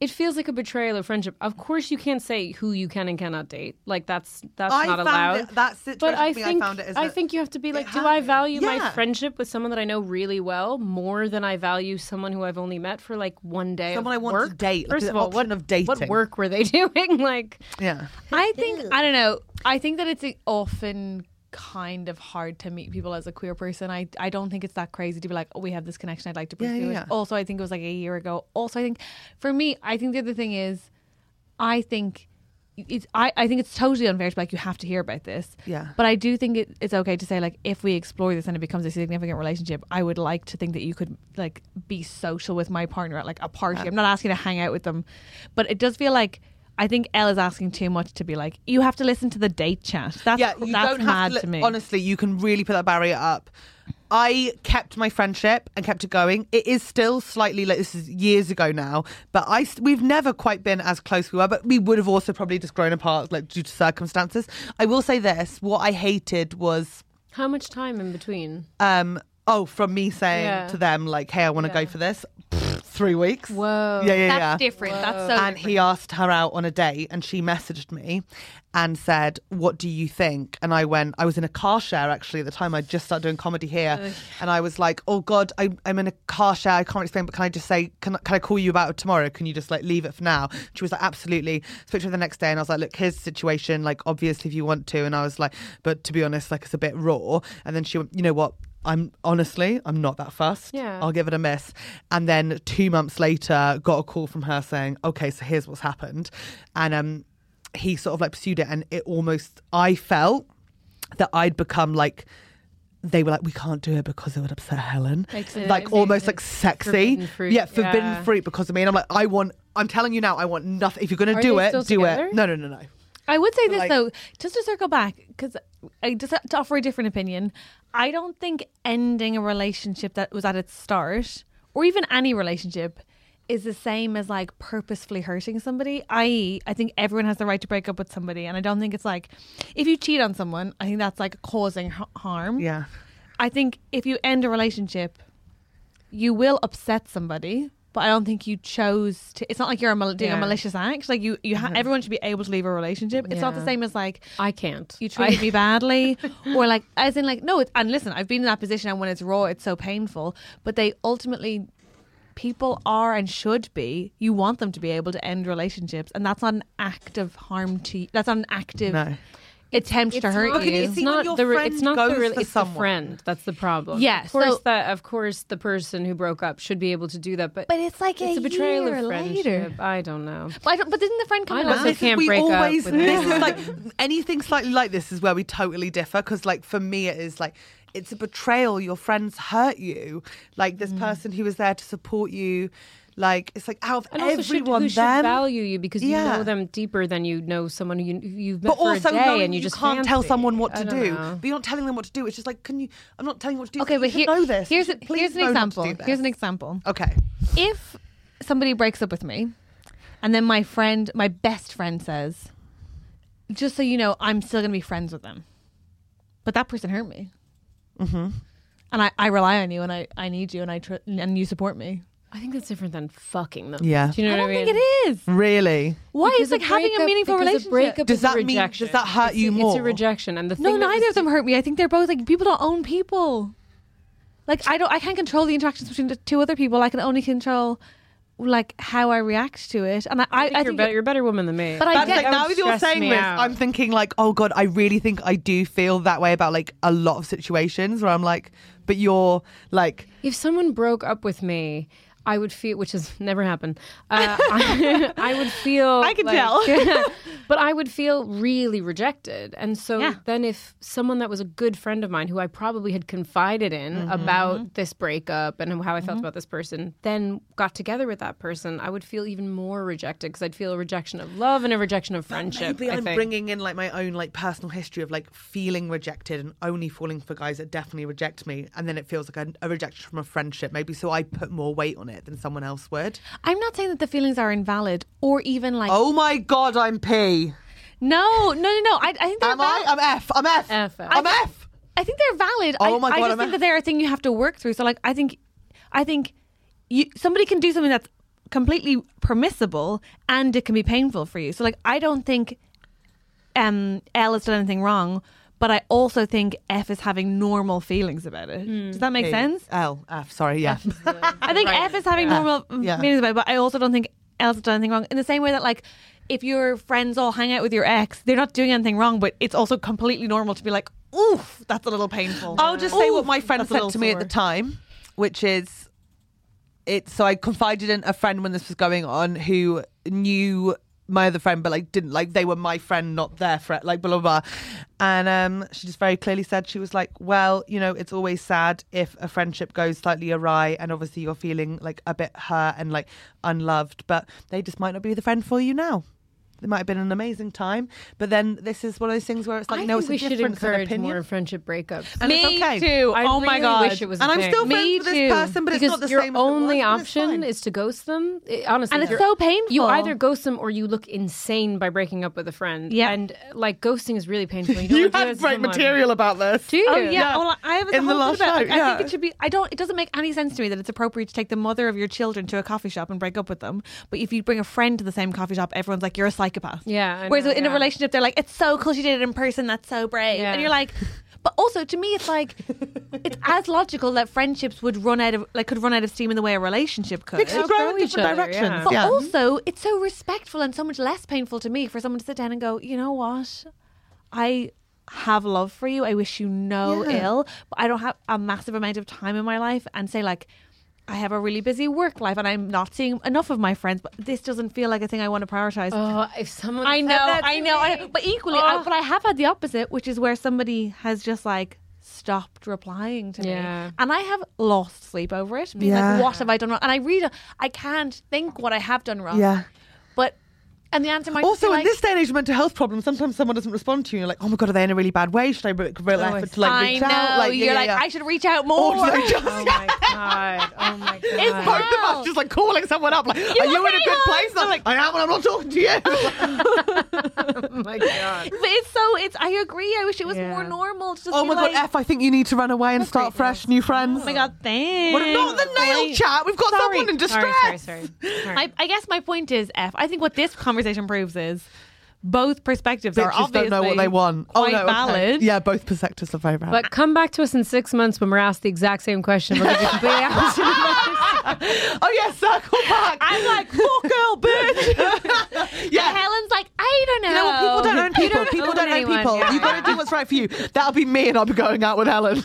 Speaker 7: It feels like a betrayal of friendship. Of course, you can't say who you can and cannot date. Like that's that's
Speaker 1: I
Speaker 7: not
Speaker 1: found
Speaker 7: allowed.
Speaker 1: it- that situation
Speaker 7: but I
Speaker 1: for me, I
Speaker 7: think
Speaker 1: found it is that
Speaker 7: think you have to be
Speaker 1: it
Speaker 7: like, do I
Speaker 1: happened.
Speaker 7: value
Speaker 1: Yeah.
Speaker 7: my friendship with someone that I know really well more than I value someone who I've only met for like one day? of
Speaker 1: Someone I want to
Speaker 7: work?
Speaker 1: date, like
Speaker 7: First
Speaker 1: the
Speaker 7: of all,
Speaker 1: option
Speaker 7: what
Speaker 1: of dating.
Speaker 7: What work were they doing? Like.
Speaker 1: Yeah.
Speaker 2: I think I don't know. I think that it's often kind of hard to meet people as a queer person. I I don't think it's that crazy to be like, oh, we have this connection. I'd like to
Speaker 1: Yeah,
Speaker 2: pursue
Speaker 1: yeah,
Speaker 2: it.
Speaker 1: yeah.
Speaker 2: Also, I think it was like a year ago. Also, I think for me, I think the other thing is, I think. It's, I, I think it's totally unfair to be like you have to hear about this
Speaker 1: Yeah.
Speaker 2: but i do think it, it's okay to say like if we explore this and it becomes a significant relationship i would like to think that you could like be social with my partner at like a party
Speaker 1: Uh,
Speaker 2: i'm not asking to hang out with them but it does feel like I think Elle is asking too much to be like, you have to listen to the date chat. That's,
Speaker 1: yeah, you
Speaker 2: that's
Speaker 1: don't
Speaker 2: mad
Speaker 1: have to, li-
Speaker 2: to me.
Speaker 1: Honestly, you can really put that barrier up. I kept my friendship and kept it going. It is still slightly like this is years ago now, but I s- we've never quite been as close we were, but we would have also probably just grown apart like due to circumstances. I will say this: what I hated was
Speaker 7: How much time in between?
Speaker 1: um Oh, from me saying
Speaker 7: Yeah.
Speaker 1: to them like, "Hey, I want to go for this." Pfft, Three weeks.
Speaker 7: Whoa.
Speaker 1: Yeah, yeah,
Speaker 2: That's
Speaker 1: yeah.
Speaker 2: different. That's so.
Speaker 1: and he asked her out on a date and she messaged me and said what do you think and i went i was in a car share actually at the time i just started doing comedy here and i was like oh god I, i'm in a car share i can't explain but can i just say can, I- can i call you about it tomorrow can you just like leave it for now she was like absolutely spoke to her the next day and i was like look here's the situation like obviously if you want to and i was like but to be honest like it's a bit raw and then she went you know what I'm honestly, I'm not that fussed.
Speaker 7: Yeah.
Speaker 1: I'll give it a miss. And then two months later, got a call from her saying, okay, so here's what's happened. And um, he sort of like pursued it. And it almost, I felt that I'd become like, they were like, we can't do it because it would upset Helen.
Speaker 7: Makes sense.
Speaker 1: Like almost
Speaker 7: Makes
Speaker 1: like
Speaker 7: sense.
Speaker 1: sexy.
Speaker 7: Forbidden fruit,
Speaker 1: Yeah, forbidden
Speaker 7: yeah.
Speaker 1: fruit because of me. And I'm like, I want, I'm telling you now, I want nothing. If you're going to
Speaker 7: Are
Speaker 1: do
Speaker 7: they
Speaker 1: it,
Speaker 7: still
Speaker 1: do
Speaker 7: together?
Speaker 1: it. No, no, no, no.
Speaker 2: I would say this
Speaker 1: Like-
Speaker 2: though, just to circle back, because just to offer a different opinion, I don't think ending a relationship that was at its start, or even any relationship, is the same as like purposefully hurting somebody. I.e., I think everyone has the right to break up with somebody, and I don't think it's like if you cheat on someone, I think that's like causing h- harm.
Speaker 1: Yeah.
Speaker 2: I think if you end a relationship, you will upset somebody. But I don't think you chose to. It's not like you're a, mal- doing
Speaker 7: Yeah.
Speaker 2: a malicious act. Like you, you ha- everyone should be able to leave a relationship. It's not the
Speaker 7: Yeah.
Speaker 2: same as like
Speaker 7: I can't.
Speaker 2: you treated me badly, or like as in like no. It, and listen, I've been in that position, and when it's raw, it's so painful. But they ultimately, people are and should be. You want them to be able to end relationships, and that's not an act of harm to. you. That's not an active
Speaker 1: No.
Speaker 2: attempt to hurt
Speaker 1: not- Look,
Speaker 2: you.
Speaker 1: it's-
Speaker 7: It's
Speaker 1: See, when your
Speaker 7: not the re-
Speaker 1: friend
Speaker 7: it's not
Speaker 1: goes
Speaker 7: the re-
Speaker 1: for
Speaker 7: it's
Speaker 1: someone.
Speaker 7: the friend that's the problem.
Speaker 2: Yeah,
Speaker 7: of course
Speaker 2: so-
Speaker 7: that of course the person who broke up should be able to do that, but
Speaker 2: But it's like
Speaker 7: it's
Speaker 2: a
Speaker 7: a, betrayal
Speaker 2: year
Speaker 7: of friendship.
Speaker 2: later.
Speaker 7: I don't know.
Speaker 2: but, I don't, but didn't the friend come
Speaker 7: I
Speaker 2: in
Speaker 7: don't
Speaker 2: and
Speaker 7: think
Speaker 1: this
Speaker 7: I can't
Speaker 1: is, we
Speaker 7: break up
Speaker 1: always
Speaker 7: with
Speaker 1: this
Speaker 7: anyone.
Speaker 1: is like anything slightly like this is where we totally differ because like for me it is like it's a betrayal your friends hurt you like
Speaker 7: Mm.
Speaker 1: this person who was there to support you like it's like out of
Speaker 7: And also should,
Speaker 1: everyone
Speaker 7: who should
Speaker 1: them
Speaker 7: value you because
Speaker 1: Yeah.
Speaker 7: you know them deeper than you know someone who you, who you've met
Speaker 1: but
Speaker 7: for
Speaker 1: also
Speaker 7: a day
Speaker 1: knowing
Speaker 7: and you, just
Speaker 1: can't tell
Speaker 7: fancy.
Speaker 1: someone what
Speaker 7: I
Speaker 1: to
Speaker 7: don't
Speaker 1: do
Speaker 7: know.
Speaker 1: but you're not telling them what to do it's just like can you i'm not telling you what to do
Speaker 2: Okay,
Speaker 1: you
Speaker 2: but
Speaker 1: should
Speaker 2: here,
Speaker 1: know this You
Speaker 2: here's a,
Speaker 1: should please
Speaker 2: here's an
Speaker 1: know not to
Speaker 2: example.
Speaker 1: do this.
Speaker 2: Here's an example.
Speaker 1: okay
Speaker 2: If somebody breaks up with me, and then my friend, my best friend, says, "Just so you know, I'm still gonna be friends with them," but that person hurt me, mm-hmm. and I, I rely on you, and I, I need you, and I tr- and you support me.
Speaker 7: I think that's different than fucking them.
Speaker 1: Yeah.
Speaker 7: do you know
Speaker 2: I
Speaker 7: what
Speaker 2: don't
Speaker 7: I mean?
Speaker 2: think it is.
Speaker 1: really
Speaker 2: Why
Speaker 7: Because
Speaker 2: is like having a
Speaker 7: breakup-
Speaker 2: meaningful
Speaker 7: because
Speaker 2: relationship?
Speaker 7: A breakup
Speaker 1: Does
Speaker 7: is
Speaker 1: that
Speaker 7: a
Speaker 1: mean- does
Speaker 7: rejection.
Speaker 1: that hurt
Speaker 7: It's
Speaker 1: you
Speaker 7: a- It's
Speaker 1: more?
Speaker 7: a rejection, and the thing
Speaker 2: No,
Speaker 7: that was-
Speaker 2: neither of them hurt me. I think they're both like people don't own people. Like I don't, I can't control the interactions between the two other people. I can only control like how I react to it, and I, I, I
Speaker 7: I think you're, better, you're a better woman than me.
Speaker 2: But I
Speaker 1: That's
Speaker 2: get-
Speaker 1: like
Speaker 2: that
Speaker 1: now
Speaker 7: would
Speaker 1: that you're
Speaker 7: stress
Speaker 1: saying
Speaker 7: me
Speaker 1: this,
Speaker 7: out.
Speaker 1: I'm thinking like, oh god, I really think I do feel that way about like a lot of situations where I'm like, but you're like,
Speaker 7: If someone broke up with me, I would feel, which has never happened. Uh, I, I would feel. I
Speaker 2: can tell.
Speaker 7: but I would feel really rejected. And so
Speaker 2: Yeah.
Speaker 7: then, if someone that was a good friend of mine, who I probably had confided in about this breakup and how I felt about this person, then got together with that person, I would feel even more rejected because I'd feel a rejection of love and a rejection of friendship.
Speaker 1: maybe
Speaker 7: I
Speaker 1: I'm
Speaker 7: think.
Speaker 1: bringing in like my own like personal history of like feeling rejected and only falling for guys that definitely reject me, and then it feels like a, a rejection from a friendship. Maybe so I put more weight on it than someone else would.
Speaker 2: I'm not saying that the feelings are invalid or even like
Speaker 1: Oh my god, I'm P.
Speaker 2: no, no, no, no. I, I think they're
Speaker 1: Am I?
Speaker 2: valid.
Speaker 1: I'm F. I'm F.
Speaker 7: F, F.
Speaker 1: I'm F.
Speaker 2: I think they're valid.
Speaker 1: Oh
Speaker 2: I,
Speaker 1: my God,
Speaker 2: I just
Speaker 1: I'm
Speaker 2: think
Speaker 1: a-
Speaker 2: that they're a thing you have to work through. So like I think I think you somebody can do something that's completely permissible and it can be painful for you. So like I don't think um L has done anything wrong, but I also think F is having normal feelings about it. Does that make sense?
Speaker 1: L. F. Sorry, yeah.
Speaker 2: I think F is having normal
Speaker 1: Yeah.
Speaker 2: feelings about it, but I also don't think L's done anything wrong. In the same way that like if your friends all hang out with your ex, they're not doing anything wrong, but it's also completely normal to be like, oof, that's a little painful.
Speaker 1: I'll just say what
Speaker 2: Oof,
Speaker 1: my friend
Speaker 2: that's a
Speaker 1: said
Speaker 2: little
Speaker 1: to me at the
Speaker 2: sore.
Speaker 1: time, which is it's so I confided in a friend when this was going on who knew my other friend but like didn't like they were my friend not their friend like blah blah blah and um she just very clearly said she was like well you know it's always sad if a friendship goes slightly awry and obviously you're feeling like a bit hurt and like unloved but they just might not be the friend for you now It might have been an amazing time, but then this is one of those things where it's like,
Speaker 7: I
Speaker 1: no, it's
Speaker 7: think we
Speaker 1: a
Speaker 7: should
Speaker 1: difference in
Speaker 7: encourage
Speaker 1: opinion.
Speaker 7: more friendship breakups.
Speaker 1: And it's
Speaker 2: Me
Speaker 1: okay.
Speaker 2: too.
Speaker 7: I
Speaker 2: oh my
Speaker 7: really
Speaker 2: god.
Speaker 7: wish it was. a
Speaker 1: And I'm
Speaker 7: thing.
Speaker 1: still
Speaker 2: Me
Speaker 1: friends with this
Speaker 2: too.
Speaker 1: person, but it's not
Speaker 7: because
Speaker 1: the
Speaker 7: your
Speaker 1: same. as it was,
Speaker 7: only
Speaker 1: but it's
Speaker 7: option
Speaker 1: fine.
Speaker 7: is to ghost them. It- honestly,
Speaker 2: And it's
Speaker 7: you're-
Speaker 2: so painful.
Speaker 7: You either ghost them or you look insane by breaking up with a friend.
Speaker 2: Yeah.
Speaker 7: and uh, like ghosting is really painful. You, don't
Speaker 1: You
Speaker 7: wanna do that
Speaker 1: had
Speaker 7: to
Speaker 1: great
Speaker 7: someone.
Speaker 1: material about this.
Speaker 7: Do you?
Speaker 2: Oh yeah,
Speaker 1: No.
Speaker 2: well, I have a
Speaker 1: In the
Speaker 2: whole
Speaker 1: last
Speaker 2: thing about. it.
Speaker 1: show,
Speaker 2: I
Speaker 1: yeah.
Speaker 2: think it should be. I don't. It doesn't make any sense to me that it's appropriate to take the mother of your children to a coffee shop and break up with them. But if you bring a friend to the same coffee shop, everyone's like, "You're a psychopath."
Speaker 7: Yeah, I
Speaker 2: Whereas
Speaker 7: know,
Speaker 2: in a
Speaker 7: yeah.
Speaker 2: relationship, they're like, "It's so cool she did it in person. That's so brave."
Speaker 7: Yeah.
Speaker 2: And you're like, but also to me, it's like it's as logical that friendships would run out of like could run out of steam in the way a relationship could.
Speaker 1: Things grow in
Speaker 7: each
Speaker 1: different
Speaker 7: other,
Speaker 1: directions.
Speaker 7: yeah.
Speaker 2: But also, it's so respectful and so much less painful to me for someone to sit down and go, you know what? I have love for you. I wish you no
Speaker 1: Yeah.
Speaker 2: ill, but I don't have a massive amount of time in my life and say, like, I have a really busy work life and I'm not seeing enough of my friends, but this doesn't feel like a thing I want to prioritize.
Speaker 7: Oh, if someone.
Speaker 2: I
Speaker 7: said
Speaker 2: know,
Speaker 7: that to
Speaker 2: I know, I know.
Speaker 7: me.
Speaker 2: But equally, I,
Speaker 7: Oh.
Speaker 2: but I have had the opposite, which is where somebody has just like stopped replying to
Speaker 7: Yeah.
Speaker 2: me, and I have lost sleep over it, being
Speaker 1: Yeah.
Speaker 2: like, "What have I done wrong?" And I read, I can't think what I have done wrong.
Speaker 1: Yeah.
Speaker 2: but and the answer might
Speaker 1: Also,
Speaker 2: be
Speaker 1: in
Speaker 2: like,
Speaker 1: this day and age of mental health problems, sometimes someone doesn't respond to you. You're like, oh my god, are they in a really bad way? Should I re- real
Speaker 7: Oh, I
Speaker 1: effort to like
Speaker 2: I
Speaker 1: reach
Speaker 2: know.
Speaker 1: out? Like, yeah,
Speaker 2: You're
Speaker 1: yeah,
Speaker 2: like,
Speaker 1: yeah.
Speaker 2: I should reach out
Speaker 1: Or
Speaker 2: more.
Speaker 1: should I just-
Speaker 7: Oh my god! Oh my
Speaker 2: It's
Speaker 7: god!
Speaker 1: both of us
Speaker 2: Wow.
Speaker 1: just like calling someone up, like, are you in
Speaker 2: okay,
Speaker 1: a good
Speaker 2: hon?
Speaker 1: place? And I'm like, I am, and I'm not talking to you.
Speaker 7: Oh my god!
Speaker 2: but it's so. It's. I agree. I wish it was
Speaker 7: Yeah.
Speaker 2: more normal. To just
Speaker 1: oh
Speaker 2: be
Speaker 1: my god,
Speaker 2: like,
Speaker 1: F, I think you need to run away and start fresh, new friends.
Speaker 2: Oh my god, thanks.
Speaker 1: What, not the nail
Speaker 2: Like-
Speaker 1: chat. We've got
Speaker 2: Sorry.
Speaker 1: someone in distress.
Speaker 7: Sorry, sorry, sorry. sorry.
Speaker 2: I, I guess my point is, F. I think what this conversation proves is both perspectives are
Speaker 1: Bitches
Speaker 2: obviously
Speaker 1: don't know what they want.
Speaker 2: Quite
Speaker 1: oh no, okay.
Speaker 2: valid.
Speaker 1: Yeah, both perspectives are very valid.
Speaker 7: But come back to us in six months when we're asked the exact same question. We'll give you completely opposite advice.
Speaker 1: oh yeah, circle back.
Speaker 2: I'm like, fuck girl, bitch.
Speaker 1: yeah.
Speaker 2: And Helen's like, I don't know.
Speaker 1: You know what? People don't own
Speaker 7: You
Speaker 1: people.
Speaker 7: don't
Speaker 1: people
Speaker 7: own
Speaker 1: don't own
Speaker 7: anyone.
Speaker 1: people.
Speaker 7: Yeah,
Speaker 1: You've got to do what's right for you. That'll be me, and I'll be going out with Ellen.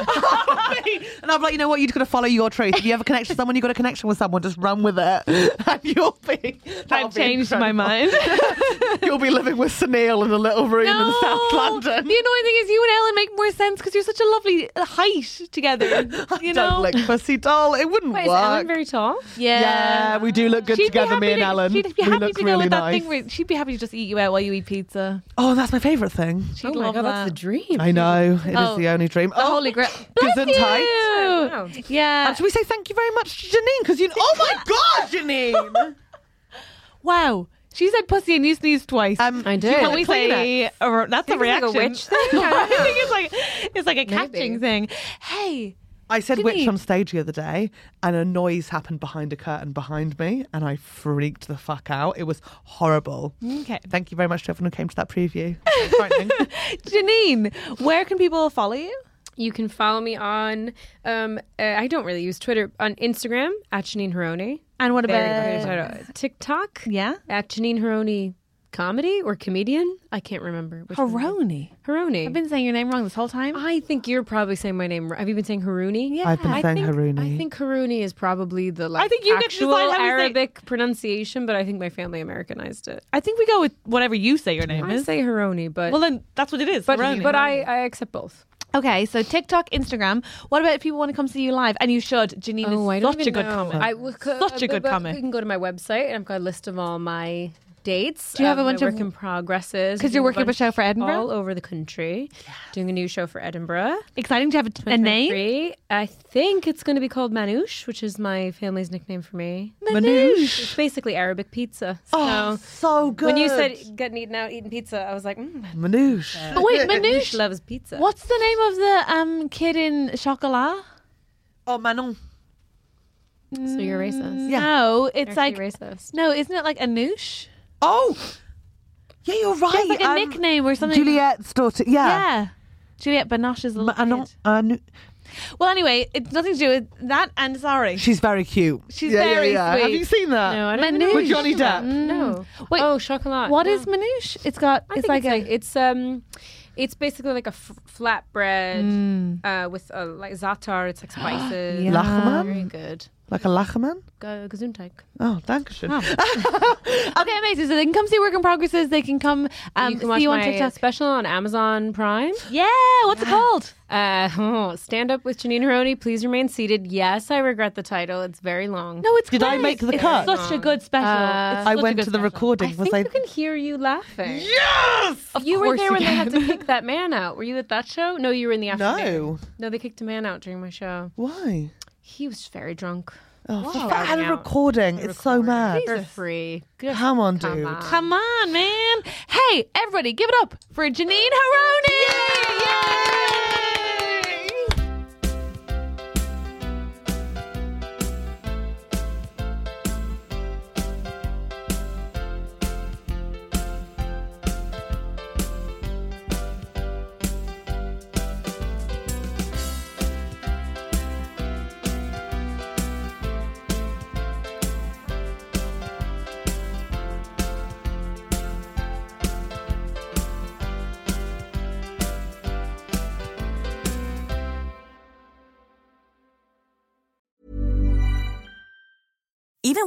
Speaker 1: and I'm like, you know what? You've got to follow your truth. If you have a connection with someone, you've got a connection with someone. Just run with it, and you'll be. that'll
Speaker 2: I've
Speaker 1: be
Speaker 2: changed my
Speaker 1: incredible.
Speaker 2: mind.
Speaker 1: You'll be living with Sunil in a little room in South
Speaker 2: The
Speaker 1: London.
Speaker 2: annoying thing is, you and Helen make more sense because you're such a lovely height together. You know?
Speaker 1: Don't lick pussy doll. It wouldn't
Speaker 7: Wait, is Ellen
Speaker 1: work.
Speaker 7: very tall?
Speaker 2: yeah.
Speaker 1: yeah, we do look good
Speaker 2: She'd be
Speaker 1: together, me
Speaker 2: happy
Speaker 1: and
Speaker 2: to-
Speaker 1: Ellen.
Speaker 2: She'd be
Speaker 1: we
Speaker 2: happy
Speaker 1: look
Speaker 2: to go
Speaker 1: really
Speaker 2: with that
Speaker 1: nice.
Speaker 2: thing where she'd be happy to just eat you out while you eat pizza.
Speaker 1: Oh, that's my favourite thing.
Speaker 2: She'd
Speaker 7: oh my
Speaker 2: love
Speaker 7: god,
Speaker 2: that.
Speaker 7: that's the dream.
Speaker 1: I know. it is
Speaker 2: Oh,
Speaker 1: the only dream.
Speaker 2: The
Speaker 1: oh,
Speaker 2: Holy Grail. Bless you.
Speaker 1: Gesundheit.
Speaker 7: Wow.
Speaker 2: Yeah.
Speaker 1: And should we say thank you very much to Janine? Because you. Oh my God, Janine!
Speaker 2: Wow. She said pussy and you sneezed twice.
Speaker 1: Um,
Speaker 7: I did.
Speaker 2: Can we say a re- that's a
Speaker 7: Think it's
Speaker 2: reaction?
Speaker 7: like a witch thing?
Speaker 2: I think it's like it's like a catching thing. Hey,
Speaker 1: I said
Speaker 2: Janine.
Speaker 1: witch on stage the other day, and a noise happened behind a curtain behind me, and I freaked the fuck out. It was horrible.
Speaker 2: okay,
Speaker 1: Thank you very much to everyone who came to that preview. It was frightening.
Speaker 2: Janine, where can people follow you?
Speaker 7: You can follow me on. Um, uh, I don't really use Twitter. On Instagram at Janine Hirone.
Speaker 2: And what
Speaker 7: Very
Speaker 2: about
Speaker 7: good. TikTok.
Speaker 2: Yeah.
Speaker 7: At Janine Hirone, comedy or comedian? I can't remember. which one.
Speaker 2: Haroni?
Speaker 7: Hirone.
Speaker 2: I've been saying your name wrong this whole time.
Speaker 7: I think you're probably saying my name. right. Have you been saying Haruni? Yeah,
Speaker 1: I've been saying
Speaker 7: think,
Speaker 1: Haruni.
Speaker 7: I think Haruni is probably the like
Speaker 2: I think you get to
Speaker 7: actual
Speaker 2: decide how you say it.
Speaker 7: Arabic pronunciation, but I think my family Americanized it.
Speaker 2: I think we go with whatever you say your name
Speaker 7: I
Speaker 2: is.
Speaker 7: say Haroni, but
Speaker 2: well, then that's what it is.
Speaker 7: but,
Speaker 2: Haroni.
Speaker 7: but I, I accept both.
Speaker 2: okay. So TikTok, Instagram. What about if people want to come see you live? And you should. Janine is such a good comment.
Speaker 7: Oh, I will-
Speaker 2: Such a good
Speaker 7: but
Speaker 2: comment.
Speaker 7: You can go to my website, and I've got a list of all my dates.
Speaker 2: Do you have a
Speaker 7: um, my
Speaker 2: bunch of-
Speaker 7: work in progresses?
Speaker 2: 'Cause
Speaker 7: I
Speaker 2: you're
Speaker 7: do
Speaker 2: working up a
Speaker 7: bunch
Speaker 2: show for Edinburgh?
Speaker 7: all over the country. Doing a new show for Edinburgh.
Speaker 2: Exciting to have a, a name.
Speaker 7: 2023. I think it's going to be called Manouche, which is my family's nickname for me.
Speaker 1: Manouche.
Speaker 7: It's basically Arabic pizza. So
Speaker 1: Oh, so good.
Speaker 7: when you said getting eaten out eating pizza, I was like, mm,
Speaker 1: Manouche.
Speaker 2: But Oh, wait,
Speaker 7: Manouche
Speaker 2: Manoush.
Speaker 7: loves pizza.
Speaker 2: What's the name of the um kid in Chocolat?
Speaker 1: Oh, Manon.
Speaker 7: So you're racist.
Speaker 1: Yeah.
Speaker 2: No, it's
Speaker 7: You're
Speaker 2: like
Speaker 7: actually racist.
Speaker 2: no, isn't it like Anoush?
Speaker 1: Oh, yeah, you're right.
Speaker 2: It's like a
Speaker 1: Um,
Speaker 2: nickname or something.
Speaker 1: Juliet's daughter. Yeah.
Speaker 2: Yeah. Juliette Binoche's little
Speaker 1: Manon.
Speaker 2: kid.
Speaker 1: Uh,
Speaker 2: Well, anyway, it's nothing to do with that. And sorry,
Speaker 1: she's very cute.
Speaker 2: She's
Speaker 1: yeah,
Speaker 2: very
Speaker 1: yeah, yeah. Have
Speaker 2: sweet.
Speaker 1: you seen that?
Speaker 7: No, I don't
Speaker 2: Manouche.
Speaker 7: know.
Speaker 1: With Johnny Depp.
Speaker 7: No.
Speaker 2: Mm. Wait,
Speaker 7: oh, chocolate.
Speaker 2: what
Speaker 7: No.
Speaker 2: is Manouche? It's got.
Speaker 7: I
Speaker 2: It's
Speaker 7: think
Speaker 2: like,
Speaker 7: it's
Speaker 2: a.
Speaker 7: like it's um, it's basically like a f- Mm. uh, flatbread uh, with a, like za'atar. It's like spices.
Speaker 2: Yum.
Speaker 7: Very good.
Speaker 1: Like a Lacherman?
Speaker 7: Ge- Gesundheit.
Speaker 1: Oh, Dankeschön.
Speaker 2: Okay, amazing. So they can come see Work in Progresses. They can come um,
Speaker 7: you can watch
Speaker 2: see you on
Speaker 7: my
Speaker 2: TikTok.
Speaker 7: special on Amazon Prime.
Speaker 2: Yeah, what's it called?
Speaker 7: Uh, stand up with Janine Haroni. Please remain seated. Yes, I regret the title. It's very long.
Speaker 2: No, it's
Speaker 1: Did I
Speaker 2: great.
Speaker 1: make the
Speaker 2: it's
Speaker 1: cut?
Speaker 2: Such a good special.
Speaker 7: Uh,
Speaker 2: It's
Speaker 1: I
Speaker 2: such a
Speaker 1: went
Speaker 2: good
Speaker 1: to the
Speaker 2: special.
Speaker 1: recording.
Speaker 7: I
Speaker 1: was I?
Speaker 7: think you can hear you laughing.
Speaker 1: yes!
Speaker 7: you were
Speaker 2: course
Speaker 7: there
Speaker 2: you
Speaker 7: when they had to
Speaker 2: can.
Speaker 7: kick that man out. Were you at that show? No, you were in the afternoon.
Speaker 1: No.
Speaker 7: No, they kicked a man out during my show.
Speaker 1: Why?
Speaker 7: He was very drunk.
Speaker 1: Oh,
Speaker 7: Wow.
Speaker 1: for fuck- I had a
Speaker 7: Out.
Speaker 1: recording. It's so mad.
Speaker 7: For free. Good.
Speaker 1: Come on,
Speaker 7: Come
Speaker 1: dude.
Speaker 7: on.
Speaker 2: Oh, Come on, man. Hey, everybody, give it up for Janine Haroni. Yay!
Speaker 3: Even